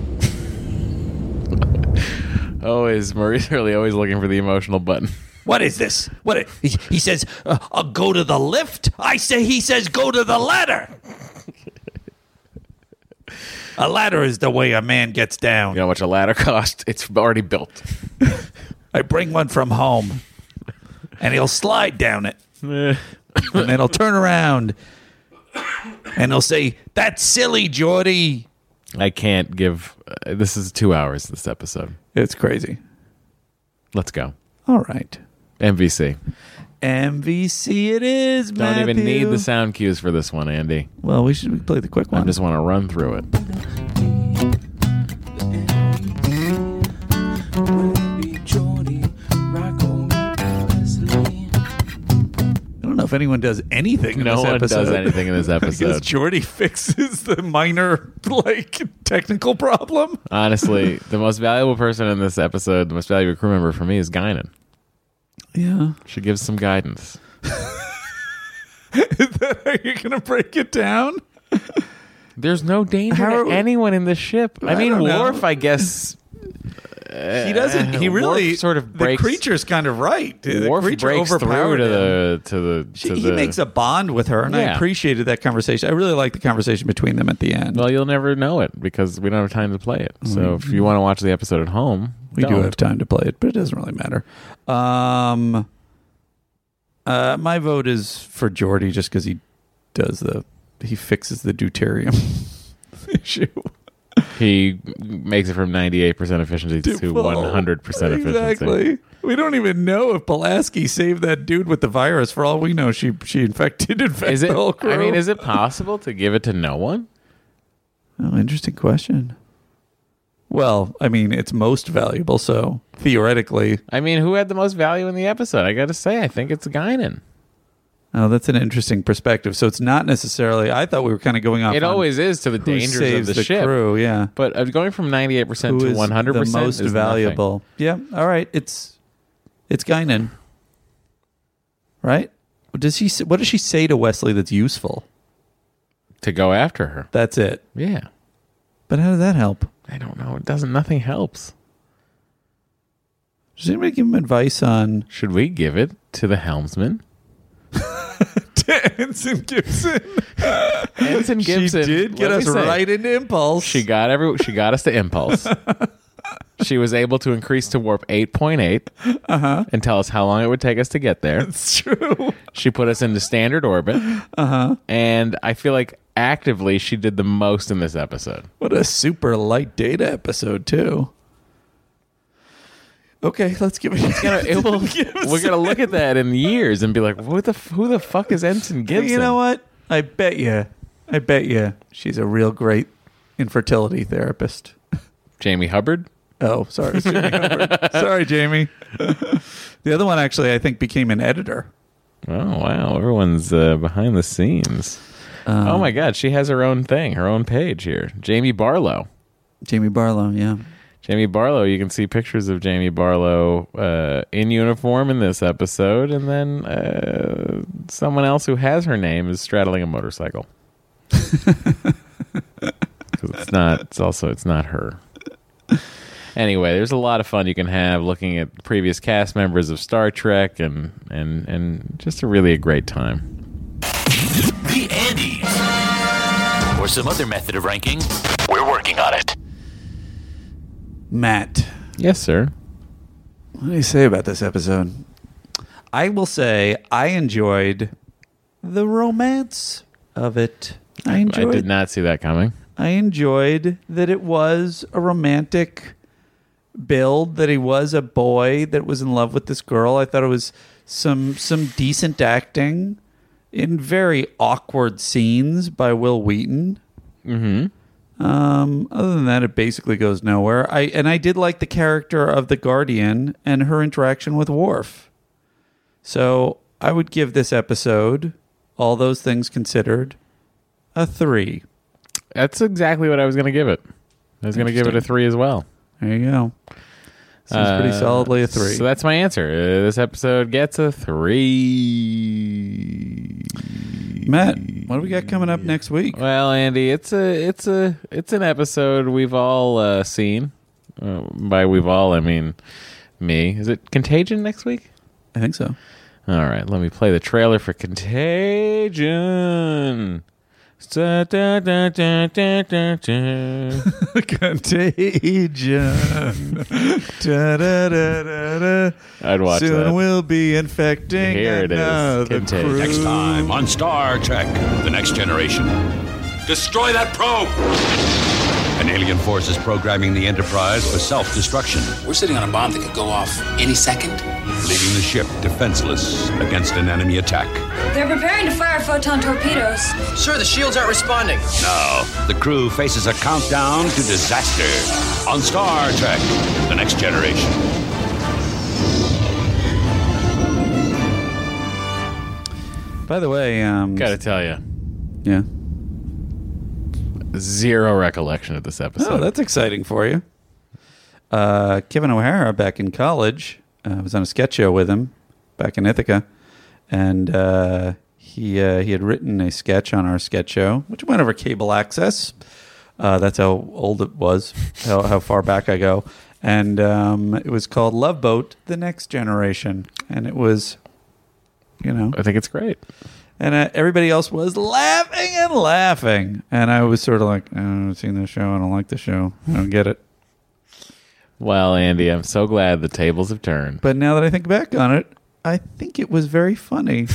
S1: Always, Maurice <laughs> Hurley always looking for the emotional button.
S7: What is this? What it, he, he says? Uh, uh, go to the lift. I say he says go to the ladder. a ladder is the way a man gets down. You
S1: know how much a ladder <laughs> costs? It's already built.
S7: I bring one from home, and he'll slide down it,
S1: Eh.
S7: and then he'll turn around, and he'll say, "That's silly, Geordie."
S1: <laughs> I can't give. Uh, this is two hours. This episode.
S2: It's crazy.
S1: Let's go.
S2: All right.
S1: MVC.
S2: MVC it is,
S1: Don't even need
S2: Matthew.
S1: the sound cues for this one, Andy.
S2: Well, we should play the quick one.
S1: I just want to run through it.
S2: I don't know if anyone does anything. in
S1: No
S2: this
S1: one
S2: episode.
S1: does anything
S2: <laughs>
S1: in this
S2: Because
S1: episode.
S2: Jordy fixes the minor like technical problem. <laughs>
S1: Honestly, the most valuable person in this episode, the most valuable crew member for me is Guinan.
S2: Yeah.
S1: She gives some guidance.
S2: <laughs> Are you gonna break it down?
S1: There's no danger to anyone in this ship. I,
S2: I
S1: mean,
S2: don't know.
S1: Worf, I guess. uh,
S2: He doesn't. He really
S1: Worf sort of breaks.
S2: The creature's kind of right. The
S1: Worf
S2: creature
S1: breaks through
S2: overpowered
S1: to
S2: him.
S1: the to the. To
S2: he
S1: the
S2: makes a bond with her, and I
S1: Yeah.
S2: appreciated that conversation. I really like the conversation between them at the end.
S1: Well, you'll never know it because we don't have time to play it. So
S2: Mm.
S1: if you want to watch the episode at home,
S2: We do
S1: don't.
S2: have time to play it, but it doesn't really matter. Um, <laughs> uh, my vote is for Jordy just because he does the he fixes the deuterium issue.
S1: He makes it from 98% efficiency <laughs> to, 100% efficiency.
S2: Exactly. We don't even know if Pulaski saved that dude with the virus. For all we know, she she infected infect
S1: Is it?
S2: the whole crew.
S1: I mean, is it possible to give it to no one?
S2: Oh, interesting question. Well, I mean, it's most valuable, so theoretically.
S1: I mean, who had the most value in the episode? I got to say, I think it's Guinan.
S2: Oh, that's an interesting perspective. So it's not necessarily. I thought we were kind of going off.
S1: It
S2: on
S1: always is to the
S2: who
S1: dangers of
S2: saves
S1: the, ship.
S2: crew. Yeah.
S1: But uh, going from 98%
S2: Who
S1: to
S2: is the
S1: 100%
S2: most
S1: is
S2: valuable. Yeah. All right. It's it's Guinan, right? Does he? s- What does she say to Wesley that's useful?
S1: To go after her.
S2: That's it.
S1: Yeah.
S2: But how does that help?
S1: I don't know. It doesn't. Nothing helps.
S2: Does anybody give him advice on?
S1: Should we give it to the helmsman?
S2: Ensign Gibson.
S1: Ensign Gibson.
S2: She did get
S1: let me
S2: us
S1: say,
S2: right into impulse.
S1: She got every. She got us to
S2: <laughs>
S1: impulse. she was able to increase to warp eight point eight and tell us how long it would take us to get there.
S2: Uh-huh. That's true.
S1: She put us into standard orbit,
S2: Uh-huh.
S1: and I feel like actively she did the most in this episode.
S2: What a super light data episode too. Okay, let's <laughs> give it.
S1: It will- we're gonna look at that in years and be like, "Who the f- who the fuck is Ensign Gibson?"
S2: You know what? I bet you. I bet you. She's a real great infertility therapist.
S1: Jamie Hubbard.
S2: Oh, sorry, it's Jamie
S1: <laughs>
S2: Hubbard. sorry, Jamie. the other one actually, I think, became an editor.
S1: Oh wow, everyone's uh, behind the scenes.
S2: Uh, Um,
S1: oh my god, she has her own thing, her own page here. Jamie Barlow.
S2: Jamie Barlow, yeah.
S1: Jamie Barlow, you can see pictures of Jamie Barlow uh, in uniform in this episode, and then uh, someone else who has her name is straddling
S2: <laughs>
S1: a motorcycle. 'Cause it's not. It's also it's not her. Anyway, there's a lot of fun you can have looking at previous cast members of Star Trek, and and and just a really a great time.
S4: The Andes. Or some other method of ranking. We're working on it.
S2: Matt.
S1: Yes, sir.
S2: What do you say about this episode? I will say I enjoyed the romance of it. I enjoyed.
S1: I did not see that coming.
S2: I enjoyed that it was a romantic build. That he was a boy that was in love with this girl. I thought it was some some decent acting in very awkward scenes by Will Wheaton. Mm-hmm. Um, other than that, it basically goes nowhere. I and I did like the character of the Guardian and her interaction with Worf. So I would give this episode, all those things considered, a three.
S1: That's exactly what I was going to give it. I was going to give it a
S2: Interesting.
S1: three as well.
S2: There you go. Seems pretty solidly a three.
S1: Uh, So that's my answer. Uh, this episode gets a three.
S2: Matt, what do we got coming up next week?
S1: Well, Andy, it's a it's a it's an episode we've all uh, seen. Uh, by we've all, I mean me. Is it Contagion next week?
S2: I think so.
S1: All right, let me play the trailer for Contagion.
S2: <laughs> <laughs> Contagion. da, da, da, da, da.
S1: <laughs> I'd watch
S2: Soon
S1: that.
S2: we'll be infecting
S4: Here it is.
S2: another crew.
S4: Next time on Star Trek The Next Generation. Destroy that probe! An alien force is programming the Enterprise for self destruction,
S21: We're sitting on a bomb that could go off any second.
S4: leaving the ship defenseless against an enemy attack.
S16: They're preparing to fire photon torpedoes. Sure, the shields aren't responding.
S4: Now, the crew faces a countdown to disaster on Star Trek The Next Generation.
S2: By the way, um,
S1: Gotta tell you,
S2: yeah,
S1: zero recollection of this episode.
S2: Oh, that's exciting for you. Uh, Kevin O'Hara back in college. uh, I was on a sketch show with him back in Ithaca, and uh, he uh, he had written a sketch on our sketch show, which went over cable access. Uh, that's how old it was, how, how far back I go, and um, it was called Love Boat: The Next Generation, and it was, you know,
S1: I think it's great.
S2: And uh, everybody else was laughing and laughing, and I was sort of like, I haven't seen this show. I don't like the show. I don't get it.
S1: Well, Andy, I'm so glad the tables have turned.
S2: But now that I think back on it, I think it was very
S1: <laughs>
S2: funny.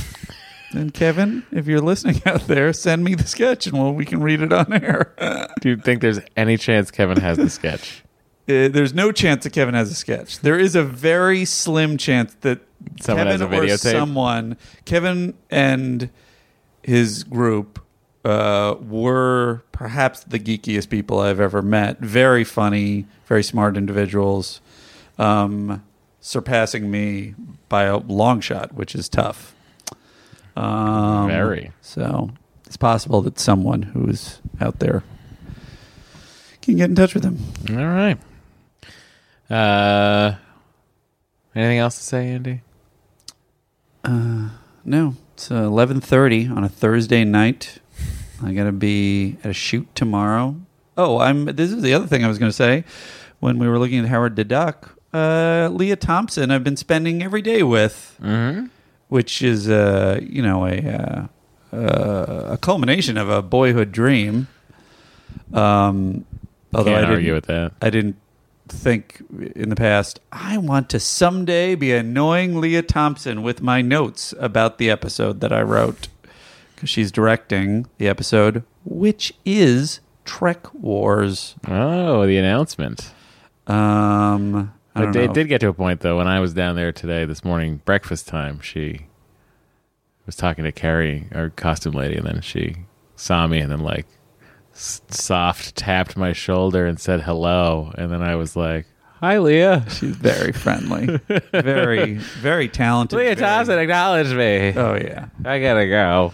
S2: and Kevin, if you're listening out there, send me the sketch and we'll, we can read it on air. Uh,
S1: Do you think there's any chance Kevin has the sketch? <laughs>
S2: Uh, there's no chance that Kevin has a sketch. There is a very slim chance that
S1: Someone has
S2: Kevin
S1: a
S2: or
S1: videotape?
S2: someone, Kevin and his group uh, were perhaps the geekiest people I've ever met. Very funny, very smart individuals, um, surpassing me by a long shot, which is tough. Um,
S1: Very.
S2: So it's possible that someone who's out there can get in touch with them.
S1: All right. Uh, anything else to say, Andy?
S2: Uh, no, it's uh, eleven thirty on a Thursday night. I gotta be at a shoot tomorrow. Oh, I'm. This is the other thing I was gonna say when we were looking at Howard the Duck. Uh, Leah Thompson, I've been spending every day with,
S1: Mm-hmm.
S2: which is uh, you know a uh, uh, a culmination of a boyhood dream. Um, although
S1: Can't
S2: I didn't,
S1: argue with that.
S2: I didn't think in the past, I want to someday be annoying Leah Thompson with my notes about the episode that I wrote. Because she's directing the episode, which is Trek Wars.
S1: Oh, the announcement.
S2: Um, I
S1: But
S2: don't
S1: it
S2: know.
S1: did get to a point though when I was down there today this morning, breakfast time. She was talking to Carrie, our costume lady, and then she saw me and then like s- soft tapped my shoulder and said hello, and then I was like, "Hi, Leah."
S2: She's very friendly,
S1: <laughs>
S2: very, very talented.
S1: Leah Thompson acknowledged me.
S2: Oh yeah,
S1: I gotta go.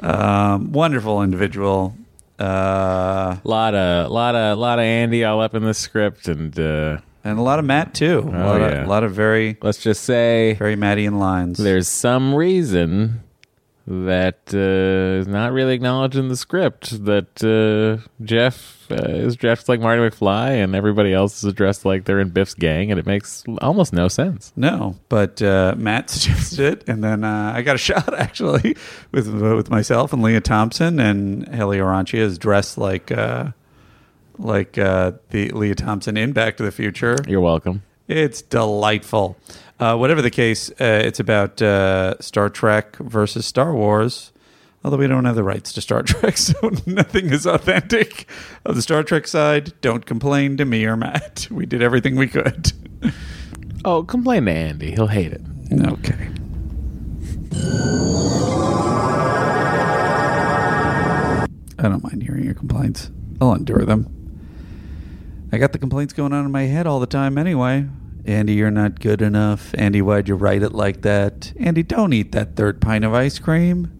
S2: Um, wonderful individual. Uh,
S1: lot of lot of lot of Andy all up in the script and uh Oh,
S2: and a lot of Matt too. a lot, of,
S1: yeah.
S2: lot of very
S1: let's just say
S2: very Matty in lines.
S1: There's some reason that uh, is not really acknowledged in the script. That uh, Jeff uh, is dressed like Marty McFly, and everybody else is dressed like they're in Biff's gang, and it makes almost no sense.
S2: No, but uh, Matt <laughs> suggested it, and then uh, I got a <laughs> shot actually with with myself and Leah Thompson, and Haley Oranchia is dressed like uh, like uh, the Leah Thompson in Back to the Future.
S1: You're welcome.
S2: It's delightful. Uh, whatever the case, uh, it's about uh, Star Trek versus Star Wars. Although we don't have the rights to Star <laughs> Trek, so nothing is authentic. Of the Star Trek side, don't complain to me or Matt. <laughs> We did everything we could.
S1: Oh, complain to Andy. He'll hate it.
S2: Okay. I don't mind hearing your complaints. I'll endure them. I got the complaints going on in my head all the time anyway. Andy, you're not good enough. Andy, why'd you write it like that? Andy, don't eat that third pint of ice cream.